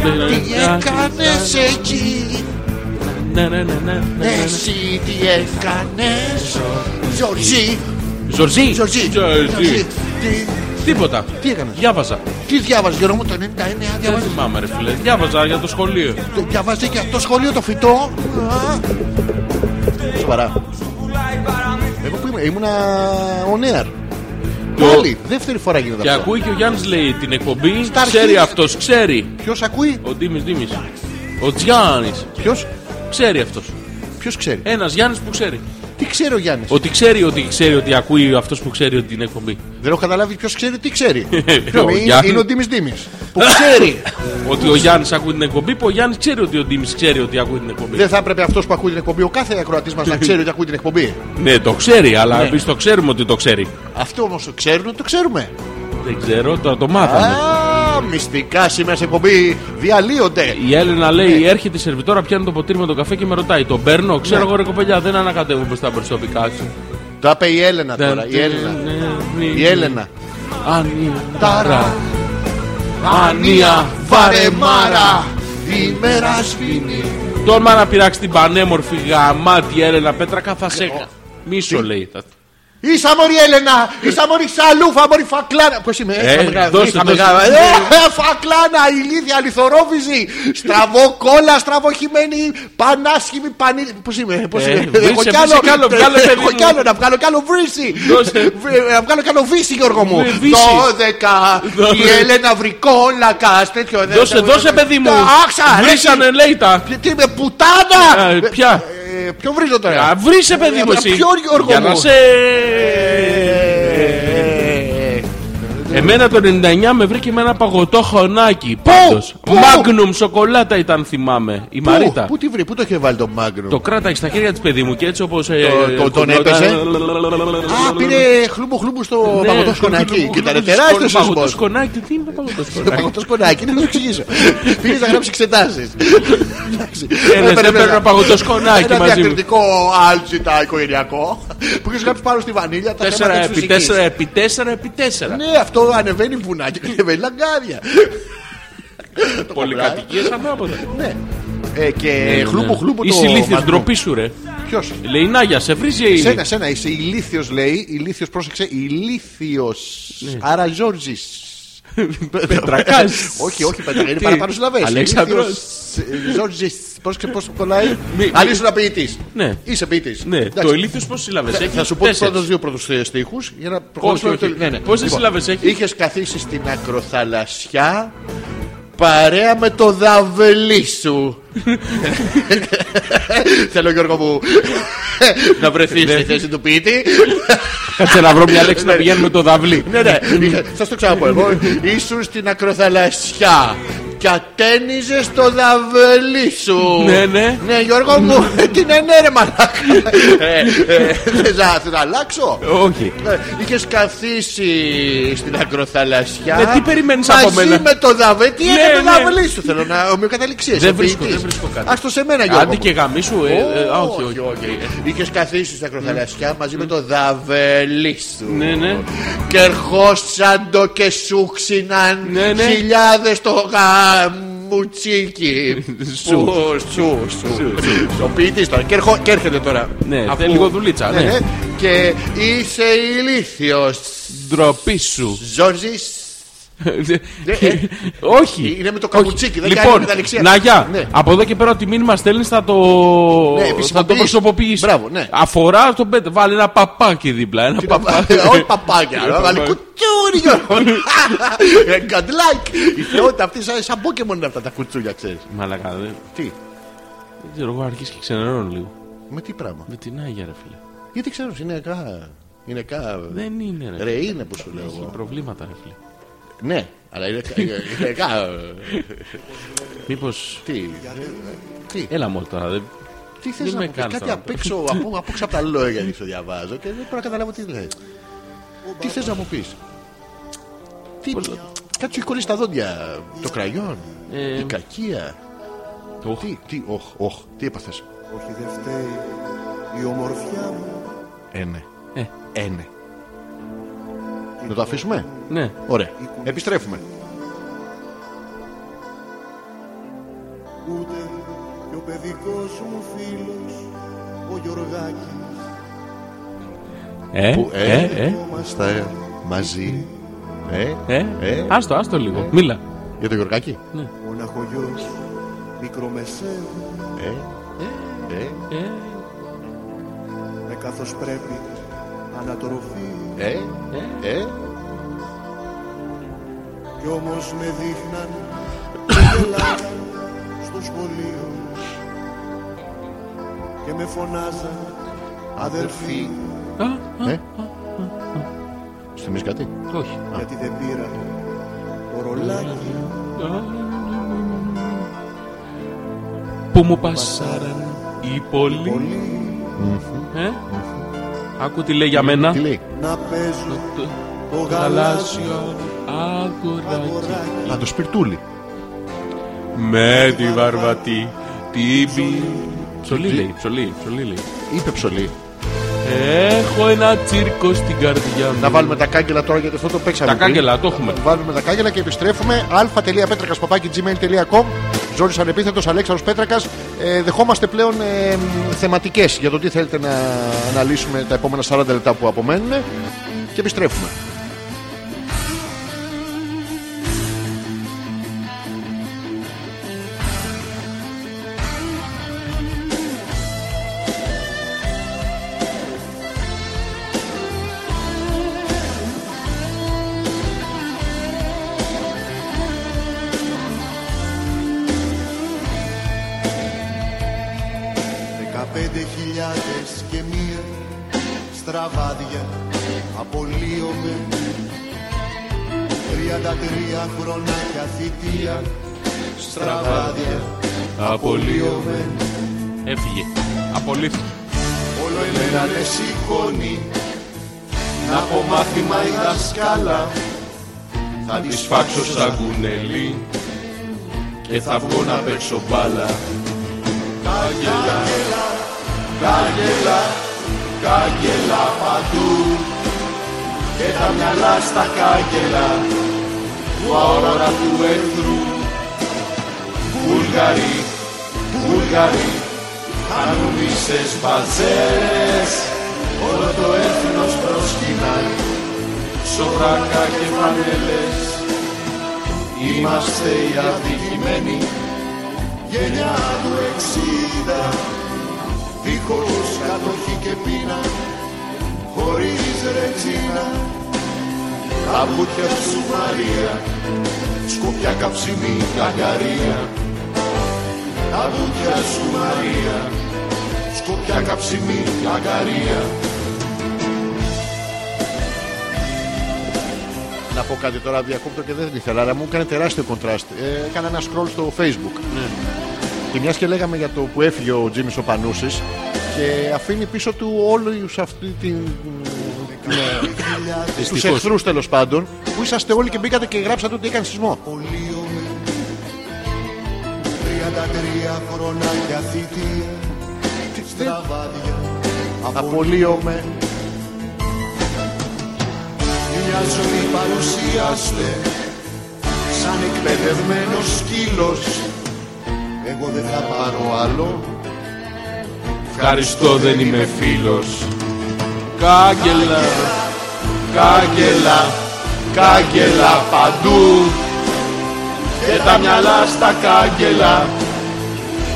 S1: Τι έκανες εκεί.
S2: Ναι, ναι, ναι, ναι, ναι, ναι.
S1: Εσύ τι έκανες. Ζορζί.
S2: Ζορζί.
S1: Ζορζί.
S2: Ζορζί.
S1: Τι-
S2: Τίποτα.
S1: Τι έκανες?
S2: Διάβαζα.
S1: Τι διάβαζες Γιώργο μου το 99.
S2: Δεν
S1: διάβαζε-
S2: θυμάμαι ρε φίλε. Διάβαζα για το σχολείο.
S1: Το διαβάζεις και αυτό σχολείο το φυτό. Α. Σοβαρά. Εγώ που ήμουν, ήμουνα on air. Πάλι, δεύτερη φορά γίνεται
S2: Και
S1: αυτό.
S2: ακούει και ο Γιάννης λέει την εκπομπή.
S1: Στα
S2: Ξέρει
S1: αρχίδια.
S2: αυτός, ξέρει.
S1: Ποιος ακούει,
S2: Ο Ντίμης Ντίμης. Ο Τζιάννης.
S1: ποιος,
S2: Ξέρει αυτός.
S1: ποιος ξέρει.
S2: Ένας Γιάννης που ξέρει.
S1: Τι ξέρει ο Γιάννης.
S2: Ότι ξέρει ότι ξέρει ότι ακούει αυτός που ξέρει ότι την εκπομπή.
S1: Δεν έχω καταλάβει ποιος ξέρει τι ξέρει.
S2: Ε, Ο
S1: είναι,
S2: Γιάννης.
S1: είναι ο Ντίμης Ντίμης. Που ξέρει.
S2: *laughs* Ότι ο Γιάννης ακούει την εκπομπή που ο Γιάννης ξέρει ότι ο Ντίμης ξέρει ότι ακούει την εκπομπή.
S1: Δεν θα έπρεπε αυτός που ακούει την εκπομπή, ο κάθε ακροατής μας να ξέρει ότι ακούει την εκπομπή.
S2: Ναι, το ξέρει, αλλά εμείς το ξέρουμε ότι το ξέρει.
S1: Αυτό όμως το ξέρουν, το ξέρουμε.
S2: Δεν ξέρω, τώρα το μάθαμε.
S1: Α, μυστικά σήμερα σε εκπομπή διαλύονται.
S2: Η Έλενα λέει: Έρχεται η σερβιτόρα, πιάνει το ποτήρι με τον καφέ και με ρωτάει. Τον παίρνω, ξέρω εγώ ρε κοπελιά, δεν ανακατεύω μπροστά προσωπικά σου.
S1: Τα είπε η Έλενα τώρα, η
S2: Δεν-
S1: Έλενα.
S2: ναι,
S1: Η Έλενα.
S2: Ανία.
S1: Τάρα.
S2: Ανία.
S1: Βαρεμάρα. Η μέρα σβήνει.
S2: Τόλμα να πειράξει την πανέμορφη γαμάτη Έλενα Πέτρακα, θα σε. Μίσο λέει. θα-
S1: Ίσα μωρή Έλενα, ίσα μωρή Σαλούφα, μωρή Φακλάνα. Πώς είμαι,
S2: Ε,
S1: είχαμε γα-
S2: δώστε,
S1: είχαμε
S2: δώστε.
S1: γα- Ε, Φακλάνα, ηλίδια, αληθορόβιζη, στραβό κόλλα, στραβοχημένη, πανάσχημη, πανί... Πώς είμαι, πώς
S2: Ε,
S1: είμαι,
S2: βρήσε,
S1: έχω κι
S2: βρήσε
S1: άλλο,
S2: κι άλλο, βγάλε, παιδί
S1: έχω
S2: μου.
S1: κι άλλο, να βγάλω κι άλλο βρύση,
S2: Δώσε.
S1: Βρε, να βγάλω κι άλλο βύση Γιώργο μου,
S2: Ε, βύση.
S1: 12, η
S2: Δώσε.
S1: Έλενα βρικόλακας, τέτοιο, δεν-
S2: Δώσε, δώσε παιδί μου.
S1: Τα Άξα, ρε,
S2: Βρήσανε λέει τα.
S1: τι- τι είμαι, πουτάνα,
S2: Ε, Ποια.
S1: Ε, Ποιο βρίζω τώρα,
S2: Α, Βρήσε παιδί μου
S1: Ε,
S2: εσύ.
S1: ποιο, Γιώργο
S2: Για να
S1: μου?
S2: σε.
S1: Ε,
S2: Εμένα το 99 με βρήκε με ένα παγωτό χωνάκι. Πάντως.
S1: πού?
S2: Magnum σοκολάτα ήταν, θυμάμαι. Η Μαρίτα.
S1: Πού, πού τη βρει, πού το είχε βάλει το Magnum.
S2: Το κράταγε στα χέρια της παιδί μου και έτσι ε, όπω.
S1: το- τον έπαιζε. Α, πήρε χλούμπο χλούμπο
S2: Ναι,
S1: στο παγωτό σκονάκι. Και ήταν τεράστιο
S2: Παγωτό
S1: σεισμό.
S2: σκονάκι, τι είναι παγωτό
S1: Το
S2: σκονάκι.
S1: παγωτό σκονάκι, να το εξηγήσω. Πήρε να γράψεις εξετάσεις.
S2: Έλα, Ε, δεν παίρνω παγωτό σκονάκι
S1: Ένα
S2: μαζί μου.
S1: διακριτικό άλτσιτα οικογενειακό που έχει γράψει πάνω στη βανίλια τα
S2: 4
S1: θέματα της
S2: επί 4
S1: φυσικής.
S2: επί 4 επί 4.
S1: Ναι, αυτό ανεβαίνει βουνά και *laughs* ανεβαίνει λαγκάδια. Το
S2: Πολυκατοικίε ανάποδα.
S1: Ναι. Ε, Και χλούμπο χλούμπο το.
S2: Ναι, Είσαι ηλίθιο,
S1: Magnum.
S2: ντροπή σου ρε.
S1: Ποιος?
S2: Λέει Νάγια, σε βρίζει η
S1: Σένα, σένα,
S2: Ναι. *laughs*
S1: είσαι ηλίθιος λέει, ηλίθιος πρόσεξε, ηλίθιος, άρα Ζόρζης.
S2: Πετρακάς.
S1: όχι, όχι, πετρά, είναι παραπάνω συλλαβές.
S2: Αλέξανδρος.
S1: Ζόρζη, πρόσεξε πώς κολλάει.
S2: Μη-
S1: Αν ήσουν ποιητής.
S2: Ναι.
S1: Είσαι ποιητής.
S2: Ναι, το ηλίθιο πόσε συλλαβέ έχεις.
S1: Θα σου πω τους
S2: Τέσσερις.
S1: πρώτους δύο πρώτους στίχους για να προχωρήσουμε.
S2: όχι,
S1: το-
S2: όχι.
S1: ναι, ναι.
S2: Πόσες συλλαβές έχεις?
S1: Είχες καθίσει στην ακροθαλασσιά παρέα με το δαβελί
S2: *laughs*
S1: σου. *laughs* Θέλω Γιώργο μου να βρεθείς
S2: Ναι.
S1: στη θέση του ποιητή.
S2: Κάτσε να βρω μια λέξη να πηγαίνει με το δαυλί.
S1: Ναι, ναι,
S2: *laughs*
S1: θα το ξαναπώ εγώ. Ήσουν στην ακροθαλασσιά και ατένιζες το δαβελί σου.
S2: Ναι, ναι.
S1: Ναι, Γιώργο μου, την ενέρε μαλάκα. Ε, ε, θες να- θες να αλλάξω.
S2: Όχι.
S1: Είχες καθίσει στην ακροθαλασσιά.
S2: Ναι, τι περιμένεις
S1: μαζί
S2: από μένα?
S1: με το δαβέ. Τι
S2: Ναι,
S1: έκανε το
S2: ναι.
S1: δαβελί σου, θέλω να ομοιοκαταληξίε.
S2: Δεν βρίσκω, δεν βρίσκω κάτι.
S1: Άστο σε μένα, Γιώργο.
S2: Άντε
S1: μου.
S2: και γαμίσου. ε, ε, α, Όχι, όχι.
S1: Είχες καθίσει στην ακροθαλασσιά μαζί με το δαβελί σου.
S2: Ναι, ναι.
S1: Και ερχόσαν το και σου ξυνάν
S2: Ναι, ναι.
S1: χιλιάδες το γαμουτσίκι.
S2: Σου.
S1: Που- Σου, σου. Ο ποιητή τώρα. Και ερχο- Και έρχεται τώρα.
S2: Ναι,
S1: Αφού-
S2: θέλει λίγο δουλίτσα.
S1: Ναι,
S2: Ναι.
S1: ναι. Και είσαι ηλίθιος
S2: Ντροπή σου.
S1: Ζόρζης ε.
S2: *laughs* Όχι.
S1: Είναι με το καμουτσίκι, δεν κάνει
S2: Λοιπόν,
S1: με τα δεξιά.
S2: Ναγιά,
S1: Ναι.
S2: Από εδώ και πέρα ότι μήνυμα στέλνεις θα το,
S1: Ναι,
S2: θα το
S1: επισημοποιείς.
S2: προσωποποιήσει.
S1: Μπράβο, ναι.
S2: Αφορά τον πέντε. Βάλει ένα παπάκι δίπλα. Ένα παπάκι.
S1: Όχι παπάκια, αλλά βάλει κουτσούρι Γιώργο. Ε, God like. Η θεότητα αυτή σαν σαν Pokemon είναι αυτά τα κουτσούλια, ξέρεις
S2: Μαλακά, δεν,
S1: Τι,
S2: δεν ξέρω, εγώ αρχίσει και ξενερώνω λίγο.
S1: με τι πράγμα.
S2: Με την Άγια, ρε φίλε.
S1: Γιατί ξέρω, είναι κα... Είναι κα...
S2: Δεν είναι, ρε.
S1: Ρε είναι που σου λέω
S2: Έχει
S1: εγώ.
S2: προβλήματα, ρε φίλε.
S1: Ναι, αλλά είναι κα...
S2: *laughs*
S1: είναι κα-
S2: Μήπως.
S1: Τι, τι,
S2: Έλα μόνο τώρα. Δεν...
S1: τι
S2: μη
S1: θες
S2: με
S1: να μου πεις,
S2: κάνεις
S1: κάτι
S2: τώρα.
S1: απ' έξω, απο- απ' έξω από τα λόγια γιατί στο διαβάζω και δεν μπορώ να καταλάβω τι λες. Τι θες να μου πεις. Τι, κάτι σου έχει κολλήσει στα δόντια, το κραγιόν,
S2: Ε,
S1: η κακία.
S2: Οχ.
S1: Τι, τι, οχ, οχ, τι έπαθες.
S3: Όχι δεν φταίει η ομορφιά μου
S1: Ε, ναι.
S2: Ε.
S1: Ε, ναι. Να το αφήσουμε.
S2: Ναι.
S1: Ωραία. Επιστρέφουμε.
S3: ούτε και ο παιδικός μου φίλος ο Γιωργάκης
S2: Ε,
S1: Που, ε,
S2: ε, ε,
S1: Στα μαζί. Ε,
S2: ε,
S1: ε.
S2: Άστο, άστο λίγο. Μίλα.
S1: Για τον Γιωργάκη.
S3: μοναχογιός μικρομεσαίου
S1: Ε, ε,
S2: Ε,
S3: με καθώς πρέπει ανατροφή
S1: ε, ε.
S3: κι όμως με δείχναν και γελάγαν στο σχολείο και με φωνάζαν αδερφή
S2: α,
S1: Ε. Σου θυμίζει κάτι.
S2: α, όχι.
S3: γιατί δεν πήρα το ρολάκι
S2: Που μου πασάραν οι πολλοί.
S3: πολύ
S2: Ε? Άκου τι λέει για μένα.
S1: Τι λέει.
S3: να παίζω
S2: Το
S3: το γαλάζιο
S2: γαλάζιο αγοράκι.
S3: αγοράκι
S1: Α, το σπιρτούλι.
S2: Με τη βαρβατή την πι... Ψολή λέει, ψολή, ψολή λέει.
S1: Είπε ψωλή.
S2: Έχω ένα τσίρκο στην καρδιά μου.
S1: Να βάλουμε τα κάγκελα τώρα γιατί αυτό το παίξαμε.
S2: Τα
S1: πριν.
S2: κάγκελα, το έχουμε.
S1: Βάλουμε τα κάγκελα και επιστρέφουμε. α.πέτρακα.gmail.com Ζόρι ανεπίθετος Αλέξανδρος Πέτρακας. Ε, δεχόμαστε πλέον ε, θεματικές για το τι θέλετε να αναλύσουμε τα επόμενα 40 λεπτά που απομένουν. Και επιστρέφουμε.
S3: Δεκαπέντε χιλιάδες και μία στραβάδια απολύομαι Τριάντα τρία χρονάκια θητεία στραβάδια απολύομαι
S2: Έφυγε. Απολύθηκε.
S3: Όλο εμένα με σηκώνει να πω μάθημα η δασκάλα Θα τη σφάξω σαν
S2: κουνελί και θα βγω να παίξω μπάλα.
S3: κάγκελα παντού και τα μυαλά στα κάγκελα του αόρατα του εχθρού. Βούλγαροι, Βούλγαροι, χάνουν ίσες μπατζέρες, όλο το έθνος προσκυνάει, σοβράκα και φανέλες. Είμαστε οι αδικημένοι Γενιά του εξήντα Δίχως κατοχή και πείνα Χωρίς ρετσίνα Τα μπουτια σου Μαρία Σκουπιά καψιμή καγκαρία Τα μπουτια σου Μαρία Σκουπιά καψιμή καγκαρία
S1: Να πω κάτι τώρα, διακόπτω και δεν ήθελα, αλλά μου έκανε τεράστιο κοντράστ. Ε, έκανα ένα scroll στο Facebook. Και μιας και λέγαμε για το που έφυγε ο Τζίμις ο Πανούσης και αφήνει πίσω του όλους αυτή την. Τους
S2: Δυστυχώς.
S1: εχθρούς τέλος πάντων, που είσαστε όλοι και μπήκατε και γράψατε ότι έκανε σεισμό.
S3: Πολύομαι 33 χρόνια για θητεία Στραβάδια
S1: Απολύομαι.
S3: Μια ζωή παρουσιάστε Σαν εκπαιδευμένος σκύλος Εγώ δεν θα πάρω άλλο
S2: Ευχαριστώ δεν είμαι φίλος Κάγκελα Κάγκελα Κάγκελα παντού Και τα μυαλά στα κάγκελα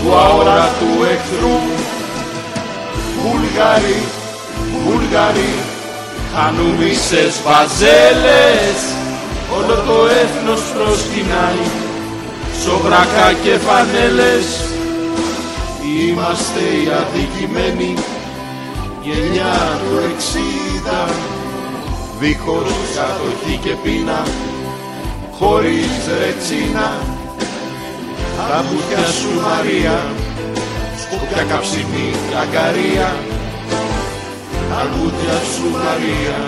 S3: Του αόρατου εχθρού Βουλγαροί, Βουλγαροί Χάνουμε σε βαζέλες Όλο το έθνος προσκυνάει Σοβρακά και φανέλες Είμαστε οι αδικημένοι Γενιά του εξήντα Δίχως κατοχή και πείνα Χωρίς ρετσίνα Τα μπουτια σου Μαρία Σκοπιά καψιμή καγκαρία Τα μπουτια σου Μαρία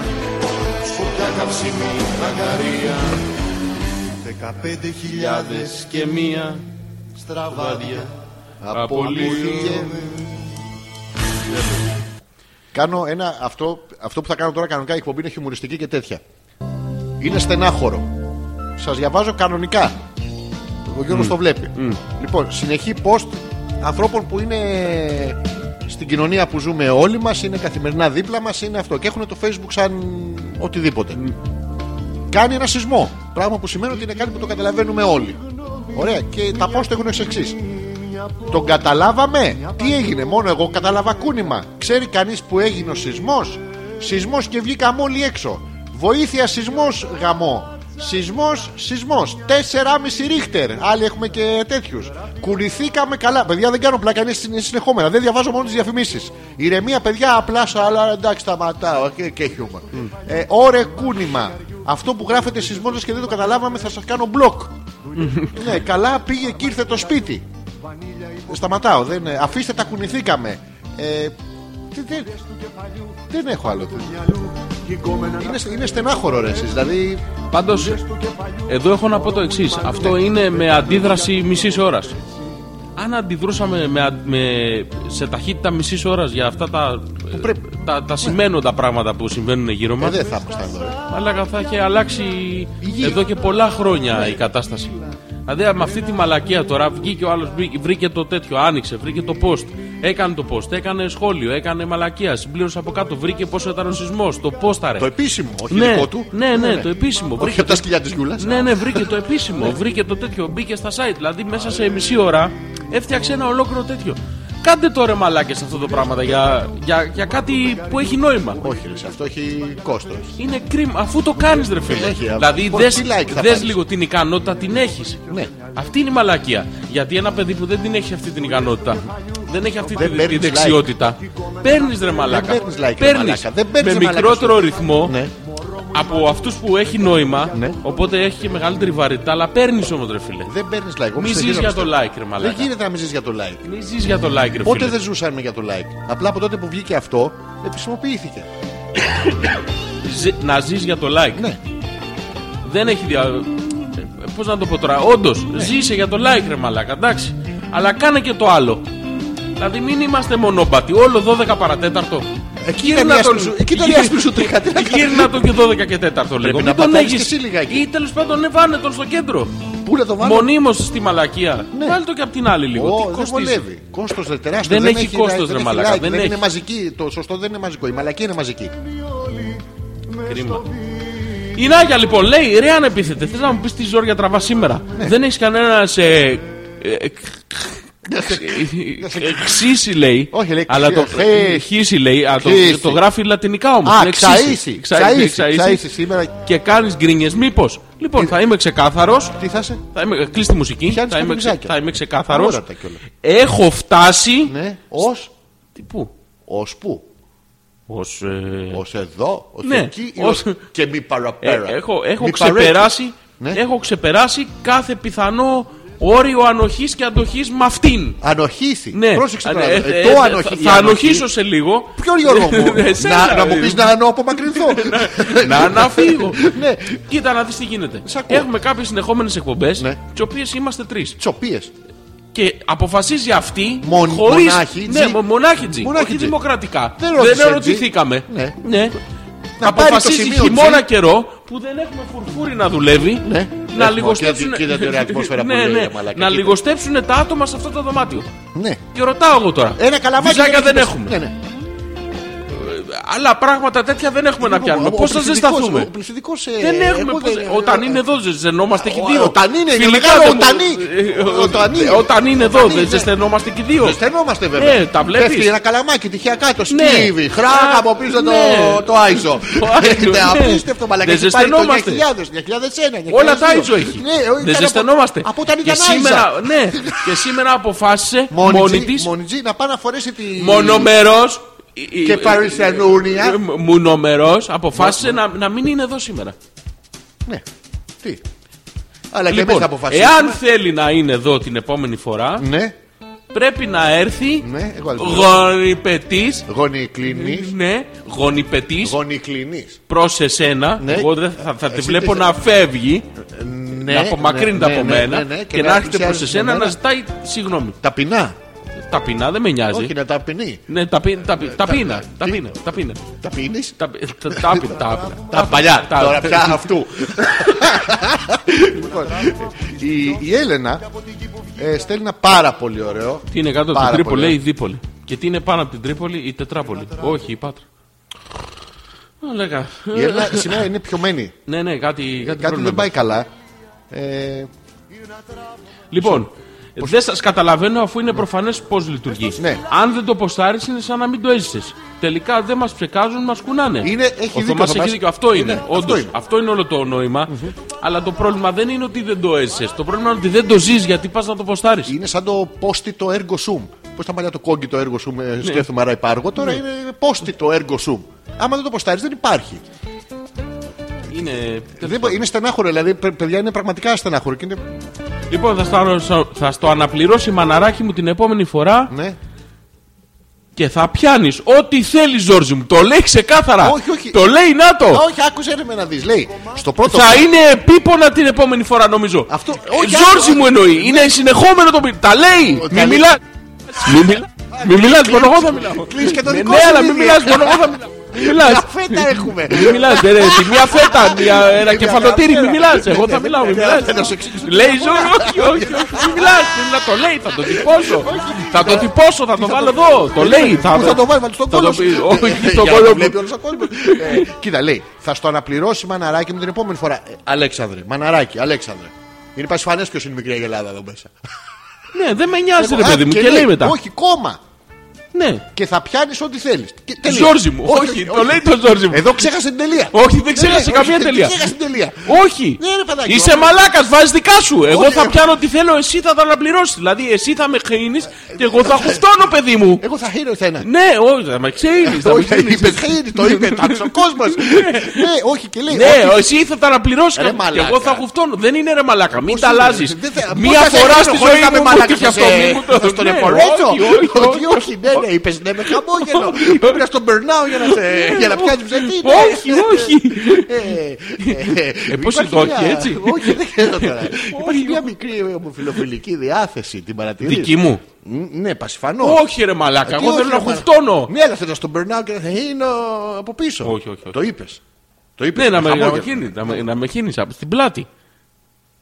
S3: Σκοπιά καψιμή καγκαρία Δεκαπέντε χιλιάδες και μία Στραβάδια Απολύθηκε
S1: Κάνω ένα, αυτό, αυτό που θα κάνω τώρα κανονικά η εκπομπή είναι χιουμοριστική και τέτοια. Είναι στενάχωρο. Σας διαβάζω κανονικά. Ο Γιώργος το βλέπει. Λοιπόν, συνεχή post ανθρώπων που είναι στην κοινωνία που ζούμε όλοι μας, είναι καθημερινά δίπλα μας, είναι αυτό. Και έχουν το Facebook σαν οτιδήποτε. Κάνει ένα σεισμό. Πράγμα που σημαίνει ότι είναι κάτι που το καταλαβαίνουμε όλοι. Ωραία. Και τα post έχουν ω εξής. Τον καταλάβαμε. Τι έγινε, μόνο εγώ κατάλαβα κούνημα. Ξέρει κανείς που έγινε ο σεισμός. Σεισμός και βγήκαμε όλοι έξω. Βοήθεια σεισμός γαμό. Σεισμός, σεισμός. 4,5 ρίχτερ. Άλλοι έχουμε και τέτοιους. Κουνηθήκαμε καλά. Παιδιά δεν κάνω πλάκα, είναι συνε- συνεχόμενα. Δεν διαβάζω μόνο τις διαφημίσεις. Ηρεμία, παιδιά, απλά σα άλλα εντάξει, σταματάω. Και, και χιούμορ. Ε, ωρε κούνημα. Αυτό που γράφετε σεισμό και δεν το καταλάβαμε, θα σας κάνω μπλοκ. ναι, καλά πήγε και ήρθε το σπίτι. Σταματάω. Δεν, αφήστε τα κουνηθήκαμε. Ε, τι- τι- δεν έχω άλλο. Είναι, είναι στενάχωρο ρε εσείς. Δηλαδή
S2: Πάντως εδώ έχω να πω το εξής. Αυτό είναι με αντίδραση μισής ώρας. Αν αντιδρούσαμε με, αν- με- σε ταχύτητα μισής ώρας για αυτά τα,
S1: πρέπει.
S2: τα, τα σημαίνοντα πράγματα που συμβαίνουν γύρω
S1: ε,
S2: μας,
S1: δεν θα ήμασταν εδώ. ρε.
S2: Αλλά θα έχει αλλάξει
S1: γη.
S2: εδώ και πολλά χρόνια η κατάσταση. Δηλαδή με αυτή τη μαλακία τώρα βγήκε ο άλλος, βρήκε το τέτοιο, άνοιξε, βρήκε το post. Έκανε το post, έκανε σχόλιο, έκανε μαλακία. Συμπλήρωσε από κάτω, βρήκε πόσο ήταν ο σεισμός, το πόσταρε.
S1: Το επίσημο, όχι
S2: ναι,
S1: δικό του.
S2: ναι, ναι, το επίσημο.
S1: Όχι
S2: Βρήκε
S1: από τα σκυλιά της Γιούλας.
S2: ναι, ναι, βρήκε το επίσημο, βρήκε το τέτοιο, μπήκε στα site. Δηλαδή μέσα σε μισή ώρα έφτιαξε ένα ολόκληρο τέτοιο. Κάντε τώρα μαλάκες αυτό το πράγμα για, για, για κάτι που έχει νόημα.
S1: Όχι, ρε, σε αυτό έχει κόστος.
S2: Είναι κρίμα. Αφού το κάνεις, ρε φίλε.
S1: Έχει,
S2: δηλαδή,
S1: πώς,
S2: δες,
S1: τι like θα
S2: δες
S1: πάρεις.
S2: λίγο την ικανότητα, την έχεις.
S1: Ναι.
S2: Αυτή είναι η μαλακία. Γιατί ένα παιδί που δεν την έχει αυτή την ικανότητα, δεν έχει αυτή
S1: Δεν
S2: τη, τη
S1: παίρνεις
S2: δεξιότητα, παίρνεις ρε μαλάκα.
S1: παίρνεις like, ρε
S2: Παίρνεις
S1: μαλάκα. Δεν παίρνεις,
S2: με
S1: ρε μαλάκα,
S2: μικρότερο
S1: σου.
S2: ρυθμό
S1: Ναι.
S2: από αυτούς που έχει νόημα.
S1: Ναι.
S2: Οπότε έχει και μεγαλύτερη βαρύτητα, αλλά παίρνεις όμως, ρε φίλε.
S1: Δεν παίρνεις like.
S2: Μη
S1: Όπως
S2: ζει
S1: δεν
S2: για το
S1: γίνεται.
S2: like, ρε
S1: Δεν
S2: μαλάκα. Ε,
S1: γίνεται να μην ζεις για το like.
S2: Μη ζεις για το like, ρε
S1: Πότε
S2: φίλε.
S1: δεν ζούσαμε για το like. Απλά από τότε που βγήκε αυτό, επισημοποιήθηκε.
S2: Ζε- Να ζεις για το like.
S1: Ναι.
S2: δεν έχει δια... Πώς να το πω τώρα, όντως
S1: Ναι.
S2: ζήσε για το like ρε μαλάκα, εντάξει. Αλλά κάνε και το άλλο. Δηλαδή μην είμαστε μονόμπατοι, όλο 12 παρατέταρτο.
S1: Εκεί ήταν η άσπρη σου- Ε, εκεί ήταν η άσπρη σου τρίχα, τι να κάνεις.
S2: Γύρνα τον και 12 και 4 λίγο.
S1: να
S2: Μην τον
S1: πατάρεις
S2: έχεις.
S1: και εσύ λιγάκι.
S2: Ή τέλος πάντων εβάνε τον στο κέντρο.
S1: Πού να το βάλω.
S2: Μονίμως στη μαλακία.
S1: Ναι.
S2: Βάλει το και απ' την άλλη λίγο.
S1: Ω,
S2: Τι
S1: δεν
S2: κοστίζει.
S1: βολεύει. Κόστος δεν τεράστιος.
S2: Δεν έχει κόστος, ρε
S1: έχει
S2: μαλάκα,
S1: like,
S2: δεν
S1: είναι
S2: έχει.
S1: μαζική. Το σωστό δεν είναι μαζικό. Η μαλακή είναι μαζική.
S2: Κρίμα. Η Νάγια λοιπόν λέει: Ρε, αν επίθετε, θες να μου πεις τι ζόρια τραβά σήμερα.
S1: Ναι.
S2: Δεν έχεις κανένας. Ε, ε, ε, Ξύση λέει.
S1: Όχι, λέει,
S2: Αλλά το
S1: «Χέι».
S2: χύση λέει. αλλά το-
S1: Ξύση.
S2: Το γράφει λατινικά όμως.
S1: Α, ξαΐσει. Ξαΐσει. Ξαΐσει σήμερα.
S2: Και κάνεις γκρίνιες, μήπως. Λοιπόν, θα είμαι ξεκάθαρος.
S1: Τι θα είσαι.
S2: Θα είμαι, κλείς τη μουσική.
S1: Πιάνεις
S2: Θα είμαι, ξε-
S1: καπνιζάκια.
S2: θα είμαι ξεκάθαρος.
S1: Αόρατα κιόλας.
S2: Έχω φτάσει.
S1: Ναι. Ως.
S2: Τι πού.
S1: Ως πού.
S2: Ως, ε,
S1: Ως εδώ. Ως
S2: Ναι,
S1: εκεί. ή
S2: ως-
S1: ως- Και μη
S2: ε,
S1: παραπέρα.
S2: έχω, έχω,
S1: Μη παρέτηση.
S2: ξεπεράσει,
S1: Ναι.
S2: έχω ξεπεράσει κάθε πιθανό όριο ανοχής και αντοχής με αυτήν.
S1: Ανοχήσει.
S2: Ναι.
S1: Πρόσεξε
S2: Ε,
S1: τώρα.
S2: ε,
S1: Ε,
S2: ε,
S1: Το
S2: θα-
S1: ανοχή. η
S2: Θα ανοχήσω σε λίγο.
S1: Ποιο
S2: *laughs*
S1: Γιώργο μου.
S2: Εσένα,
S1: να, να μου
S2: ε,
S1: πεις να ανώ απομακρυνθώ.
S2: *laughs* να αναφύγω.
S1: Ναι.
S2: Κοίτα να δεις τι γίνεται.
S1: Σ' ακούω.
S2: Έχουμε κάποιες συνεχόμενες εκπομπές,
S1: Ναι.
S2: τις οποίες είμαστε τρεις.
S1: Τις οποίες.
S2: Και αποφασίζει αυτή
S1: Μον-
S2: χωρίς...
S1: μονάχη,
S2: Ναι,
S1: τζι.
S2: μο- μονάχιτζι.
S1: Μονάχιτζι.
S2: Όχι δημοκρατικά.
S1: Δεν
S2: Δεν,
S1: ρώτησες,
S2: ερωτηθήκαμε.
S1: τζι. Ναι. Να πάρει το
S2: Αποφασίζει
S1: σημείο,
S2: χειμώνα
S1: τζι.
S2: καιρό που δεν έχουμε φουρφούρι να δουλεύει
S1: Ναι.
S2: να
S1: Έχουμε
S2: λιγοστέψουν
S1: και- κοίτα τώρα η
S2: *laughs*
S1: ατμόσφαιρα που
S2: Ναι,
S1: λέει,
S2: ναι.
S1: ρε μαλάκα,
S2: να
S1: κοίτα.
S2: λιγοστέψουν τα άτομα σε αυτό το δωμάτιο.
S1: Ναι.
S2: Και ρωτάω εγώ τώρα.
S1: Ένα καλαμάκι.
S2: Βυζάκια δεν
S1: έχει
S2: έχουμε.
S1: πέσει. Ναι, ναι.
S2: Άλλα πράγματα τέτοια δεν έχουμε να πιάνουμε.
S1: Λοιπόν, Ο- ο
S2: Πώς θα
S1: πληθυντικός-
S2: ζεσταθούμε.
S1: Ο πληθυντικός, ε,
S2: Δεν έχουμε.
S1: εγώ
S2: πώς-
S1: δεν-
S2: Όταν είναι εδώ, δεν ζεσθενόμαστε και οι δύο.
S1: Όταν είναι, είναι
S2: Φιλικά
S1: μεγάλο
S2: δεν μου-
S1: όταν
S2: Ε,
S1: είναι.
S2: ε,
S1: Όταν είναι.
S2: Όταν είναι εδώ,
S1: Όταν είναι.
S2: δεν ζεσθενόμαστε και οι δύο.
S1: Στενόμαστε βέβαια.
S2: Ε, τα βλέπεις.
S1: Πέφτει ένα καλαμάκι τυχαία κάτω.
S2: Ναι.
S1: Σκύβει.
S2: Α,
S1: Χράκα από πίσω το,
S2: ναι.
S1: το Άιζο.
S2: *laughs* Το Άιζο,
S1: Είναι
S2: ναι.
S1: απίστευτο μαλακά.
S2: Δεν
S1: Έχει πάρει το
S2: ζεσθενόμαστε.
S1: 2000, 2001.
S2: Όλα
S1: 2002.
S2: τα Άιζο έχει.
S1: Ε, Ναι, ήταν
S2: δεν
S1: από-
S2: ζεσθενόμαστε.
S1: Από όταν
S2: και
S1: ήταν
S2: σήμερα,
S1: Άιζα.
S2: ναι, και σήμερα αποφάσισε μόνη
S1: Μόνιτζι,
S2: της
S1: Μόνιτζι να πάει να φορέσει τη.
S2: μονομερός.
S1: Και
S2: ε,
S1: παρουσιανούνια.
S2: Μονομερό αποφάσισε να, να μην είναι εδώ
S1: Ε,
S2: σήμερα.
S1: Ναι. Τι. Αλλά και εμείς
S2: Λοιπόν,
S1: θα αποφασίσουμε.
S2: εάν θέλει να είναι εδώ την επόμενη φορά,
S1: Ναι,
S2: πρέπει να έρθει
S1: ναι, εγώ
S2: γονιπετής.
S1: Γονικλινής.
S2: Ναι, γονιπετής
S1: Γονικλινής.
S2: προς εσένα.
S1: Ναι.
S2: Εγώ δεν θα, θα τη
S1: Εσύ
S2: βλέπω
S1: δεν-
S2: να φεύγει,
S1: Ναι,
S2: να απομακρύνεται
S1: ναι,
S2: από
S1: ναι,
S2: μένα
S1: ναι, ναι,
S2: και, να έρχεται
S1: πλησιάζει
S2: προς εσένα
S1: εμένα.
S2: να ζητάει συγγνώμη.
S1: Ταπεινά.
S2: Ταπεινά, δεν με νοιάζει.
S1: Όχι, να ταπεινεί.
S2: Ναι, ταπει- ταπει- ταπείνα,
S1: τα-
S2: ταπείνα, ταπείνα.
S1: Ταπεινεί.
S2: Ταπει- τα- τάπι- τάπι-
S1: Τα παλιά,
S2: τα-
S1: τώρα
S2: τα-
S1: πια αυτού. Λοιπόν, η, η Έλενα ε, στέλνει ένα πάρα πολύ ωραίο.
S2: Τι είναι κάτω από την
S1: Πάρα
S2: Τρίπολη,
S1: πολύ.
S2: λέει η Δίπολη. Και τι είναι πάνω από την Τρίπολη, η Τετράπολη. Όχι, η Πάτρα. Α, Λέγα.
S1: Η Έλενα σήμερα είναι πιωμένη.
S2: Ναι, ναι, κάτι, κάτι,
S1: Κάτι
S2: πρόβλημα.
S1: δεν πάει καλά. Ε,
S2: Λοιπόν, δεν σας καταλαβαίνω αφού είναι προφανές πώς λειτουργεί.
S1: Ναι.
S2: Αν δεν το ποστάρεις, είναι σαν να μην το έζησες. Τελικά δεν μας ψεκάζουν, μας κουνάνε.
S1: Είναι- έχει
S2: Ο
S1: δίκιο,
S2: Θωμάς
S1: Θωμάς.
S2: έχει δίκιο. Αυτό είναι.
S1: Είναι,
S2: όντως.
S1: ναι, αυτό είναι.
S2: Αυτό είναι όλο το νόημα. Αλλά το πρόβλημα δεν είναι ότι δεν το έζησες. Το πρόβλημα είναι ότι δεν το ζεις γιατί πας να το ποστάρεις.
S1: είναι σαν το πόστι το έργο σου. Πώ τα παλιά το κόγκι το έργο σου,
S2: Ναι.
S1: ε, σκέφτομαι άρα υπάρχω. Τώρα είναι πόστι το έργο σου. Άμα δεν το ποστάρεις, δεν υπάρχει.
S2: Είναι...
S1: Δεν μπο- είναι στενάχωρο, δηλαδή παι- παιδιά είναι πραγματικά στενάχωρο. Και είναι,
S2: Λοιπόν, θα στο, θα στο αναπληρώσει η μαναράκι μου την επόμενη φορά
S1: ναι.
S2: και θα πιάνεις ό,τι θέλεις, Ζόρζι μου. Το λέει ξεκάθαρα.
S1: Όχι, όχι.
S2: Το λέει να το.
S1: Όχι, άκουσε ρε με να δεις. Λέει στο πρώτο.
S2: Θα είναι επίπονα την επόμενη φορά νομίζω.
S1: Αυτό-
S2: Ε,
S1: όχι,
S2: Ζόρζι
S1: όχι.
S2: μου εννοεί. Είναι συνεχόμενο το μήνυμα. Τα λέει.
S1: Ο-
S2: Μη
S1: τα λέει.
S2: μιλά. Μη μιλά. Μη μιλάς. Μόνο εγώ θα μιλάω.
S1: Κλείς και το
S2: Ναι,
S1: δικό
S2: Ναι,
S1: σου
S2: αλλά μη
S1: μήνυμα.
S2: μιλάς. Μόνο εγώ θα μιλάω. Μη μιλάς.
S1: Καφέτα έχουμε.
S2: Μη μιλάς, ρε, ρε, εσύ, μια φέτα, μια, ένα κεφαλοτήρι, μη μιλάς. Εγώ
S1: Ναι,
S2: θα μιλάω, μη μιλά.
S1: θα σε εξηγήσω
S2: Λέει Ζόρι, όχι, όχι, όχι, μη μιλάς. Το λέει, θα το τυπώσω. Θα το τυπώσω, θα το βάλω εδώ. Το Ε, λέει.
S1: Πού θα το βάλει, βάλει στον
S2: θα το
S1: κόλλο.
S2: πει-
S1: σου.
S2: Όχι,
S1: Ε, Για
S2: στον
S1: να
S2: κόλλο
S1: το
S2: μου.
S1: βλέπει όλος ο κόσμος. Ε, Κοίτα, λέει, θα στο αναπληρώσει μαναράκι μου την επόμενη φορά. Ε, Αλέξανδρε, μαναράκι, Αλέξανδρε. Είναι πασφανέ ποιος είναι η μικρή Αγελάδα εδώ μέσα.
S2: Ναι, δεν με νοιάζει, ρε
S1: Α,
S2: παιδί μου, και λέει μετά.
S1: Όχι, κόμμα.
S2: Ναι,
S1: Και θα πιάνεις ό,τι θέλεις.
S2: Ζόρζι Ε, μου, όχι, το λέει το Ζόρζι μου.
S1: Εδώ ξέχασε την τελεία.
S2: Όχι, δεν
S1: Ναι,
S2: ξέχασε
S1: όχι,
S2: καμία
S1: δεν
S2: τελεία.
S1: ξέχασε την τελεία.
S2: Όχι!
S1: Ναι, ρε παιδάκι,
S2: Είσαι
S1: όχι.
S2: μαλάκας, βάζεις δικά σου. Εγώ
S1: Όχι,
S2: θα
S1: ρε.
S2: πιάνω ό,τι θέλω, εσύ θα τα αναπληρώσεις. Δηλαδή, εσύ θα με χαίνει και εγώ θα χουφτώνω, παιδί μου.
S1: Εγώ θα χαίρω ένα.
S2: Ναι, όχι, θα με ξέρει.
S1: Το είπε, χαίρι, το είπε, τα άκουσε ο κόσμος. Ναι, όχι και λέει. όχι,
S2: Ναι, εσύ θα τα αναπληρώσεις
S1: Ρε
S2: και εγώ θα
S1: μαλάκα.
S2: χουφτώνω. Δεν είναι ρε μαλάκα, μην
S1: Πώς
S2: τα
S1: είναι,
S2: αλλάζεις.
S1: δεν θα- πώς
S2: Μία
S1: θα
S2: φορά
S1: κάνω
S2: στη
S1: χωρίς
S2: ζωή
S1: να με
S2: μου μου
S1: μαλάκες,
S2: τύχει αυτό.
S1: ε,
S2: μην μου το-
S1: Θα στον
S2: Ναι,
S1: εφορέσω.
S2: όχι, όχι,
S1: Όχι,
S2: όχι.
S1: όχι, ναι, ναι, είπες ναι με χαμόγελο. Πρέπει να στον περνάω για να σε- για να πιάνει ψευτή. ναι.
S2: Όχι, όχι.
S1: Ε, ε, ε,
S2: πώς
S1: υπάρχει
S2: είναι το όχι,
S1: μια-
S2: έτσι?
S1: Όχι, δεν ξέρω τώρα. Υπάρχει μια μικρή ομοφιλοφιλική διάθεση, την παρατηρείς.
S2: Δική μου.
S1: Ν- Ναι, πασφανώ.
S2: Όχι, ρε μαλάκα, εγώ θέλω να χουφτώνω.
S1: Ναι, αλλά θέλω να στον περνάω και να θα γίνω από πίσω.
S2: Όχι, όχι, όχι.
S1: Το είπες. Το είπες.
S2: Ναι, να με- να με
S1: χαμόγελο.
S2: χύνεις, να με- να με χύνεις στην πλάτη.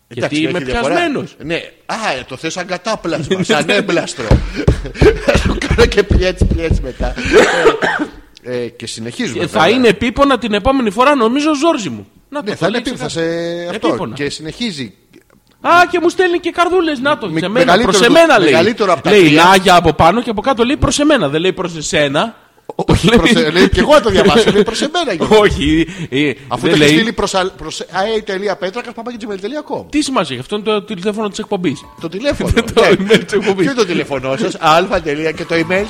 S1: Εντάξει,
S2: Γιατί είμαι
S1: έχει διαφορά.
S2: πιασμένος.
S1: Ναι. Α, ε, το θες σαν κατάπλασμα, σαν έμπλαστρο. Θα σου κάνω και πιέτσι πιέτσι μετά. Ε, ε, και συνεχίζουμε.
S2: Και
S1: βέβαια.
S2: θα είναι επίπονα την επόμενη φορά, νομίζω, Ζόρζι μου. Να το,
S1: Ναι,
S2: το
S1: θα είναι
S2: λέει
S1: επίθεση
S2: ξεκάθαρα.
S1: αυτό.
S2: Επίπονα.
S1: Και συνεχίζει.
S2: Α, και μου στέλνει και καρδούλες. Να το.
S1: Με-
S2: σε μένα,
S1: μεγαλύτερο
S2: προ
S1: του-
S2: εμένα λέει.
S1: μεγαλύτερο απ' τα
S2: λέει
S1: τρία.
S2: Νάγια από πάνω και από κάτω λέει προς εμένα. Δεν λέει προς εσένα.
S1: Όχι,
S2: λέει-
S1: προς, ε, λέει, και εγώ θα το διαβάσω. λέει προς εμένα. γίνεται.
S2: *laughs* Όχι. ε,
S1: Αφού
S2: δεν
S1: το έχεις
S2: λέει.
S1: στείλει προς α- προς ae.petrakas.gmail.com
S2: Τι σημασία έχει, αυτό είναι το τηλέφωνο της εκπομπής.
S1: Το τηλέφωνο.
S2: Το
S1: ναι.
S2: email της εκπομπής.
S1: Ποιο είναι το τηλέφωνό σας, α. τελεία και το email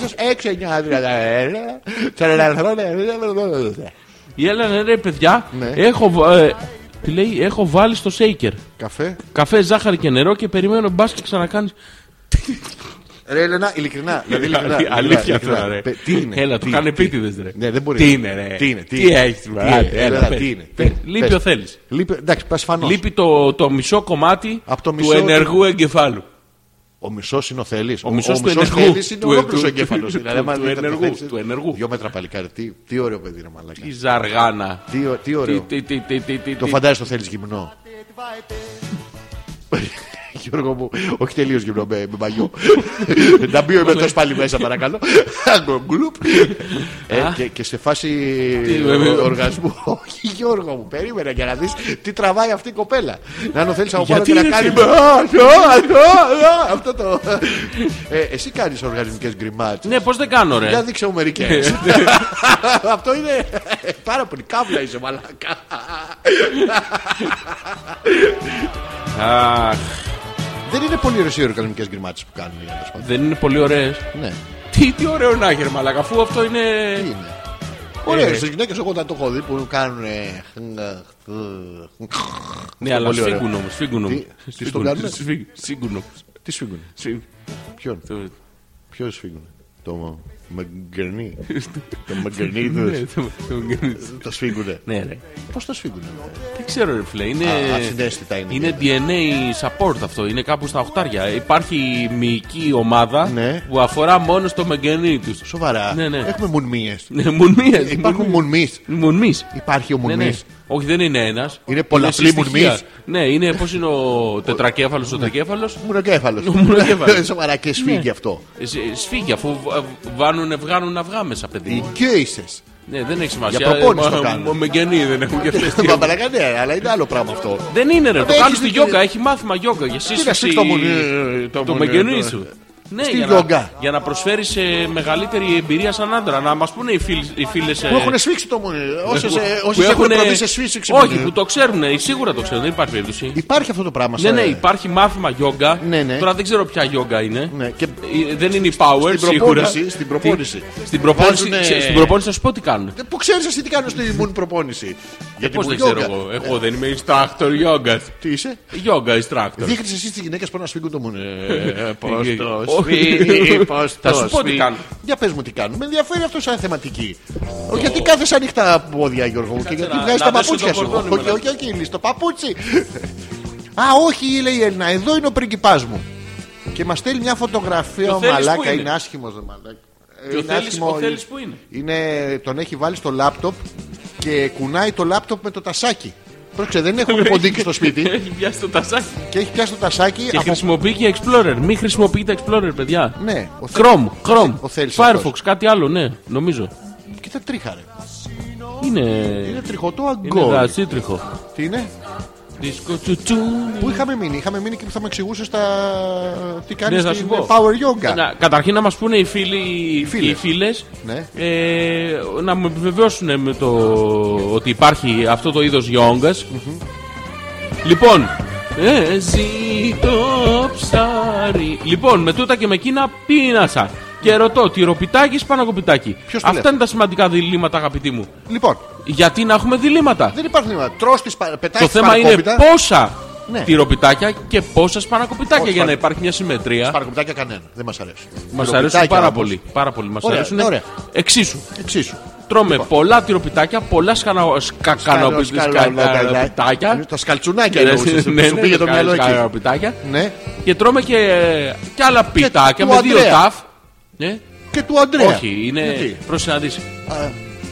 S1: σα 6931.
S2: Η Έλενα ρε παιδιά,
S1: Ναι.
S2: έχω, βα- ε, τι λέει, έχω βάλει στο shaker.
S1: Καφέ.
S2: Καφέ, ζάχαρη και νερό και περιμένω μπα και ξανακάνεις.
S1: Ρε Έλενα, ειλικρινά. δηλαδή, ειλικρινά, ειλικρινά,
S2: Αλήθεια
S1: ειλικρινά.
S2: τώρα, ρε.
S1: Πε- Τι είναι.
S2: Έλα, το
S1: τι-
S2: κάνει
S1: τι-
S2: επίτηδες, ρε.
S1: Ναι, δεν μπορεί.
S2: Τι είναι, ρε.
S1: Τι είναι, τι
S2: τι
S1: είναι.
S2: έχεις,
S1: Τι είναι, Έλενα, τι είναι, τι είναι.
S2: Λείπει
S1: Πες.
S2: ο θέλεις.
S1: Λείπει- Εντάξει, πας φανώ.
S2: Λείπει το, το μισό κομμάτι
S1: Απ' το
S2: του
S1: μισό
S2: ενεργού εγκεφάλου.
S1: Ο μισός είναι ο Θέλει.
S2: Ο μισός του ενεργού.
S1: Θέλει είναι
S2: Του-
S1: ολόκληρο ο Δηλαδή,
S2: του-
S1: εγκέφαλο.
S2: του- του ενεργού, του ενεργού.
S1: Δυο μέτρα παλικάρι. Τι, τι ωραίο παιδί είναι μαλακά.
S2: Η ζαργάνα.
S1: Τι, ω- τι ωραίο.
S2: Τι- τι- τι- τι- τι-
S1: Το
S2: τι-
S1: φαντάζεσαι το θέλεις
S2: *laughs*
S1: γυμνό. Γιώργο μου, όχι τελείως γυμνό με, με μαγιό. Να μπει ο εμετό πάλι μέσα, παρακαλώ. Άγκο, Γκλουπ. Ε, και, και σε φάση
S2: βέβαια.
S1: οργασμού. *laughs* Όχι, Γιώργο μου, περίμενα για να δεις τι τραβάει αυτή η κοπέλα. Να αν θέλεις από πάνω
S2: Γιατί
S1: και να
S2: ρε,
S1: κάνει.
S2: φίλε?
S1: Α, α, α, α, Αυτό το. Ε, Εσύ κάνεις οργανικέ γκριμάτσε.
S2: Ναι, πώς δεν κάνω, ρε.
S1: Για δείξε μου μερικές. *laughs* Αυτό είναι πάρα πολύ. Καύλα είσαι μαλάκα.
S2: Αχ,
S1: Δεν είναι πολύ ωραίες οι οργανικέ γκριμάτσε που κάνουν για να τα σπαθούν.
S2: δεν είναι πολύ ωραίες.
S1: Ναι.
S2: Τι, τι ωραίο να έχει, ρε μαλάκα, αφού αυτό είναι.
S1: Τι είναι. Ωραίε οι γυναίκε, Ε, εγώ όταν το έχω δει που κάνουν. ε, χν, ε, χθ,
S2: Ναι, αλλά
S1: πολύ ωραίο.
S2: σφίγγουν όμως. Σφίγγουν όμως.
S1: τι στον κάνουμε?
S2: Σφίγγουν.
S1: Τι σφίγγουν. Ποιον. Ποιο σφίγγουν. Το
S2: *laughs*
S1: μαγκρνί. Το μαγκρνί τους. Το σφίγγουνε.
S2: Ναι, ρε.
S1: Πώ το σφίγγουνε.
S2: Δεν ξέρω, ρε φίλε. Είναι,
S1: Α, ασυναίσθητα είναι.
S2: είναι DNA support αυτό. Είναι κάπου στα οχτάρια. Υπάρχει μυϊκή ομάδα
S1: Ναι.
S2: που αφορά μόνο στο μεγενή τους.
S1: Σοβαρά.
S2: Ναι, ναι.
S1: Έχουμε μουνμίες.
S2: Ναι, μουνμίες.
S1: Υπάρχουν μουνμίες.
S2: Μουνμίες.
S1: Υπάρχει ο μουνμή.
S2: Όχι, δεν είναι ένας.
S1: Είναι πολλαπλή μουνμής.
S2: Ναι, είναι πώς είναι ο τετρακέφαλος, ο τρικέφαλο. Ο
S1: Μουνοκέφαλο. *laughs*
S2: μουνοκέφαλος. Ναι.
S1: Σοβαρά και σφίγγει αυτό.
S2: Σφίγγει αφού βάνουν, βγάνουν αυγά μέσα, παιδί.
S1: Οι
S2: μου.
S1: γκέισε.
S2: Ναι, δεν έχει σημασία.
S1: Για προπόνηση το
S2: Μα-
S1: κάνουν.
S2: μα- Μεγενή δεν έχουν και αυτές τι-
S1: Μπαμπαλακά, ναι, αλλά είναι άλλο πράγμα αυτό.
S2: Δεν είναι ρε, το
S1: έχεις
S2: κάνεις στη
S1: δίκιο.
S2: γιόγκα, έχει μάθημα γιόγκα. Για
S1: να
S2: σύσφυξη
S1: σφίξω το μουνί, ε, το
S2: το
S1: μουνί,
S2: μεγενή
S1: το-
S2: σου. Ναι,
S1: Στη
S2: για, να,
S1: γιόγκα.
S2: για να προσφέρεις ε, μεγαλύτερη εμπειρία σαν άντρα. Να μας πούνε οι, φίλ, οι φίλες... ε,
S1: Που έχουν σφίξει το μουνί. Όσε
S2: που- που
S1: έχουν
S2: έχουνε-
S1: προβεί σε σφίξη.
S2: Όχι, που το ξέρουν, ε, σίγουρα το ξέρουν, δεν υπάρχει περίπτωση.
S1: Υπάρχει αυτό το πράγμα.
S2: Ναι,
S1: σαν-
S2: ναι, υπάρχει μάθημα γιόγκα.
S1: Ναι, ναι.
S2: Τώρα δεν ξέρω ποια γιόγκα είναι.
S1: Ναι, και-
S2: Ε, Δεν είναι η power,
S1: Στην
S2: σίγουρα.
S1: προπόνηση, στην προπόνηση.
S2: Τι- Στην προπόνηση,
S1: Βάζουνε-
S2: σε- στην προπόνηση θα σου πω τι κάνουν.
S1: Ε, Πού ξέρεις εσύ τι κάνουν στη μουν προπόνηση. Γιατί
S2: Πώς
S1: μου
S2: Ε, δεν
S1: γιόγκα.
S2: ξέρω εγώ. Εγώ δεν είμαι instructor yoga.
S1: Τι είσαι.
S2: Yoga instructor.
S1: Δείχνεις εσύ τι γυναίκε που να σφίγγουν το μουνί. Ε, *laughs* Πώς
S2: Όχι.
S1: το
S2: Όχι.
S1: σφίγγει, πώς
S2: Θα
S1: το
S2: σου πω τι
S1: σφίγγει.
S2: κάνουν.
S1: Για πες μου τι κάνουν. Με ενδιαφέρει αυτό σαν θεματική. Ο, Γιατί κάθεσαι ανοιχτά πόδια, Γιώργο μου, και γιατί
S2: να-
S1: βγάζεις
S2: να
S1: τα
S2: δέσω
S1: παπούτσια
S2: το
S1: σου.
S2: κορδόνι
S1: Όχι,
S2: μετά.
S1: όχι, όχι, λύσει το παπούτσι. *laughs* Α, όχι, λέει η Έλληνα, εδώ είναι ο πριγκιπάς μου. Και μας στέλνει μια φωτογραφία
S2: Το
S1: ο
S2: θέλεις που
S1: μαλάκα,
S2: είναι.
S1: είναι άσχημος. μαλάκα. Ε,
S2: ο
S1: είναι
S2: Θέλης-
S1: άσχημο,
S2: ο Θέλης που είναι.
S1: είναι- Τον έχει βάλει στο λάπτοπ και κουνάει το λάπτοπ με το τασάκι. Πρόσεξε, δεν
S2: *laughs*
S1: έχουν ποντίκι στο σπίτι
S2: *laughs* Έχει πιάσει το τασάκι.
S1: και έχει πιάσει το τασάκι
S2: Και
S1: από
S2: χρησιμοποιεί και Explorer. Μην χρησιμοποιείτε Explorer, παιδιά.
S1: Ναι, ο Θε-
S2: Chrome, Chrome.
S1: Ο Θέλης
S2: Firefox,
S1: αυτός.
S2: κάτι άλλο, ναι, νομίζω.
S1: Κοίτα τρίχαρε.
S2: Είναι.
S1: Είναι
S2: Είναι
S1: τριχωτό
S2: Είναι
S1: αγκόρι.
S2: δασίτριχο.
S1: Τι είναι?
S2: Δίσκο τσουτσού.
S1: Πού είχαμε μείνει, είχαμε μείνει και που θα με εξηγούσε τα. τι κάνει
S2: Ναι, θα
S1: στην
S2: σου πω.
S1: Power Yoga.
S2: Να- Καταρχήν να μας πούνε οι φίλοι,
S1: φίλες.
S2: οι φίλες
S1: Ναι.
S2: ε, να μου επιβεβαιώσουν με το, ότι υπάρχει αυτό το είδος γιόγκας. Λοιπόν, ε, ζήτω ψάρι. Λοιπόν, με τούτα και με εκείνα πίνασα. Και ρωτώ, τυροπιτάκι ή σπανακοπιτάκι.
S1: Ποιος το
S2: Αυτά
S1: λέει?
S2: είναι τα σημαντικά διλήμματα, αγαπητοί μου.
S1: Λοιπόν,
S2: Γιατί να έχουμε διλήμματα.
S1: δεν υπάρχει νόημα. Τρώ τη πετάει
S2: το θέμα είναι πόσα
S1: Ναι.
S2: τυροπιτάκια και πόσα σπανακοπιτάκια
S1: Όχι,
S2: για να
S1: σπανα-
S2: υπάρχει μια συμμετρία.
S1: Παρακοπιτάκια κανένα. Δεν μας αρέσει.
S2: Μα αρέσουν
S1: Τυροπιτάκια
S2: πάρα
S1: όμως,
S2: πολύ. Πάρα πολύ μας
S1: Ωραία,
S2: αρέσουν.
S1: ωραία. Λοιπόν.
S2: Εξίσου.
S1: Εξίσου.
S2: Τρώμε πολλά τυροπιτάκια, πολλά σκανα...
S1: Σκαλο- ναι, σκαλο-
S2: σκακανοπιτάκια.
S1: Ε, Τα σκαλτσουνάκια
S2: Ναι,
S1: εννοούσες, που σου πήγε το μυαλό εκεί.
S2: Σκανοπιτάκια.
S1: Ναι,
S2: Και τρώμε και, ε, και άλλα πιτάκια
S1: του
S2: με δύο
S1: Ανδρέα.
S2: ταφ. Ναι.
S1: και του Αντρέα.
S2: Όχι, είναι.
S1: Γιατί?
S2: Πρόσεχε να δεις.
S1: Α,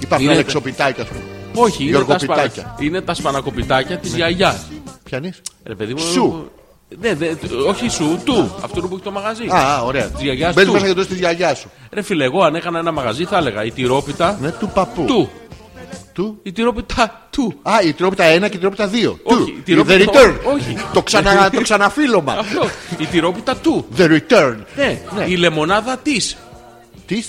S1: Υπάρχουν
S2: Είναι-
S1: αλεξοπιτάκια, ας πούμε.
S2: Όχι, είναι τα, σπανα...
S1: Γιωργοπιτάκια.
S2: είναι τα σπανακοπιτάκια της γιαγιάς.
S1: Πιανεί.
S2: Ρε παιδί μου.
S1: Ναι. Σου.
S2: Ναι, δε, όχι σου, του. Αυτό που έχει το μαγαζί.
S1: Α, α, ωραία.
S2: Της γιαγιάς
S1: Μπαίνεις
S2: του.
S1: μέσα και το της γιαγιάς σου.
S2: Ρε φίλε, εγώ αν έκανα ένα μαγαζί θα έλεγα η τυρόπιτα
S1: Ναι, του παππού.
S2: του.
S1: Του.
S2: Η τυρόπιτα του.
S1: Α, η τυρόπιτα 1 και η τυρόπιτα 2.
S2: Όχι, η
S1: Του.
S2: τυρόπιτα-
S1: The return.
S2: όχι.
S1: Το,
S2: *laughs*
S1: ξανα, το ξαναφύλωμα.
S2: Αυτό. Η τυρόπιτα του.
S1: The return.
S2: Ναι, η λεμονάδα της.
S1: Της.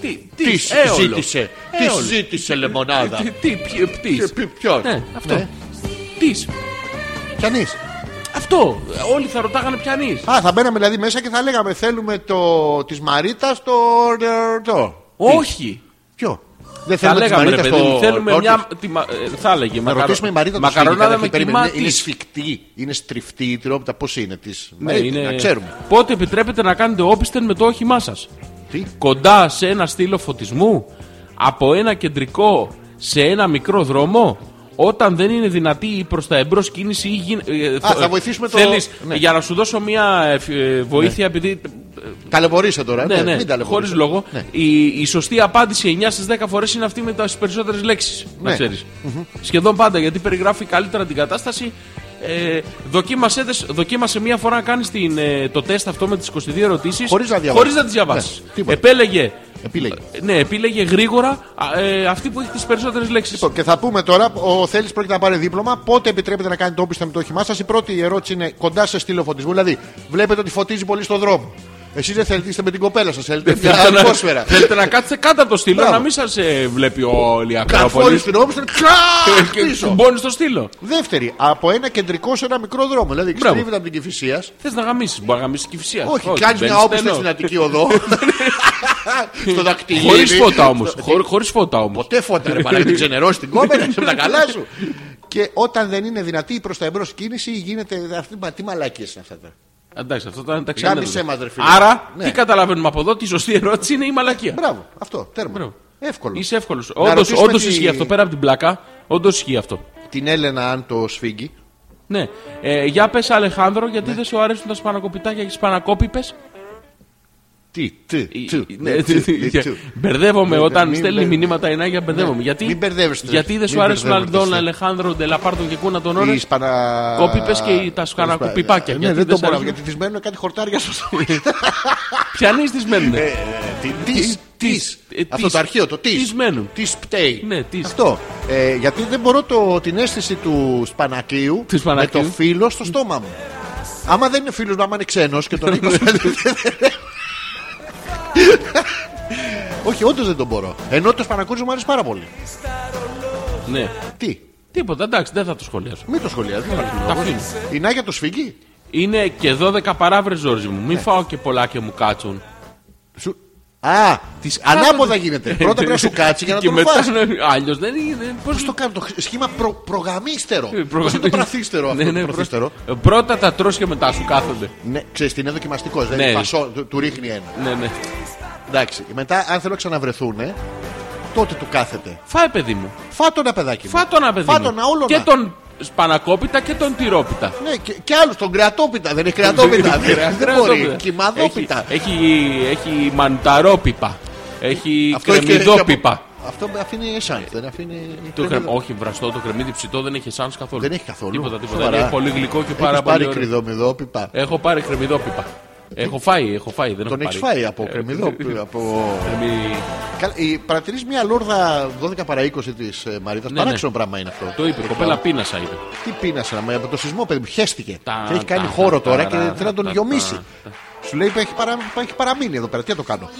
S2: Τι,
S1: Της
S2: της, έολο.
S1: ζήτησε. Τη
S2: Έολο.
S1: ζήτησε λεμονάδα.
S2: Τι, τι, ποι- πτής.
S1: Ποιο.
S2: Ναι, αυτό. Της.
S1: Κανεί.
S2: Αυτό. Όλοι θα ρωτάγανε πιανής.
S1: Α, θα μπαίναμε δηλαδή μέσα και θα λέγαμε θέλουμε το της Μαρίτας το. το.
S2: Όχι.
S1: Ποιο. Δεν
S2: Θα
S1: θέλουμε της
S2: λέγαμε ρε
S1: Μαρίτας
S2: παιδί, μου,
S1: το-
S2: θέλουμε
S1: το-
S2: μια. τη μα- ε, Θα έλεγε.
S1: Να
S2: μακαρο-
S1: ρωτήσουμε η Μαρίτα το
S2: Μακαρονάδα
S1: Σφίγγι,
S2: με
S1: καταρχήν, περίμενε.
S2: κοιμά
S1: Είναι
S2: της.
S1: σφιχτή, είναι στριφτή η τυρόπιτα. Πώς είναι της.
S2: Ναι, είναι-
S1: Να ξέρουμε.
S2: Πότε επιτρέπετε να κάνετε όπιστεν με το όχημά σας.
S1: Τι.
S2: Κοντά σε ένα στήλο φωτισμού, από ένα κεντρικό σε ένα μικρό δρόμο, όταν δεν είναι δυνατή η προς τα εμπρός κίνηση ή γίν... ε,
S1: Α,
S2: θ-
S1: θα βοηθήσουμε το-
S2: Θέλεις,
S1: ναι.
S2: για να σου δώσω μια ε, φ- ε, βοήθεια, επειδή...
S1: Ταλαιπωρήσα τώρα.
S2: Ναι, ναι,
S1: Ε, μην ταλαιπωρήσα.
S2: χωρίς λόγο.
S1: Ναι.
S2: Η, η σωστή απάντηση 9 στις 10 φορές είναι αυτή με τις περισσότερες λέξεις,
S1: Ναι.
S2: να ξέρεις. Σχεδόν πάντα, γιατί περιγράφει καλύτερα την κατάσταση. Ε, δοκίμασέ, τες- δοκίμασε μία φορά να κάνεις την, ε, το τεστ αυτό με τις 22 ερωτήσεις
S1: Χωρίς να διαβάσεις.
S2: χωρίς να τις διαβάσεις.
S1: Ναι, τίποτα.
S2: Επέλεγε
S1: Επίλεγε.
S2: ναι, επίλεγε γρήγορα α, ε, αυτή που έχει τις περισσότερες λέξεις. *laughs*
S1: Λοιπόν, και θα πούμε τώρα, ο Θέλει πρόκειται να πάρει δίπλωμα. Πότε επιτρέπετε να κάνετε όπιστα με το όχημά σας. Η πρώτη ερώτηση είναι κοντά σε στήλο φωτισμού. Δηλαδή, βλέπετε ότι φωτίζει πολύ στον δρόμο. Εσεί δεν θέλετε, είστε με την κοπέλα σας, θέλετε μια ατμόσφαιρα.
S2: θέλετε να κάτσετε κάτω από το στήλο,
S1: Μπράβο.
S2: να μην σας βλέπει όλη η
S1: Καθόλου
S2: Ακρόπολη.
S1: στην όπιστα, κλακ
S2: Και
S1: πίσω.
S2: Μπώνεις στο στήλο.
S1: Δεύτερη, από ένα κεντρικό σε ένα μικρό δρόμο. Δηλαδή,
S2: Μπράβο.
S1: ξετρίβεται από την κυφυσίας.
S2: Θες να γαμίσεις, μπορεί να γαμίσεις και φυσία.
S1: Όχι, κάνεις μια όπιστα στην Αττική
S2: *laughs*
S1: Οδό. Στο δακτυλίδι.
S2: Χωρίς φώτα όμως. Χωρίς φώτα όμως.
S1: Ποτέ φώτα, ρε παρά, μην ξενερώσει την
S2: *laughs*
S1: κόμενα, σε τα καλά σου. Και όταν δεν είναι δυνατή προς τα εμπρός κίνηση, γίνεται. Αυτή, μα, τι μαλάκια είναι αυτά. τώρα.
S2: Εντάξει, αυτό ήταν τα
S1: Γάμισε μας, ρε
S2: ξανά.
S1: φίλε.
S2: Άρα,
S1: Ναι.
S2: τι καταλαβαίνουμε από εδώ, ότι η σωστή ερώτηση είναι η μαλακία.
S1: Μπράβο, αυτό, τέρμα.
S2: Μπράβο.
S1: Εύκολο.
S2: Είσαι εύκολος.
S1: Να ρωτήσουμε
S2: Όντως
S1: τη-
S2: ισχύει αυτό, πέρα από την πλάκα. Όντως ισχύει αυτό.
S1: Την Έλενα, αν το σφίγγει.
S2: Ναι. Ε, για πες, Αλεχάνδρο,
S1: Ναι.
S2: γιατί δεν σου αρέσουν τα σπανακοπιτάκια και οι σπανακόπιπες?
S1: Τι, τι,
S2: Η-
S1: τι,
S2: ναι,
S1: τι,
S2: τι-
S1: τι,
S2: τι-
S1: τι.
S2: Μπερδεύομαι
S1: Μην-
S2: όταν
S1: Ναι, μην-
S2: στέλνει
S1: μην-
S2: μηνύματα η Νάγια, μπερδεύομαι.
S1: Ναι,
S2: Γιατί,
S1: μην μπερδεύεστε.
S2: γιατί δεν
S1: Μην
S2: σου αρέσουν
S1: μπερδεύεστε. ναι.
S2: Αλντόν, Αλεχάνδρο, Ντελαπάρτον και Κούνα τον Όρε.
S1: Οι σπανα...
S2: Κόπιπες και οι- τα σκανακοπιπάκια.
S1: Ναι, δεν
S2: Γιατί δεν
S1: το
S2: σ'
S1: μπορώ,
S2: αρέσουν.
S1: γιατί τις μένουν κάτι χορτάρια στο
S2: Πιανείς τις
S1: Ε,
S2: μένουνε.
S1: Τη.
S2: τις. Ε,
S1: Αυτό
S2: τις.
S1: το αρχείο, το τη.
S2: Τις μένουν.
S1: Τη πταίει.
S2: Ναι, τις.
S1: Αυτό. Ε, γιατί δεν μπορώ το, την αίσθηση του σπανακίου
S2: Του σπανακίου.
S1: με το φίλο στο στόμα μου. Άμα δεν είναι φίλος, άμα είναι ξένος και
S2: *laughs*
S1: τον έχω. *laughs* Όχι, όντως δεν τον μπορώ. Ενώ το σπανακούζι μου αρέσει πάρα πολύ.
S2: Ναι.
S1: Τι,
S2: Τίποτα, εντάξει, δεν θα το σχολιάσω.
S1: μην το σχολιάζεις. μην υπάρχει
S2: Τα
S1: λόγος.
S2: αφήνω.
S1: Η Νάγια το σφίγγει.
S2: Είναι και 12 παράβρες, Ζόρζι μου.
S1: Ναι.
S2: Μην φάω και πολλά και μου κάτσουν.
S1: Σου- Α,
S2: Τις
S1: ανάποδα
S2: κάθονται. *laughs*
S1: γίνεται. Πρώτα πρέπει να σου κάτσει για να
S2: Και
S1: τον
S2: μετά
S1: φας.
S2: να- Άλλως δεν είναι. Πώς
S1: Πώς το κάνω, το χ- σχήμα προ, προγαμίστερο.
S2: Ε,
S1: Πώς είναι το πραθύστερο αυτό
S2: Ναι,
S1: το
S2: ναι,
S1: προθύστερο.
S2: προ- Πρώτα τα τρως και μετά σου κάθονται.
S1: Ναι, ξέρεις τι είναι δοκιμαστικός. Δηλαδή
S2: Ναι.
S1: πασό, του, του ρίχνει ένα.
S2: Ναι, ναι.
S1: Εντάξει. Μετά, αν θέλω να ξαναβρεθούν, τότε του κάθεται.
S2: Φάε, παιδί μου.
S1: Φάτο ένα παιδάκι. μου.
S2: Φάτο ένα παιδί.
S1: Φάτο
S2: μου.
S1: ένα όλο
S2: Και
S1: να.
S2: τον σπανακόπιτα και τον τυρόπιτα.
S1: Ναι, και, και άλλους τον κρεατόπιτα. Δεν είναι
S2: *laughs*
S1: κρεατόπιτα. δεν, δεν μπορεί.
S2: Έχει-
S1: Κυμαδόπιτα.
S2: Έχει, έχει μανιταρόπιπα. Έχει
S1: έχει και-
S2: κρεμμυδόπιπα.
S1: και από- Αυτό με αφήνει εσάν. Δεν αφήνει.
S2: Το κρεμ- Όχι, βραστό το κρεμμύδι ψητό δεν έχει εσάνς καθόλου.
S1: Δεν έχει καθόλου.
S2: Τίποτα, τίποτα.
S1: Σοβαρά.
S2: Είναι πολύ γλυκό και πάρα
S1: Έχεις
S2: πολύ.
S1: πάρει
S2: ωραίο.
S1: κρυδομιδόπιπα.
S2: Έχω πάρει κρεμμυδόπιπα. Έχω φάει, έχω φάει. Δεν
S1: Τον
S2: έχω
S1: έχεις
S2: πάρει.
S1: φάει από
S2: Ε,
S1: κρυμμυδόπιπα. από-
S2: κρεμμυ-
S1: Καλά, η- Παρατηρείς μια λόρδα 12 παρα 20 τη Μαρίτα.
S2: Ναι,
S1: ε, Παράξενο πράγμα είναι αυτό. Λοιπόν,
S2: Το είπε, η κοπέλα πείνασα είπε.
S1: Τι πείνασε να με από το σεισμό, παιδί μου. Χαίστηκε.
S2: Τα-
S1: Και έχει
S2: τα-
S1: κάνει
S2: τα-
S1: χώρο
S2: τα-
S1: τώρα και
S2: τα-
S1: θέλει να τον
S2: τα-
S1: γιομίσει.
S2: τα-
S1: Σου λέει έχει, παρα, έχει παραμείνει εδώ πέρα. Τι να το κάνω.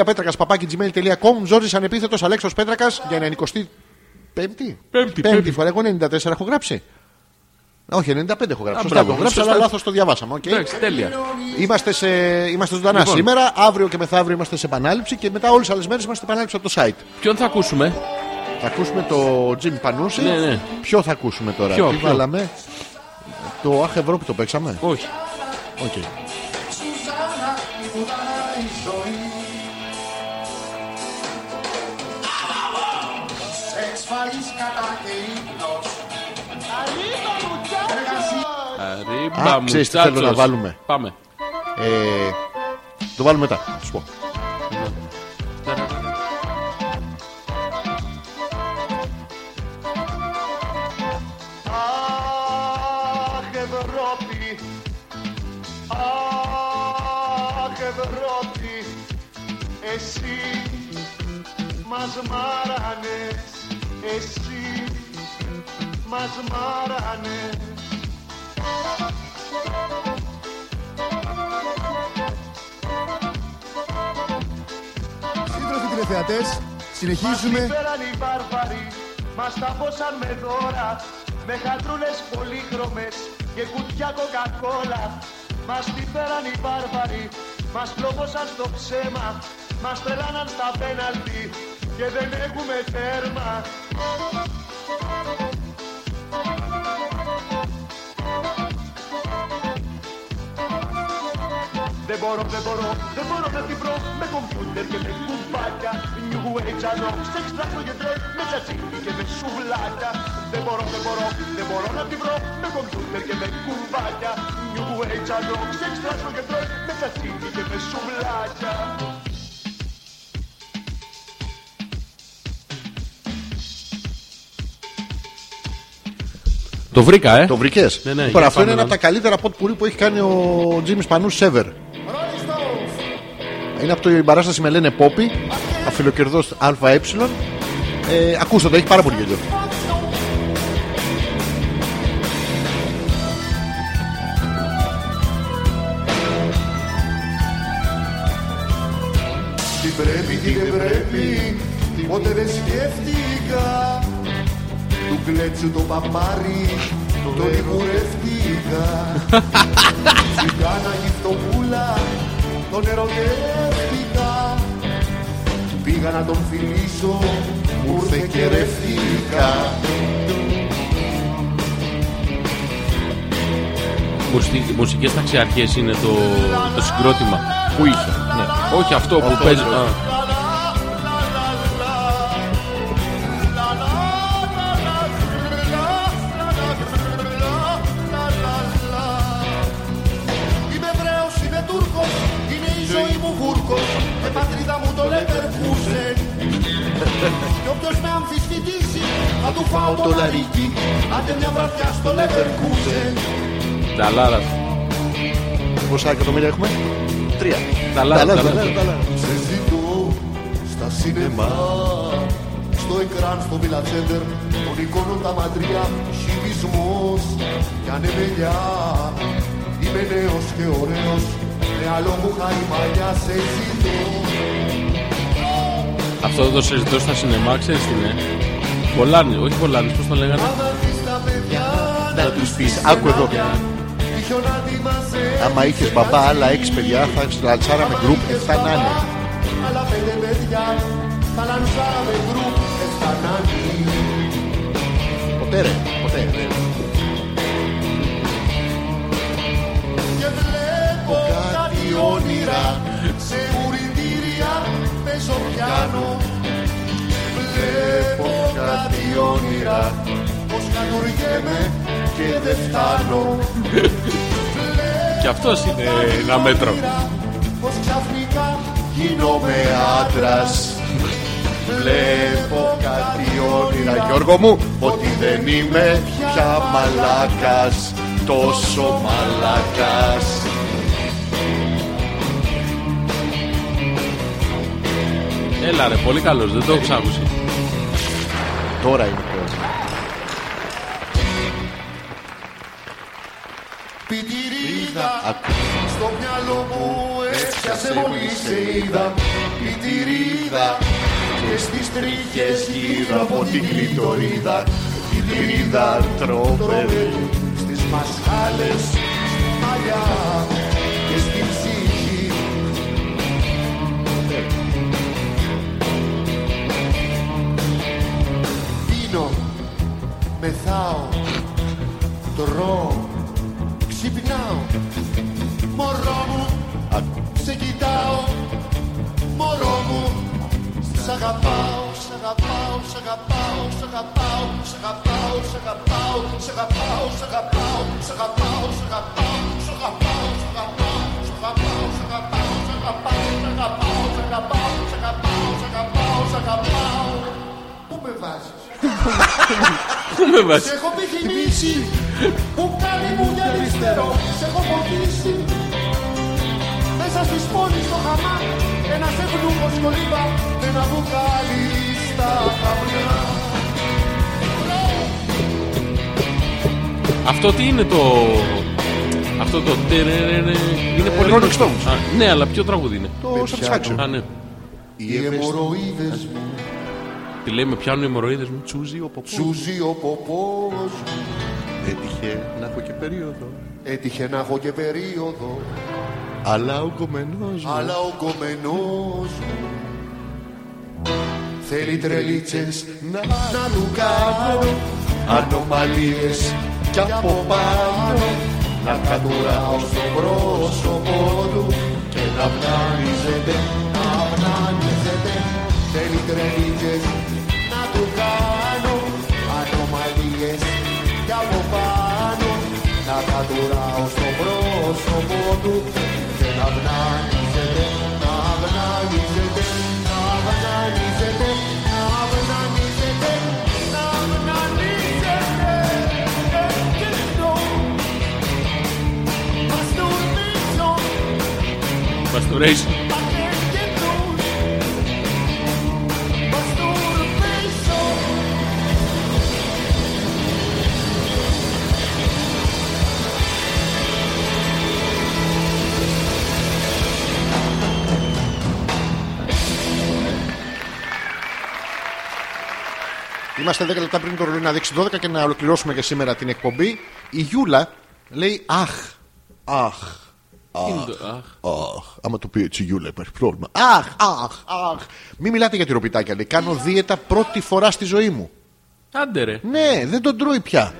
S1: α.πέτρακα παπάκι gmail.com Ζόρι ανεπίθετος Αλέξος Πέτρακας για 95η. Πέμπτη. Πέμπτη
S2: Πέμπτη, πέμπτη.
S1: φορά. Εγώ 94 έχω γράψει. Όχι, 95 έχω γράψει.
S2: Α,
S1: Σωστά
S2: μπράβο,
S1: έχω γράψει,
S2: σωστά.
S1: αλλά λάθος το διαβάσαμε. οκ.
S2: Εντάξει,
S1: ε,
S2: τέλεια.
S1: Είμαστε, σε, είμαστε ζωντανά
S2: Λοιπόν.
S1: σήμερα. Αύριο και μεθαύριο είμαστε σε επανάληψη και μετά όλες τις άλλες μέρες είμαστε επανάληψη από το site.
S2: Ποιον θα ακούσουμε,
S1: Θα ακούσουμε το Jim Πανούση.
S2: Ναι, ναι.
S1: Ποιο θα ακούσουμε τώρα,
S2: Ποιο,
S1: τι
S2: ποιο?
S1: βάλαμε. Το Αχ Ευρώπη το παίξαμε. Ε,
S2: Όχι.
S1: Οκ.
S2: Αρίμπα
S1: Α,
S2: μου,
S1: ξέρεις τι θέλω
S2: τσάτσος.
S1: να βάλουμε.
S2: Πάμε.
S1: Ε, το βάλουμε μετά. θα Σου πω.
S3: Αχ Ευρώπη, αχ Ευρώπη, εσύ μας μάρανες εσύ μας μάρανες
S5: Σύντροφοι τηλεθεατές, συνεχίζουμε.
S3: Μας φέραν οι βάρβαροι, μας τα πόσαν με δώρα Με χατρούλες πολύχρωμες και κουτιά κοκακόλα Μας τη φέραν οι βάρβαροι, μας πλώκωσαν στο ψέμα Μας τρελάναν στα πέναλτι και δεν έχουμε τέρμα Δεν μπορώ, δεν μπορώ, δεν μπορώ να βρω με κομπιούτερ και με κουμπάκια. New Age ανώ, σε εξτράχτω και τρέχ, με τσατσίκι και με σουβλάκια. Δεν μπορώ, δεν μπορώ, δεν μπορώ να τη βρω με κομπιούτερ και με κουμπάκια. New Age ανώ, σε εξτράχτω και τρέχ, με τσατσίκι και με σουβλάκια.
S2: Το βρήκα, ε.
S1: Το βρήκες.
S2: Ναι, ναι,
S1: Λοιπόν,
S2: για
S1: αυτό είναι
S2: πάμε
S1: ένα
S2: να
S1: από τα καλύτερα ποτ πουρί που έχει κάνει ο Τζίμι Πανού Σέβερ. Είναι από την παράσταση με λένε Πόπι, αφιλοκερδό ΑΕ. Ε, ακούστε το, έχει πάρα πολύ γέλιο.
S3: Τι πρέπει, τι δεν πρέπει, ποτέ δεν σκέφτηκα Του κλέτσου το παπάρι, το λιγουρεύτηκα Ζητάνα γυφτοπούλα, τον ερωτεύτηκα Πήγα να τον φιλήσω, μου ήρθε και ρεύτηκα
S2: Μουστι- Μουσικές ταξιαρχές είναι το, το συγκρότημα που είχε. Ναι. Όχι αυτό που παίζει. α.
S3: Είμαι Εβραίος, είμαι Τούρκος, είναι η ζωή μου βούρκος Με πατρίδα μου το Λεπερκούσεν Κι όποιος με αμφισβητήσει, θα του φάω το λαρίκι Άντε μια βραδιά στο Λεπερκούσεν
S2: Ταλάρας.
S1: Πόσα εκατομμύρια έχουμε. Τρία.
S2: Ταλάρας.
S1: Ταλάρας,
S2: ταλάρας.
S1: ταλάρας, ταλάρα.
S3: Σε ζητώ στα σινεμά Στο εκράν, στο βιλατσέντερ Των εικόνων τα ματριά Χιβισμός κι ανεμελιά Είμαι νέος και ωραίος Με άλλο μου χαϊμαλιά σε ζητώ
S2: Αυτό το συζητώ στα σινεμά, ξέρεις τι είναι. Πολάνι, όχι Πολάνι, πώς το λέγανε.
S1: Να τους πεις, άκου εδώ. Άμα είχες μπαμπά άλλα έξι παιδιά, θα έχει λαντσάρα με γκρουπ 7 νάνε.
S3: ε,
S1: Ποτέ ρε, ποτέ ρε.
S2: Και αυτός είναι
S1: Ναι,
S2: ένα μέτρο.
S1: Γίνομαι άντρας. Βλέπω κάτι όνειρα, Γιώργο μου, ότι δεν είμαι πια μαλάκας. Τόσο μαλάκας.
S2: Έλα ρε, πολύ καλός, δεν το έχω ξάκουσει. *laughs*
S1: Τώρα είναι το.
S3: Πιτηρίδα Στο μυαλό μου έπιασε μόλις σε είδα Πιτηρίδα Και στις τρίχες γύρω από την κλειτορίδα Πιτηρίδα τρόπερη Στις μασχάλες στη μαλλιά Και στην ψυχή Πίνω, μεθάω, τρώω, ξυπνάω Μωρό μου, σε κοιτάω Μωρό μου, σ' αγαπάω, σ' αγαπάω, σ' αγαπάω, σ' αγαπάω, σ' αγαπάω, σ' αγαπάω, σ' αγαπάω, σ' αγαπάω, σ' αγαπάω, σ' αγαπάω, σ' αγαπάω, σ' αγαπάω, σ' αγαπάω, σ' αγαπάω, σ' αγαπάω, σ' αγαπάω, σ' αγαπάω, σ' αγαπάω, σ' αγαπάω, σ' αγαπάω. Πού με βάζεις,
S2: Πού με βάζεις.
S3: σε έχω επιχειρήσει, που κάνει μου για αριστερό, σε έχω φοβήσει. Μέσα
S6: της πόνης στο χαμά Ένας ευνούχος κολύμπα με ένα μπουκάλι στα χαμιά
S2: Αυτό τι είναι το. Αυτό το. τερερερε, Είναι πολύ.
S1: Ε, Rolling Stones.
S2: Α, Ναι, αλλά ποιο τραγούδι είναι.
S1: Το
S2: Α,
S1: satisfaction.
S2: ναι.
S3: Οι αιμορροίδες μου
S2: Τι λέει, με πιάνουν οι αιμορροίδες μου.
S1: Τσούζι ο ποπός.
S3: τσούζει ο ποπός μου.
S1: Έτυχε να έχω και περίοδο.
S3: Έτυχε να έχω και περίοδο
S1: Αλλά ο κομμένος μου.
S3: Αλλά ο κομμενός μου Θέλει τρελίτσες να, να του κάνω Ανομαλίες κι από πάνω Να κατουράω στο πρόσωπό του Και να πνάνιζεται, να πνάνιζεται Θέλει τρελίτσες να του κάνω Ανομαλίες κι από πάνω Να κατουράω στο πρόσωπό του Και να πνάνιζεται, να πνάνιζεται Να πνάνιζεται, να πνάνιζεται Να πνάνιζεται Και το Μαστορμίζω
S2: Masturbation.
S6: Πακέτο Μαστορμίζω
S1: Είμαστε 10 λεπτά πριν το ρολόι να δείξει 12 και να ολοκληρώσουμε και σήμερα την εκπομπή. Η Γιούλα λέει Αχ, αχ,
S2: Τι είναι το- αχ.
S1: αχ. Άμα το πει έτσι η Γιούλα υπάρχει πρόβλημα. Αχ, αχ, αχ. Μην μιλάτε για τυροπιτάκια. Λέει κάνω δίαιτα πρώτη φορά στη ζωή μου.
S2: Άντε ρε.
S1: Ναι, δεν τον τρώει πια.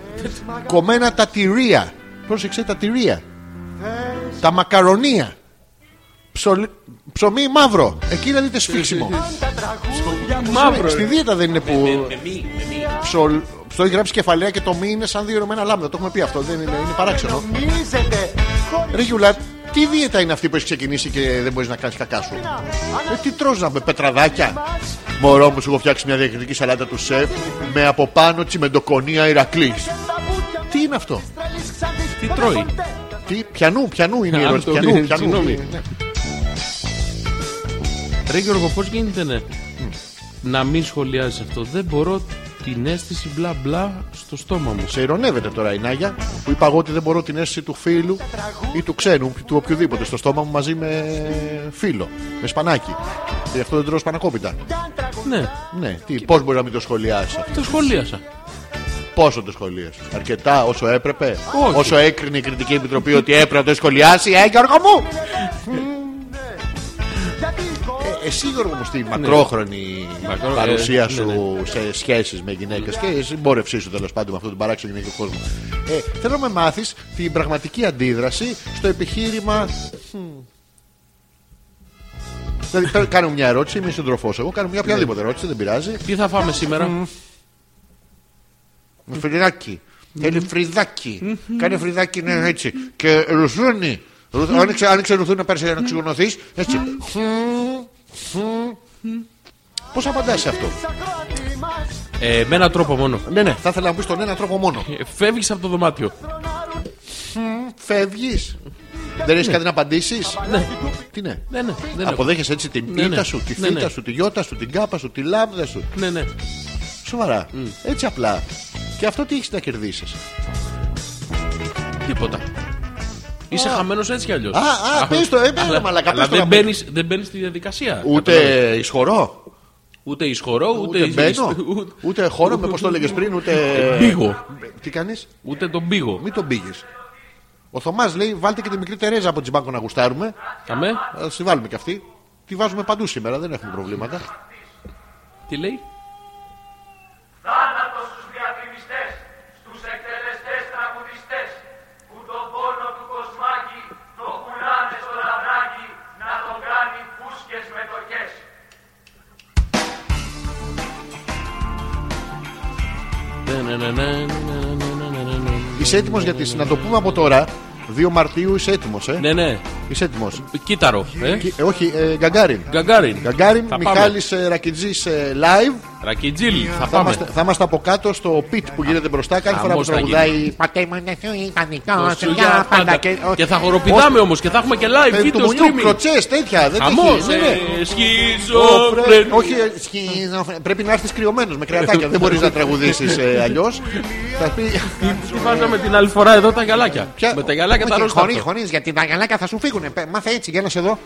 S1: Κομμένα τα τυρία. Πρόσεξε τα τυρία. Τα μακαρονία. Ψολ- Ψωμί μαύρο. Εκεί να δείτε σφίξιμο.
S2: Μαύρο.
S1: Στη
S2: ε.
S1: δίαιτα δεν είναι που. Ψολ... Στο έχει γράψει κεφαλαία και το μη είναι σαν δύο ερωμένα λάμδα. Το έχουμε πει αυτό. Δεν είναι, είναι παράξενο.
S6: Νομίζετε χωρίς
S1: Ρε Γιουλά, τι δίαιτα είναι αυτή που έχει ξεκινήσει και δεν μπορεί να κάνει κακά σου. Ε, τι τρως να με πετραδάκια.
S6: μας
S1: Μωρό μου, σου έχω φτιάξει μια διακριτική σαλάτα του σεφ με από πάνω τσιμεντοκονία Ηρακλή.
S6: τα μπούτια μου
S1: Τι είναι αυτό.
S6: τρελής ξανθής
S2: Τι τρώει.
S1: Τι, πιανού, πιανού
S2: *laughs*
S1: είναι η
S2: Α,
S1: ερώτηση.
S2: το-
S1: Πιανού, πιανού.
S2: συγγνώμη. Ρε Γιώργο, πώς γίνεται ναι. Να μην σχολιάζεις αυτό. Δεν μπορώ την αίσθηση μπλα μπλα στο στόμα μου.
S1: Σε ειρωνεύεται τώρα η Νάγια που είπα εγώ ότι δεν μπορώ την αίσθηση του φίλου ή του ξένου, του οποιοδήποτε στο στόμα μου μαζί με φίλο, με σπανάκι. Γι' αυτό δεν τρώω σπανακόπιτα.
S2: Ναι,
S1: Ναι, τι, πώς μπορεί να μην το σχολιάσει αυτό.
S2: το σχολίασα.
S1: Πόσο το σχολίασε. Αρκετά, όσο έπρεπε.
S2: Όχι.
S1: Όσο έκρινε η κριτική επιτροπή ότι έπρεπε να το σχολιάσει, ε, Γιώργο μου! Ε, εσύ, Γιώργο μου, στη μακρόχρονη
S2: Ναι. Μακρό-
S1: παρουσία
S2: ε, ναι,
S1: σου σε σχέσεις με γυναίκες και η συμπόρευσή σου τέλος πάντων με αυτόν τον παράξενο γυναίκο κόσμο. Ε, θέλω να με μάθεις την πραγματική αντίδραση στο επιχείρημα. Μμμ. Δηλαδή, παίρνω- κάνω μια ερώτηση, είμαι συντροφός εγώ, κάνω μια οποιαδήποτε ερώτηση, δεν πειράζει.
S2: Τι θα φάμε σήμερα.
S1: Με φρυδάκι. Θέλει φρυδάκι. Κάνει φρυδάκι, ναι, έτσι. Και ρουθούνι. Ρουθ- Άνοιξε, άνοιξε ρουθούνι να πέρασε για να ξυγονωθεί. Έτσι. Πώς απαντάς σε αυτό.
S2: Ε, με έναν τρόπο μόνο.
S1: Ναι, ναι, θα ήθελα να πεις τον ένα τρόπο μόνο.
S2: Ε, Φεύγεις από το δωμάτιο.
S1: Φεύγεις. Δεν έχεις κάτι να απαντήσεις.
S2: Ναι,
S1: Τι ναι.
S2: ναι, ναι. δεν έχω.
S1: Αποδέχεσαι έτσι την
S2: Ναι, ναι.
S1: πίτα σου, τη
S2: Ναι, ναι.
S1: θήτα σου, τη γιώτα σου, την κάπα σου, τη λάμδα σου.
S2: Ναι, ναι.
S1: Σοβαρά. Έτσι απλά. Και αυτό τι έχεις να κερδίσεις.
S2: Τίποτα. Είσαι χαμένος έτσι κι αλλιώς.
S1: Α, α, πες το, ε, πες το, μαλάκα, πες το
S2: δεν
S1: να μπει.
S2: μπαίνεις δεν μπαίνεις στη διαδικασία. Καταλάβες.
S1: Ούτε ισχυρό.
S2: Ούτε ισχωρό, ούτε,
S1: Ούτε μπαίνω,
S2: *laughs* ούτε- Ε,
S1: ούτε χώρο, με πώς το έλεγε πριν, ούτε.
S2: Μπήγω.
S1: Ε, Τι κάνεις,
S2: Ούτε τον πήγω.
S1: μην τον πήγες. Ο Θωμάς λέει: Βάλτε και τη μικρή Τερέζα από τσιμπάκο να γουστάρουμε.
S2: Αμέ,
S1: Θα τη βάλουμε κι αυτή. Τη βάζουμε παντού σήμερα, δεν έχουμε προβλήματα.
S2: τι λέει.
S7: Θάνατο στους διαφημιστές, στους εκτελεστές τραγουδιστές που τον πόνο του κοσμάκι το κουνάνε στο λαμπράκι να τον κάνει φούσκες μετοχές.
S2: Ναι,
S1: Είσαι έτοιμο γιατί να το πούμε από τώρα. 2 Μαρτίου είσαι έτοιμος, ε.
S2: Ναι, ναι.
S1: Είσαι έτοιμος.
S2: Κύτταρο. Ε.
S1: όχι, ε, Γκαγκάριν.
S2: Γκαγκάριν.
S1: Γκαγκάριν,
S2: Θα πάμε.
S1: Μιχάλης Ρακιτζής ε, live.
S2: Ρακιτζίλ. Θα
S1: Θα
S2: πάμε.
S1: είμαστε, θα είμαστε από κάτω στο pit που γίνεται μπροστά κάθε φορά που
S2: Χαμός θα
S1: τραγουδάει.
S2: Το σουγιά πάντα. Και θα χοροπηδάμε όμως και θα έχουμε και live
S1: Του
S2: βίντεο
S1: μουνιού,
S2: streaming. ε.
S1: κλωτσέ, τέτοια. Δεν
S2: Χαμός.
S1: έχει. ναι, ναι.
S2: Σχιζοφρεν.
S1: Όχι, ε, σχιζοφρέ- πρέπει να έρθεις κρυωμένος με κρεατάκια. Δεν μπορείς να τραγουδήσεις αλλιώς. Θα πει.
S2: Τι βάζαμε την άλλη φορά εδώ τα γαλάκια.
S1: ποια-
S2: Με τα γαλάκια τα
S1: Όχι,
S2: ρώστα.
S1: χωρί- χωρίς, γιατί τα γαλάκια θα σου φύγουν. Μάθε έτσι, για να σε δω.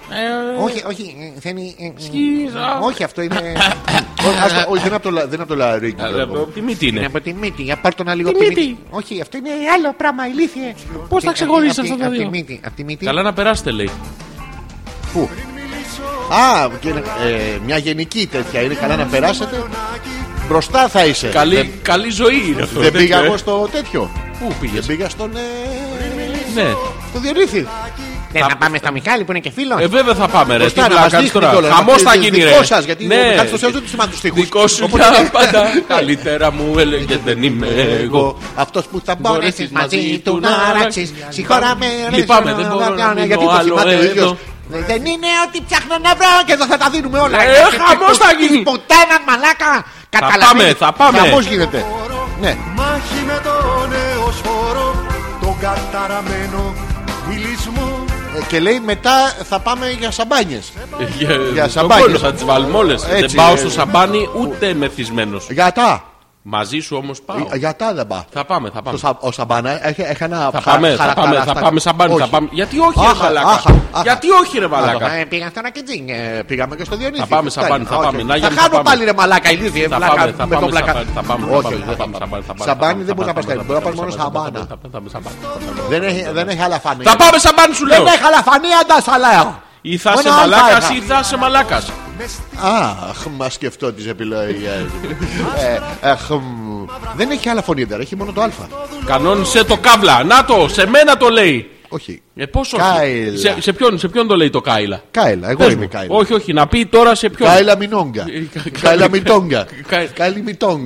S1: Όχι, όχι, ε, θέλει. ε, ε, Όχι, αυτό είναι. Όχι, άστο, όχι, δεν είναι από το λα- δεν είναι από το λαρίκι. Γιώργο.
S2: Τι μύτη
S1: Είναι
S2: είναι.
S1: από τη μύτη, για πάρ' το να λίγο από τη
S2: Ναι. μύτη.
S1: μύτη. Όχι, αυτό είναι άλλο πράγμα, ηλίθιε.
S2: Πώς θα
S1: Ε,
S2: ξεχωρίσεις
S1: απ' τη-
S2: αυτά τα
S1: απ' τη
S2: δύο?
S1: μύτη, απ' τη μύτη.
S2: Καλά να περάσετε λέει.
S1: Πού? Α, και, ε, μια γενική τέτοια είναι. Καλά να περάσετε. Μπροστά θα είσαι.
S2: Καλή,
S1: Δεν-
S2: καλή ζωή είναι αυτό.
S1: Δεν πήγα
S2: τέτοιο, ε.
S1: εγώ στο τέτοιο.
S2: Πού
S1: Δεν
S2: πήγες.
S1: πήγα στον. ε,
S2: Ναι.
S1: Στο Διονύθι. Ναι,
S4: Δεν θα πάμε στο Μιχάλη που είναι και φίλος.
S2: Ε, βέβαια θα πάμε ρε. Τι
S1: Μπροστά να μας
S2: πλάκα κάνεις
S1: δείχνει
S2: τώρα.
S1: κιόλας.
S2: Χαμός θα
S1: Είναι
S2: γίνει ρε.
S1: Δικό σας, γιατί
S2: Ναι.
S1: κάτι στο σέζο δεν τους θυμάται τους στίχους.
S2: Δικό σου για *laughs* πάντα. Καλύτερα μου έλεγε δεν είμαι εγώ.
S1: Αυτός που θα μπορέσει μαζί του να αράξει. Συγχώρα με, ρε.
S2: Λυπάμαι,
S1: συγχώρα,
S2: δεν μπορώ να μείνω
S1: Γιατί το
S2: άλλο
S1: θυμάται ο
S2: εδώ.
S1: ίδιο. Δεν είναι ότι ψάχνω να βρω και εδώ θα τα δίνουμε όλα.
S2: Ε,
S1: Γιατί
S2: χαμός
S1: του-
S2: θα γίνει.
S1: της Πουτάνα μαλάκα.
S2: Θα
S1: Καταλαβαίνεις.
S2: πάμε, θα πάμε.
S1: Χαμός γίνεται. Ναι.
S3: Μάχη με τον νέο σφορό, τον καταραμένο μιλισμό.
S1: Ε, Και λέει μετά θα πάμε για σαμπάνιες.
S2: Ε, Για
S1: σαμπάνια.
S2: σαμπάνι. Θα τις βάλουμε όλες.
S1: Έτσι,
S2: Δεν πάω
S1: ε.
S2: στο σαμπάνι ούτε μεθυσμένος.
S1: Γιατά.
S2: Μαζί σου όμως πάω.
S1: Γιατά δεν πά.
S2: Θα πάμε, θα
S1: Το
S2: πάμε.
S1: σα- Ο Σαμπάνα έχει, έχει ένα
S2: Θα πάμε, θα πάμε, θα πάμε σαμπάνι, θα πάμε. Γιατί όχι ρε
S1: Άχα, άχα,
S2: μαλάκα.
S1: άχα.
S2: Γιατί όχι ρε μαλάκα.
S1: Ε, πήγα στο Ρακιτζίν, ε, πήγαμε και στο Διονύση.
S2: Θα πάμε σαμπάνι, θα πάμε. Να,
S1: Θα
S2: Γιάννη, θα
S1: χάνω
S2: πάμε.
S1: πάλι ρε μαλάκα, ηλίθιε.
S2: Θα
S1: βλάκα,
S2: πάμε, θα
S1: με το
S2: πάμε
S1: πλακα-
S2: σαμπάνι, θα πάμε, θα
S1: Όχι,
S2: πάμε, θα
S1: δεν
S2: πάμε, θα πάμε, θα πάμε,
S1: Σαμπάνι δεν μπορεί να
S2: θα
S1: πας
S2: πάμε,
S1: κάτι. Μπορεί να
S2: θα
S1: πας μόνο
S2: πάμε, θα πάμε,
S1: σαμπάνα.
S2: θα πάμε, θα πάμε, θα πάμε.
S1: Δεν έχει- Δεν έχει άλλα φανή.
S2: Θα πάμε σαμπάνι σου λέω.
S1: Δεν έχει άλλα φανή, αν τα σα λέω.
S2: Ή θα είσαι
S1: Μόνο αν
S2: μαλάκας
S1: θα
S2: ή θα είσαι μαλάκας.
S1: Αχ, μα σκεφτώ τις επιλογές. Ε, αχ, μ. Δεν έχει άλλα φωνήντερα, έχει μόνο το α.
S2: Κανόνισε το κάβλα. Να το, σε μένα το λέει.
S1: Όχι.
S2: Ε, πόσο.
S1: Κάιλα.
S2: Σε, σε, ποιον, σε ποιον το λέει το Κάιλα.
S1: Κάιλα, εγώ
S2: Πες
S1: είμαι
S2: μου.
S1: Κάιλα.
S2: Όχι, όχι, να πει τώρα σε ποιον.
S1: Κάιλα Μινόγκα.
S2: κα-
S1: Κάιλα Μιτόγκα.
S2: Κα-
S1: Κάιλι Μιτόγκ.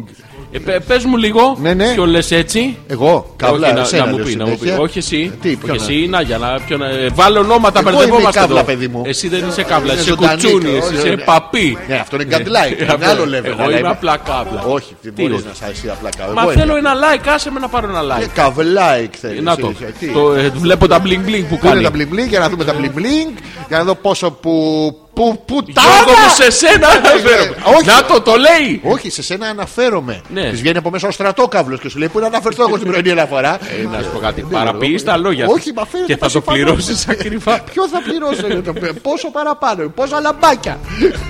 S2: Ε, πε- πες μου λίγο.
S1: Ναι, ναι.
S2: Ποιον λες έτσι.
S1: Εγώ, καύλα,
S2: όχι, να-
S1: εσένα
S2: να, μου
S1: λέω
S2: πει, να μου πει.
S1: συνέχεια. Ε,
S2: Όχι εσύ.
S1: Τι,
S2: όχι
S1: ποιον
S2: εσύ, να για να. Ποιον, ε, βάλε ονόματα,
S1: Εγώ είμαι η
S2: μπερδευόμαστε.
S1: κάβλα,
S2: εδώ.
S1: παιδί μου.
S2: Εσύ δεν είσαι κάβλα,
S1: Είναι
S2: είσαι
S1: ζωντανή,
S2: κουτσούνι,
S1: ε,
S2: εσύ
S1: ε,
S2: είσαι
S1: ε,
S2: παπί.
S1: Ναι, αυτό είναι γκαντλάικ. Είναι άλλο level.
S2: Ε, Εγώ
S1: αλλά
S2: είμαι
S1: είμαι-
S2: απλά κάβλα.
S1: Όχι, δεν
S2: Τι
S1: μπορείς
S2: είναι.
S1: να είσαι εσύ απλά καύλα.
S2: Μα θέλω ένα like, άσε με να πάρω ένα like.
S1: Καβλάικ θέλεις.
S2: Να το.
S1: Τι.
S2: Το, ε, Βλέπω τα bling bling που
S1: Πού είναι τα
S2: κάνει.
S1: μπλιμπλίνγκ για να δούμε τα μπλιμπλίνγκ. Για να δω πόσο που. Που. Που.
S2: Γιώργο μου σε
S1: Τάνα!
S2: σένα αναφέρομαι.
S1: ε, όχι. Ε,
S2: Να το το λέει.
S1: Όχι, σε σένα αναφέρομαι.
S2: Ναι.
S1: Της βγαίνει από μέσα ο στρατόκαυλος και σου λέει Πού να αναφερθώ εγώ στην πρωινή αναφορά.
S2: Ε, Να σου πω κάτι. Παραποιείς τα λόγια σου.
S1: ε, Όχι, μα φαίνεται
S2: Και θα
S1: πως
S2: το
S1: συμφωνώ.
S2: πληρώσεις ακριβά.
S1: Ε, Ποιο θα πληρώσω, για το πόσο παραπάνω, πόσα λαμπάκια.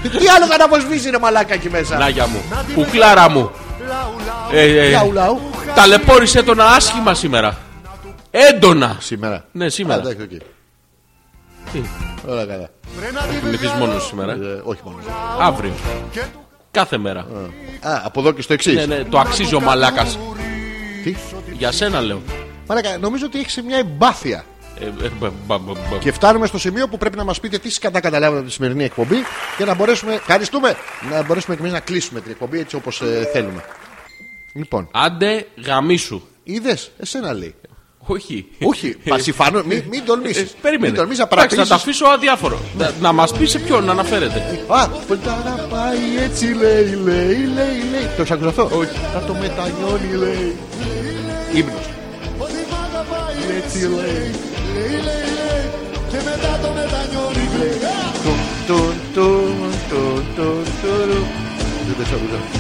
S1: Τι άλλο θα αναβοσβήσει ρε μαλάκα εκεί μέσα.
S2: Νάγια μου. Κουκλάρα μου. Ε, ε,
S1: Λαου λαου.
S2: Ταλαιπώρησε τον άσχημα σήμερα. Έντονα.
S1: Σήμερα.
S2: Ναι, σήμερα.
S1: Α, εντάξει, οκ.
S2: Τι.
S1: Όλα καλά.
S2: Κοιμηθείς μόνος σήμερα.
S1: Ε, όχι μόνος.
S2: Αύριο. Κάθε μέρα.
S1: Α, από εδώ και στο εξής.
S2: Ναι, ναι, το αξίζει ο μαλάκας.
S1: Τι?
S2: Για σένα λέω.
S1: Μαλάκα, νομίζω ότι έχεις μια εμπάθεια.
S2: Ε, ε, μπα, μπα, μπα, μπα.
S1: Και φτάνουμε στο σημείο που πρέπει να μας πείτε τι σκατά καταλάβατε από τη σημερινή εκπομπή και να μπορέσουμε. Ευχαριστούμε! Να μπορέσουμε και εμείς να κλείσουμε την εκπομπή έτσι όπως θέλουμε. Λοιπόν,
S2: Άντε γαμίσου.
S1: είδες, εσένα λέει.
S2: Όχι.
S1: Όχι, πασιφανώ, μην, μην τολμήσεις.
S2: Ε, Περίμενε.
S1: Μην τολμήσεις να
S2: Εντάξει, θα τα
S1: παραπείσεις.
S2: αφήσω αδιάφορο. Να- Να μας πει σε ποιον να αναφέρεται.
S1: Α, ποντά να πάει έτσι λέει, λέει, λέει, λέει. Το έχεις ακούσει αυτό. Όχι. Θα το μετανιώνει λέει. Ύμνος.
S3: Έτσι λέει, λέει, λέει, λέει, και μετά το μετανιώνει, λέει.
S1: Τουν, τουν, τουν, τουν, τουν, τουρου. Δεν το έχεις ακούσει.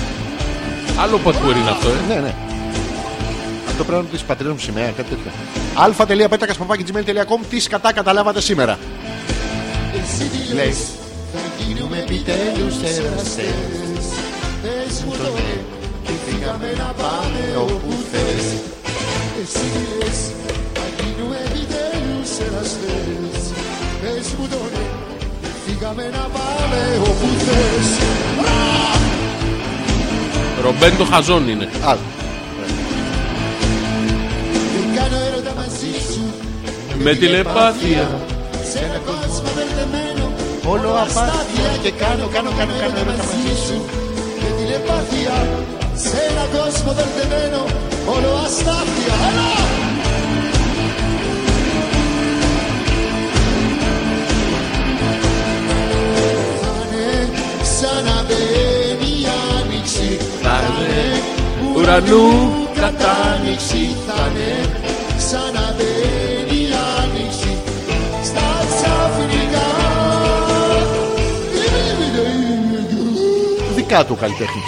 S2: Άλλο πατκούρι είναι αυτό, ε.
S1: Ναι, ναι. Αυτό πρέπει να είναι τη πατρίδα μου σημαία, κάτι τέτοιο. αλφα.πέτρακα.gmail.com Τι σκατά καταλάβατε σήμερα. Λέει.
S5: Γίνουμε επιτέλους εραστές Πες μου το ναι και φύγαμε να πάμε όπου θες Εσύ λες θα γίνουμε επιτέλους εραστές Πες μου το ναι και φύγαμε να πάμε όπου θες
S2: Ρομπέντο Χαζόν είναι.
S1: Α,
S5: Δεν κάνω έρωτα μαζί σου
S2: Με τηλεπάθεια.
S5: σε ένα κόσμο μπερδεμένο Όλο απάθεια και κάνω, κάνω, κάνω, κάνω έρωτα μαζί σου Και τηλεπάθεια σε ένα κόσμο μπερδεμένο Όλο αστάθεια, έλα!
S2: ουρανού
S5: Κατάνοιξη θα είναι σαν να μπαίνει η άνοιξη στα ξαφνικά.
S1: Δικά του καλλιτέχνη.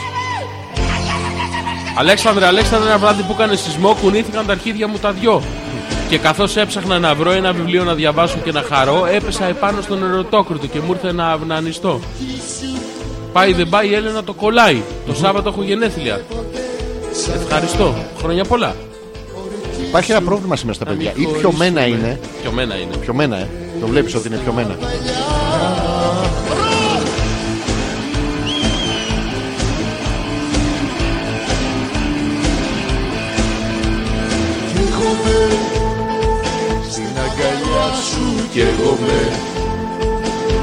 S2: Αλέξανδρε, Αλέξανδρε, ένα βράδυ που έκανε σεισμό, κουνήθηκαν τα αρχίδια μου τα δυο. Και καθώς έψαχνα να βρω ένα βιβλίο να διαβάσω και να χαρώ, έπεσα επάνω στον ερωτόκριτο και μου ήρθε να αυνανιστώ. Πάει δεν πάει, η Έλενα το κολλάει. Το Σάββατο έχω γενέθλια. Ευχαριστώ. Χρόνια πολλά.
S1: Υπάρχει ένα πρόβλημα σήμερα στα παιδιά. Ή
S2: χωρίς
S1: πιωμένα
S2: με.
S1: είναι.
S2: Και μένα είναι.
S1: Πιωμένα, ε. Το βλέπεις ότι είναι πιωμένα.
S5: Καίγομαι στην αγκαλιά σου
S8: Κι εγώ με,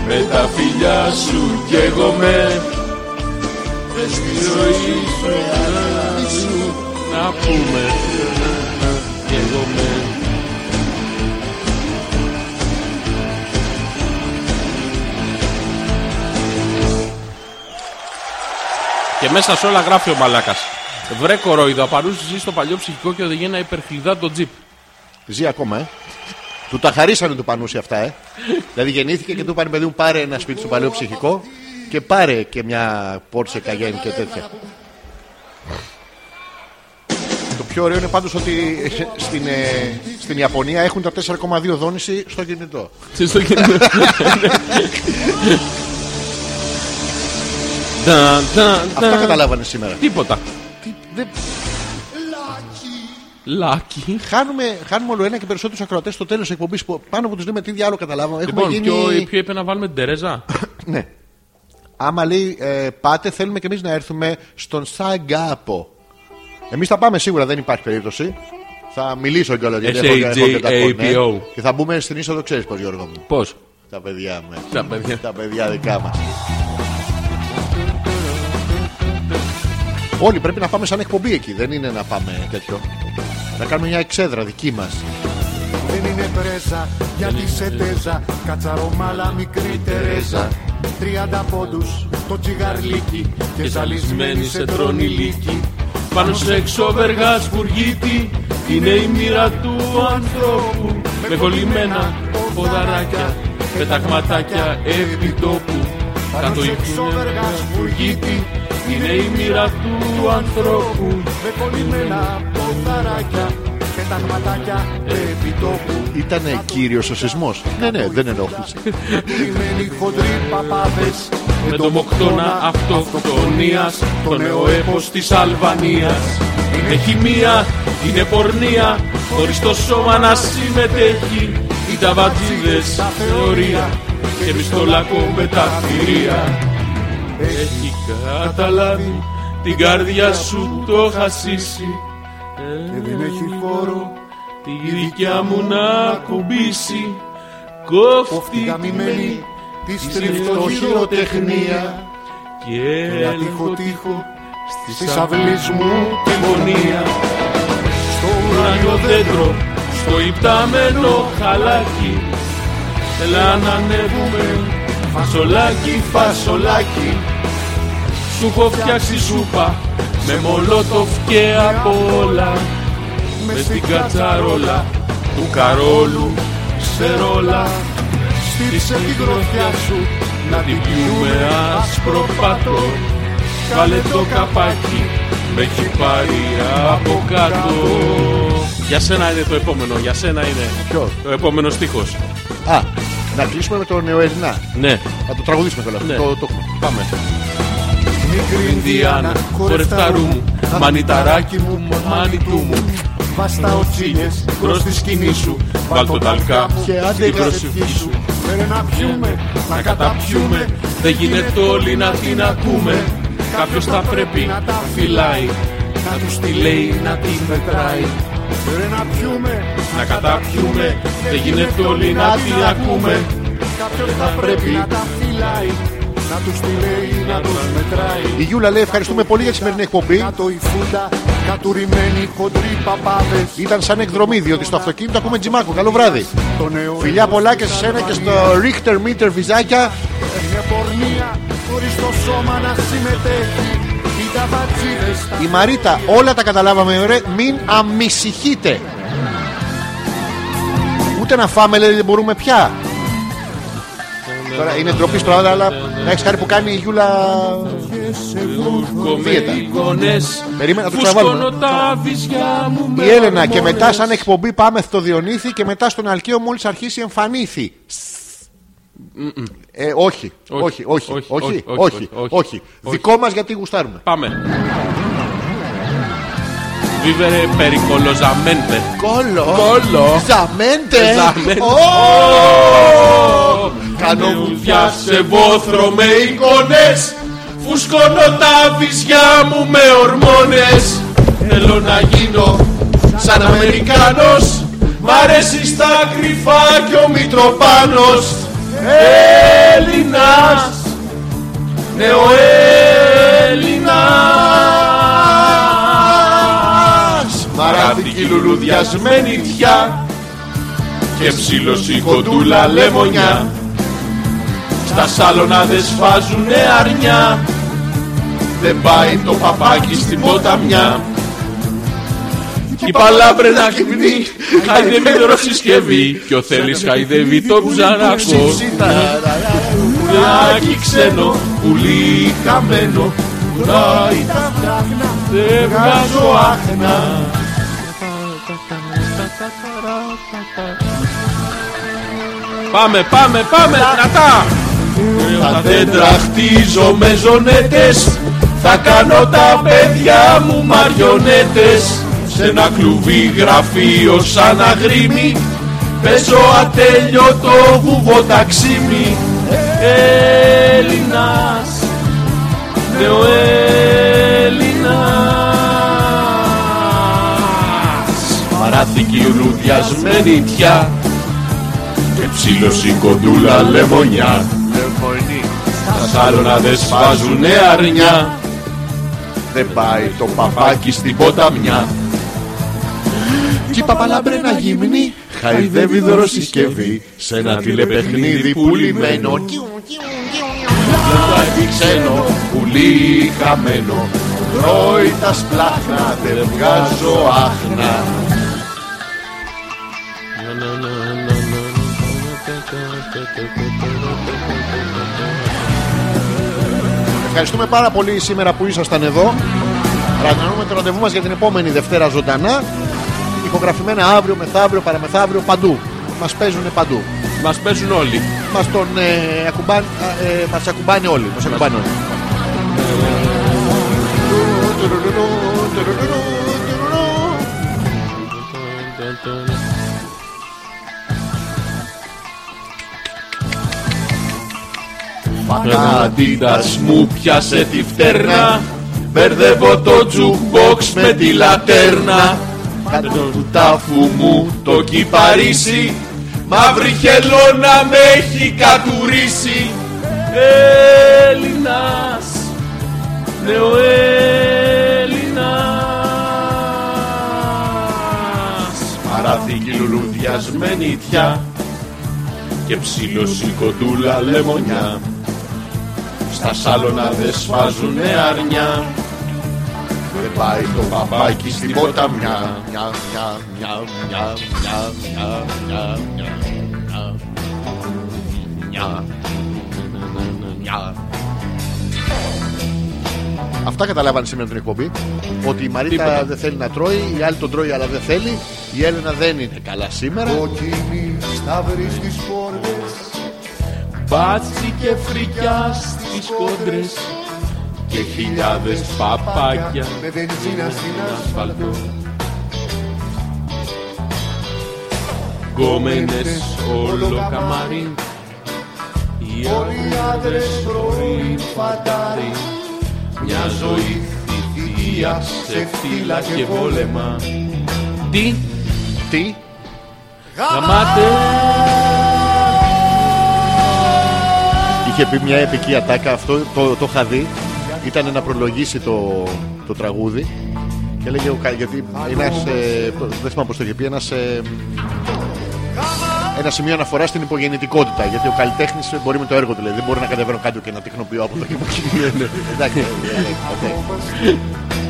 S8: με τα φιλιά σου κι εγώ με, με στη ζωή σου
S2: Να πούμε. Και εγώ με. Και μέσα σε όλα γράφει ο Μαλάκας. Βρε κορόιδο, απαρούσε ζει στο παλιό ψυχικό και οδηγεί ένα υπερχλειδά το τζιπ.
S1: Ζει ακόμα, ε. Του τα χαρίσανε του πανούση αυτά, ε. δηλαδή γεννήθηκε και του είπαν παιδί μου πάρε ένα σπίτι στο παλαιό ψυχικό και πάρε και μια πόρσε καγέν και τέτοια. Το πιο ωραίο είναι πάντως ότι ε, στην, ε, στην Ιαπωνία έχουν τα 4,2 δόνηση στο κινητό.
S2: Τι στο κινητό. Ταν, ταν,
S1: Αυτά
S2: ταν.
S1: καταλάβανε σήμερα.
S2: Τίποτα.
S1: Δεν-
S2: Λάκι.
S1: Χάνουμε, χάνουμε όλο ένα και περισσότερους ακροατές στο τέλος εκπομπής που πάνω που τους λέμε τι διάλογο καταλάβαμε. Έχουμε
S2: Λοιπόν,
S1: γίνει.
S2: ποιο, ποιο είπε να βάλουμε την Τερέζα.
S1: Ναι. Άμα λέει ε, πάτε, θέλουμε και εμείς να έρθουμε στον Σαγκάπο. Εμείς θα πάμε σίγουρα, δεν υπάρχει περίπτωση. Θα μιλήσω κιόλας γιατί έχω- έχω και τα
S2: SAGAPO.
S1: κόρνα, ε. Και θα μπούμε στην είσοδο, ξέρεις πώς, Γιώργο μου.
S2: Πώς.
S1: Τα παιδιά μου. ε.
S2: Τα παιδιά.
S1: Τα παιδιά δικά μας. Όλοι πρέπει να πάμε σαν εκπομπή εκεί. Δεν είναι να πάμε τέτοιο. Να κάνουμε μια εξέδρα δική μας.
S3: Δεν είναι πρέζα, γιατί σε τέζα Κατσαρομάλα μικρή Τερέζα Τριάντα πόντους, το τσιγαρλίκι Και ζαλισμένη σε τρώνει λύκη
S2: Πάνω σε εξόβεργα σπουργίτη Είναι η μοίρα του ανθρώπου Με κολλημένα ποδαράκια Πεταγματάκια επί τόπου Κάτω η εξόβεργα σπουργίτη Είναι η μοίρα του ανθρώπου
S3: Με κολλημένα ποδαράκια Και τα γματάκια επί τόπου
S1: Ήταν κύριος ο σεισμός. Ναι, ναι, δεν ενόχλησε.
S3: Κολλημένοι χοντροί παπάδες
S2: Με το μοκτώνα αυτοκτονίας Το νέο έπος της Αλβανίας Είναι χημεία, είναι πορνεία Χωρίς το σώμα να συμμετέχει Οι ταβατζίδες στα θεωρία Και εμείς το λάκκο με τα θηρία Έχει καταλάβει Την καρδιά σου το χασίσει
S3: Και δεν έχει χώρο
S2: Τη δικιά μου να κουμπίσει Κόφτη
S3: γαμημένη Της
S2: Τη
S3: τριφτοχειροτεχνία
S2: Και
S3: Για τείχο
S2: έλεγχο
S3: τείχο Της
S2: Στις
S3: αυλής μου τη γωνία Στο
S2: ουράνιο
S3: ουρανιό
S2: δέντρο στο υπτάμενο χαλάκι Έλα να ανέβουμε φασολάκι, φασολάκι Σου έχω φτιάξει σούπα με μολότοφ και από όλα Με στην κατσαρόλα του Καρόλου ξερόλα
S3: Στύψε την γροθιά σου
S2: Να την πιούμε ασπροπάτο Βάλε το καπάκι με έχει πάρει από κάτω Για σένα είναι το επόμενο, για σένα είναι
S1: Ποιος?
S2: Το επόμενο στίχος
S1: Α, να κλείσουμε με τον νεοελληνά.
S2: Ναι,
S1: Να το τραγουδήσουμε κιόλα.
S2: Ναι.
S1: Το, το...
S2: πάμε
S3: Μικρή
S2: Ινδιάνα, χορευταρού μου Μανιταράκι μου, μανιτού μου
S3: Βάσ' τα οτσίνες προς τη σκηνή σου Βάλ' το ταλκά
S1: Και
S3: και
S1: άντε
S3: άντε
S1: γα-
S3: προσευχή σου Φέρε να πιούμε, να καταπιούμε
S2: Δεν γίνεται όλοι να την ακούμε Κάποιος θα πρέπει να τα φυλάει Να τους τη λέει, να την μετράει
S3: Φέρε να πιούμε,
S2: Να καταπιούμε Δεν γίνεται όλοι να την ακούμε
S3: κάποιος θα πρέπει να τα φυλάει Να τους τη λέει, να τους μετράει
S1: Η Γιούλα λέει ευχαριστούμε πολύ για τη σημερινή εκπομπή.
S3: Κάτω η φούντα, κατουρημένοι χοντροί παπάδες
S1: Ήταν σαν εκδρομή, διότι στο αυτοκίνητο ακούμε τζιμάκο. Καλό βράδυ.
S3: Το νέο
S1: Φιλιά πολλά και σε
S3: της
S1: σένα και στο
S3: Αλβανίας.
S1: Richter Meter βυζάκια.
S3: Είναι πορνεία χωρίς το σώμα να συμμετέχει
S5: τα πατσίδες
S1: Η Μαρίτα, όλα τα καταλάβαμε ωραία. Μην αμυσυχείτε. Ούτε να φάμε, λέει, δεν μπορούμε πια. Τώρα είναι ντροπή πράγματα, αλλά να έχεις χάρη που κάνει η Γιούλα. Δίαιτα. Περίμενα, το ξαναβάλουμε.
S2: Φουσκώνω τα βυζιά μου με
S1: Η Έλενα και
S2: ορμόνες.
S1: μετά σαν εκπομπή πάμε στο Διονύθι και μετά στον Αλκαίο μόλις αρχίσει εμφανήθη. Ε, όχι, όχι, όχι, όχι, όχι, όχι, όχι. Δικό μας γιατί γουστάρουμε.
S2: Πάμε. Βίβερε περικολοζαμέντε.
S1: Κόλλο,
S2: Κόλο.
S1: ζαμέντε,
S2: Ζαμέντε.
S1: Ω,
S2: Κάνω
S1: κάνω
S2: βουδιά σε βόθρο με εικόνες Φουσκώνω τα βυζιά μου με ορμόνες Θέλω να γίνω σαν Αμερικάνος Μ' αρέσει στα κρυφά και ο Μητροπάνος Έλληνας Ναι ο Έλληνας Μαράδικη λουλουδιασμένη τιά Και ψήλωση η κοντούλα λεμονιά στα σάλωνα δε σφάζουνε αρνιά Δεν πάει το παπάκι στην ποταμιά Κι η παλάμπρε να κυμνεί Χαϊδεύει το συσκευή Κι ο θέλεις χαϊδεύει το ψαρακό Πουλάκι ξένο, πουλί χαμένο Πουλάει τα φτάχνα, δεν βγάζω άχνα Πάμε, πάμε, πάμε, δυνατά! Τα δέντρα χτίζω με ζωνέτες Θα κάνω τα παιδιά μου μαριονέτες Σε ένα κλουβί γραφείο σαν αγρίμι Παίζω ατέλειωτο βουβό ταξίμι Έλληνας Ναι ο Έλληνας Παράθηκη ουλουδιασμένη πια Και ψήλωση κοντούλα λεμονιά τα σάλωνα δε σφάζουνε αρνιά
S1: Δεν πάει το
S2: Παπάκι στην ποταμιά
S1: Κι η παπαλάμπρε να γυμνεί Χαϊδεύει δωροσυσκευή Σε ένα τηλεπαιχνίδι πουλημένο
S2: Πουλάκι ξένο, πουλί χαμένο Τρώει τα σπλάχνα, δεν βγάζω άχνα
S1: Ευχαριστούμε πάρα πολύ σήμερα που ήσασταν εδώ Ανανεώνουμε το ραντεβού μας για την επόμενη Δευτέρα ζωντανά Ηχογραφημένα αύριο, μεθαύριο, παραμεθαύριο, παντού Μας παίζουνε παντού
S2: Μας παίζουν όλοι
S1: Μας τον ε, ακουμπάν- α, ε, μας ακουμπάνε όλοι Μας ακουμπάνε όλοι
S2: Αντίτας μου πιάσε τη φτέρνα Μπερδεύω το τζουκμπόξ με τη λατέρνα Κάτω του τάφου μου το κυπαρίσι Μαύρη χελώνα με έχει κατουρίσει Έλληνας Ναι ο Έλληνας Παραθήκη λουλουδιασμένη θιά Και ψήλωση κοντούλα λεμονιά στα σάλωνα δε σφάζουνε αρνιά Δεν πάει το παπάκι στην ποταμιά
S1: Μια, μια, μια, μια, μια, μια, μια, μια, μια. Μια. Μια. Αυτά καταλάβανε σήμερα την εκπομπή. Ότι η Μαρίτα
S2: Τίποτα.
S1: δεν θέλει να τρώει, η άλλη τον τρώει αλλά δεν θέλει. Η Έλενα δεν είναι καλά σήμερα.
S5: Κοκκινή σταυρή στις πόρτες
S2: Μπάτσι και φρικιά στις κόντρες Και χιλιάδες παπάκια
S5: Με βενζίνα στην ασφαλτό
S2: Γκόμενες όλο καμαρί Οι
S5: Όλοι άντρες πρωί φαντάρι
S2: μια ζωή θητεία σε φύλλα και βόλεμα Τι
S1: Τι.
S2: γαμάτε
S1: Είχε πει μια επική ατάκα, αυτό το, το είχα δει. Ήταν να προλογίσει το, το τραγούδι. Και ε, έλεγε, ο Κα- γιατί ένας. δεν θυμάμαι πώς το είχε πει, ένας. ε, ένα σημείο αναφοράς στην υπογεννητικότητα. Γιατί ο καλλιτέχνης μπορεί με το έργο του, δηλαδή δεν μπορεί να κατεβαίνω κάτω και να τεχνοποιώ από το κεφάλι. Εντάξει. ε, ε, οκ.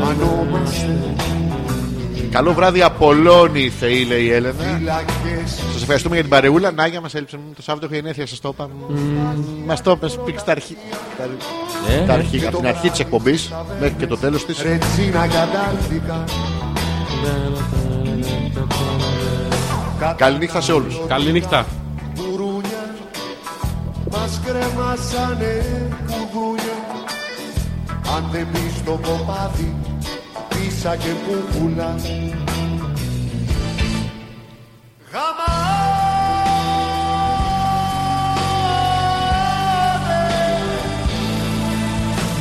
S3: Μανόμαστε
S1: Καλό βράδυ, Απολώνη, Θεή, λέει η Έλενα.
S3: φυλακές
S1: Σας ευχαριστούμε για την παρεούλα. Νάγια μας έλειψε το Σάββατο γενέθλια, σας το είπα. Μας το είπες, πήγες στα αρχή.
S2: Ε,
S1: τα αρχή- από την αρχή της εκπομπής μέχρι και το τέλος της.
S3: Ε. Ρετσίνα κατάλθηκα
S1: Καληνύχτα σε όλους.
S2: Καληνύχτα.
S3: κουρούνια Μας κρεμάσανε κουδούνια Αν δεν μπει στο κοπάδι Πίσα και κουκουλά Γαμά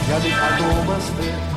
S3: Γιατί χανόμαστε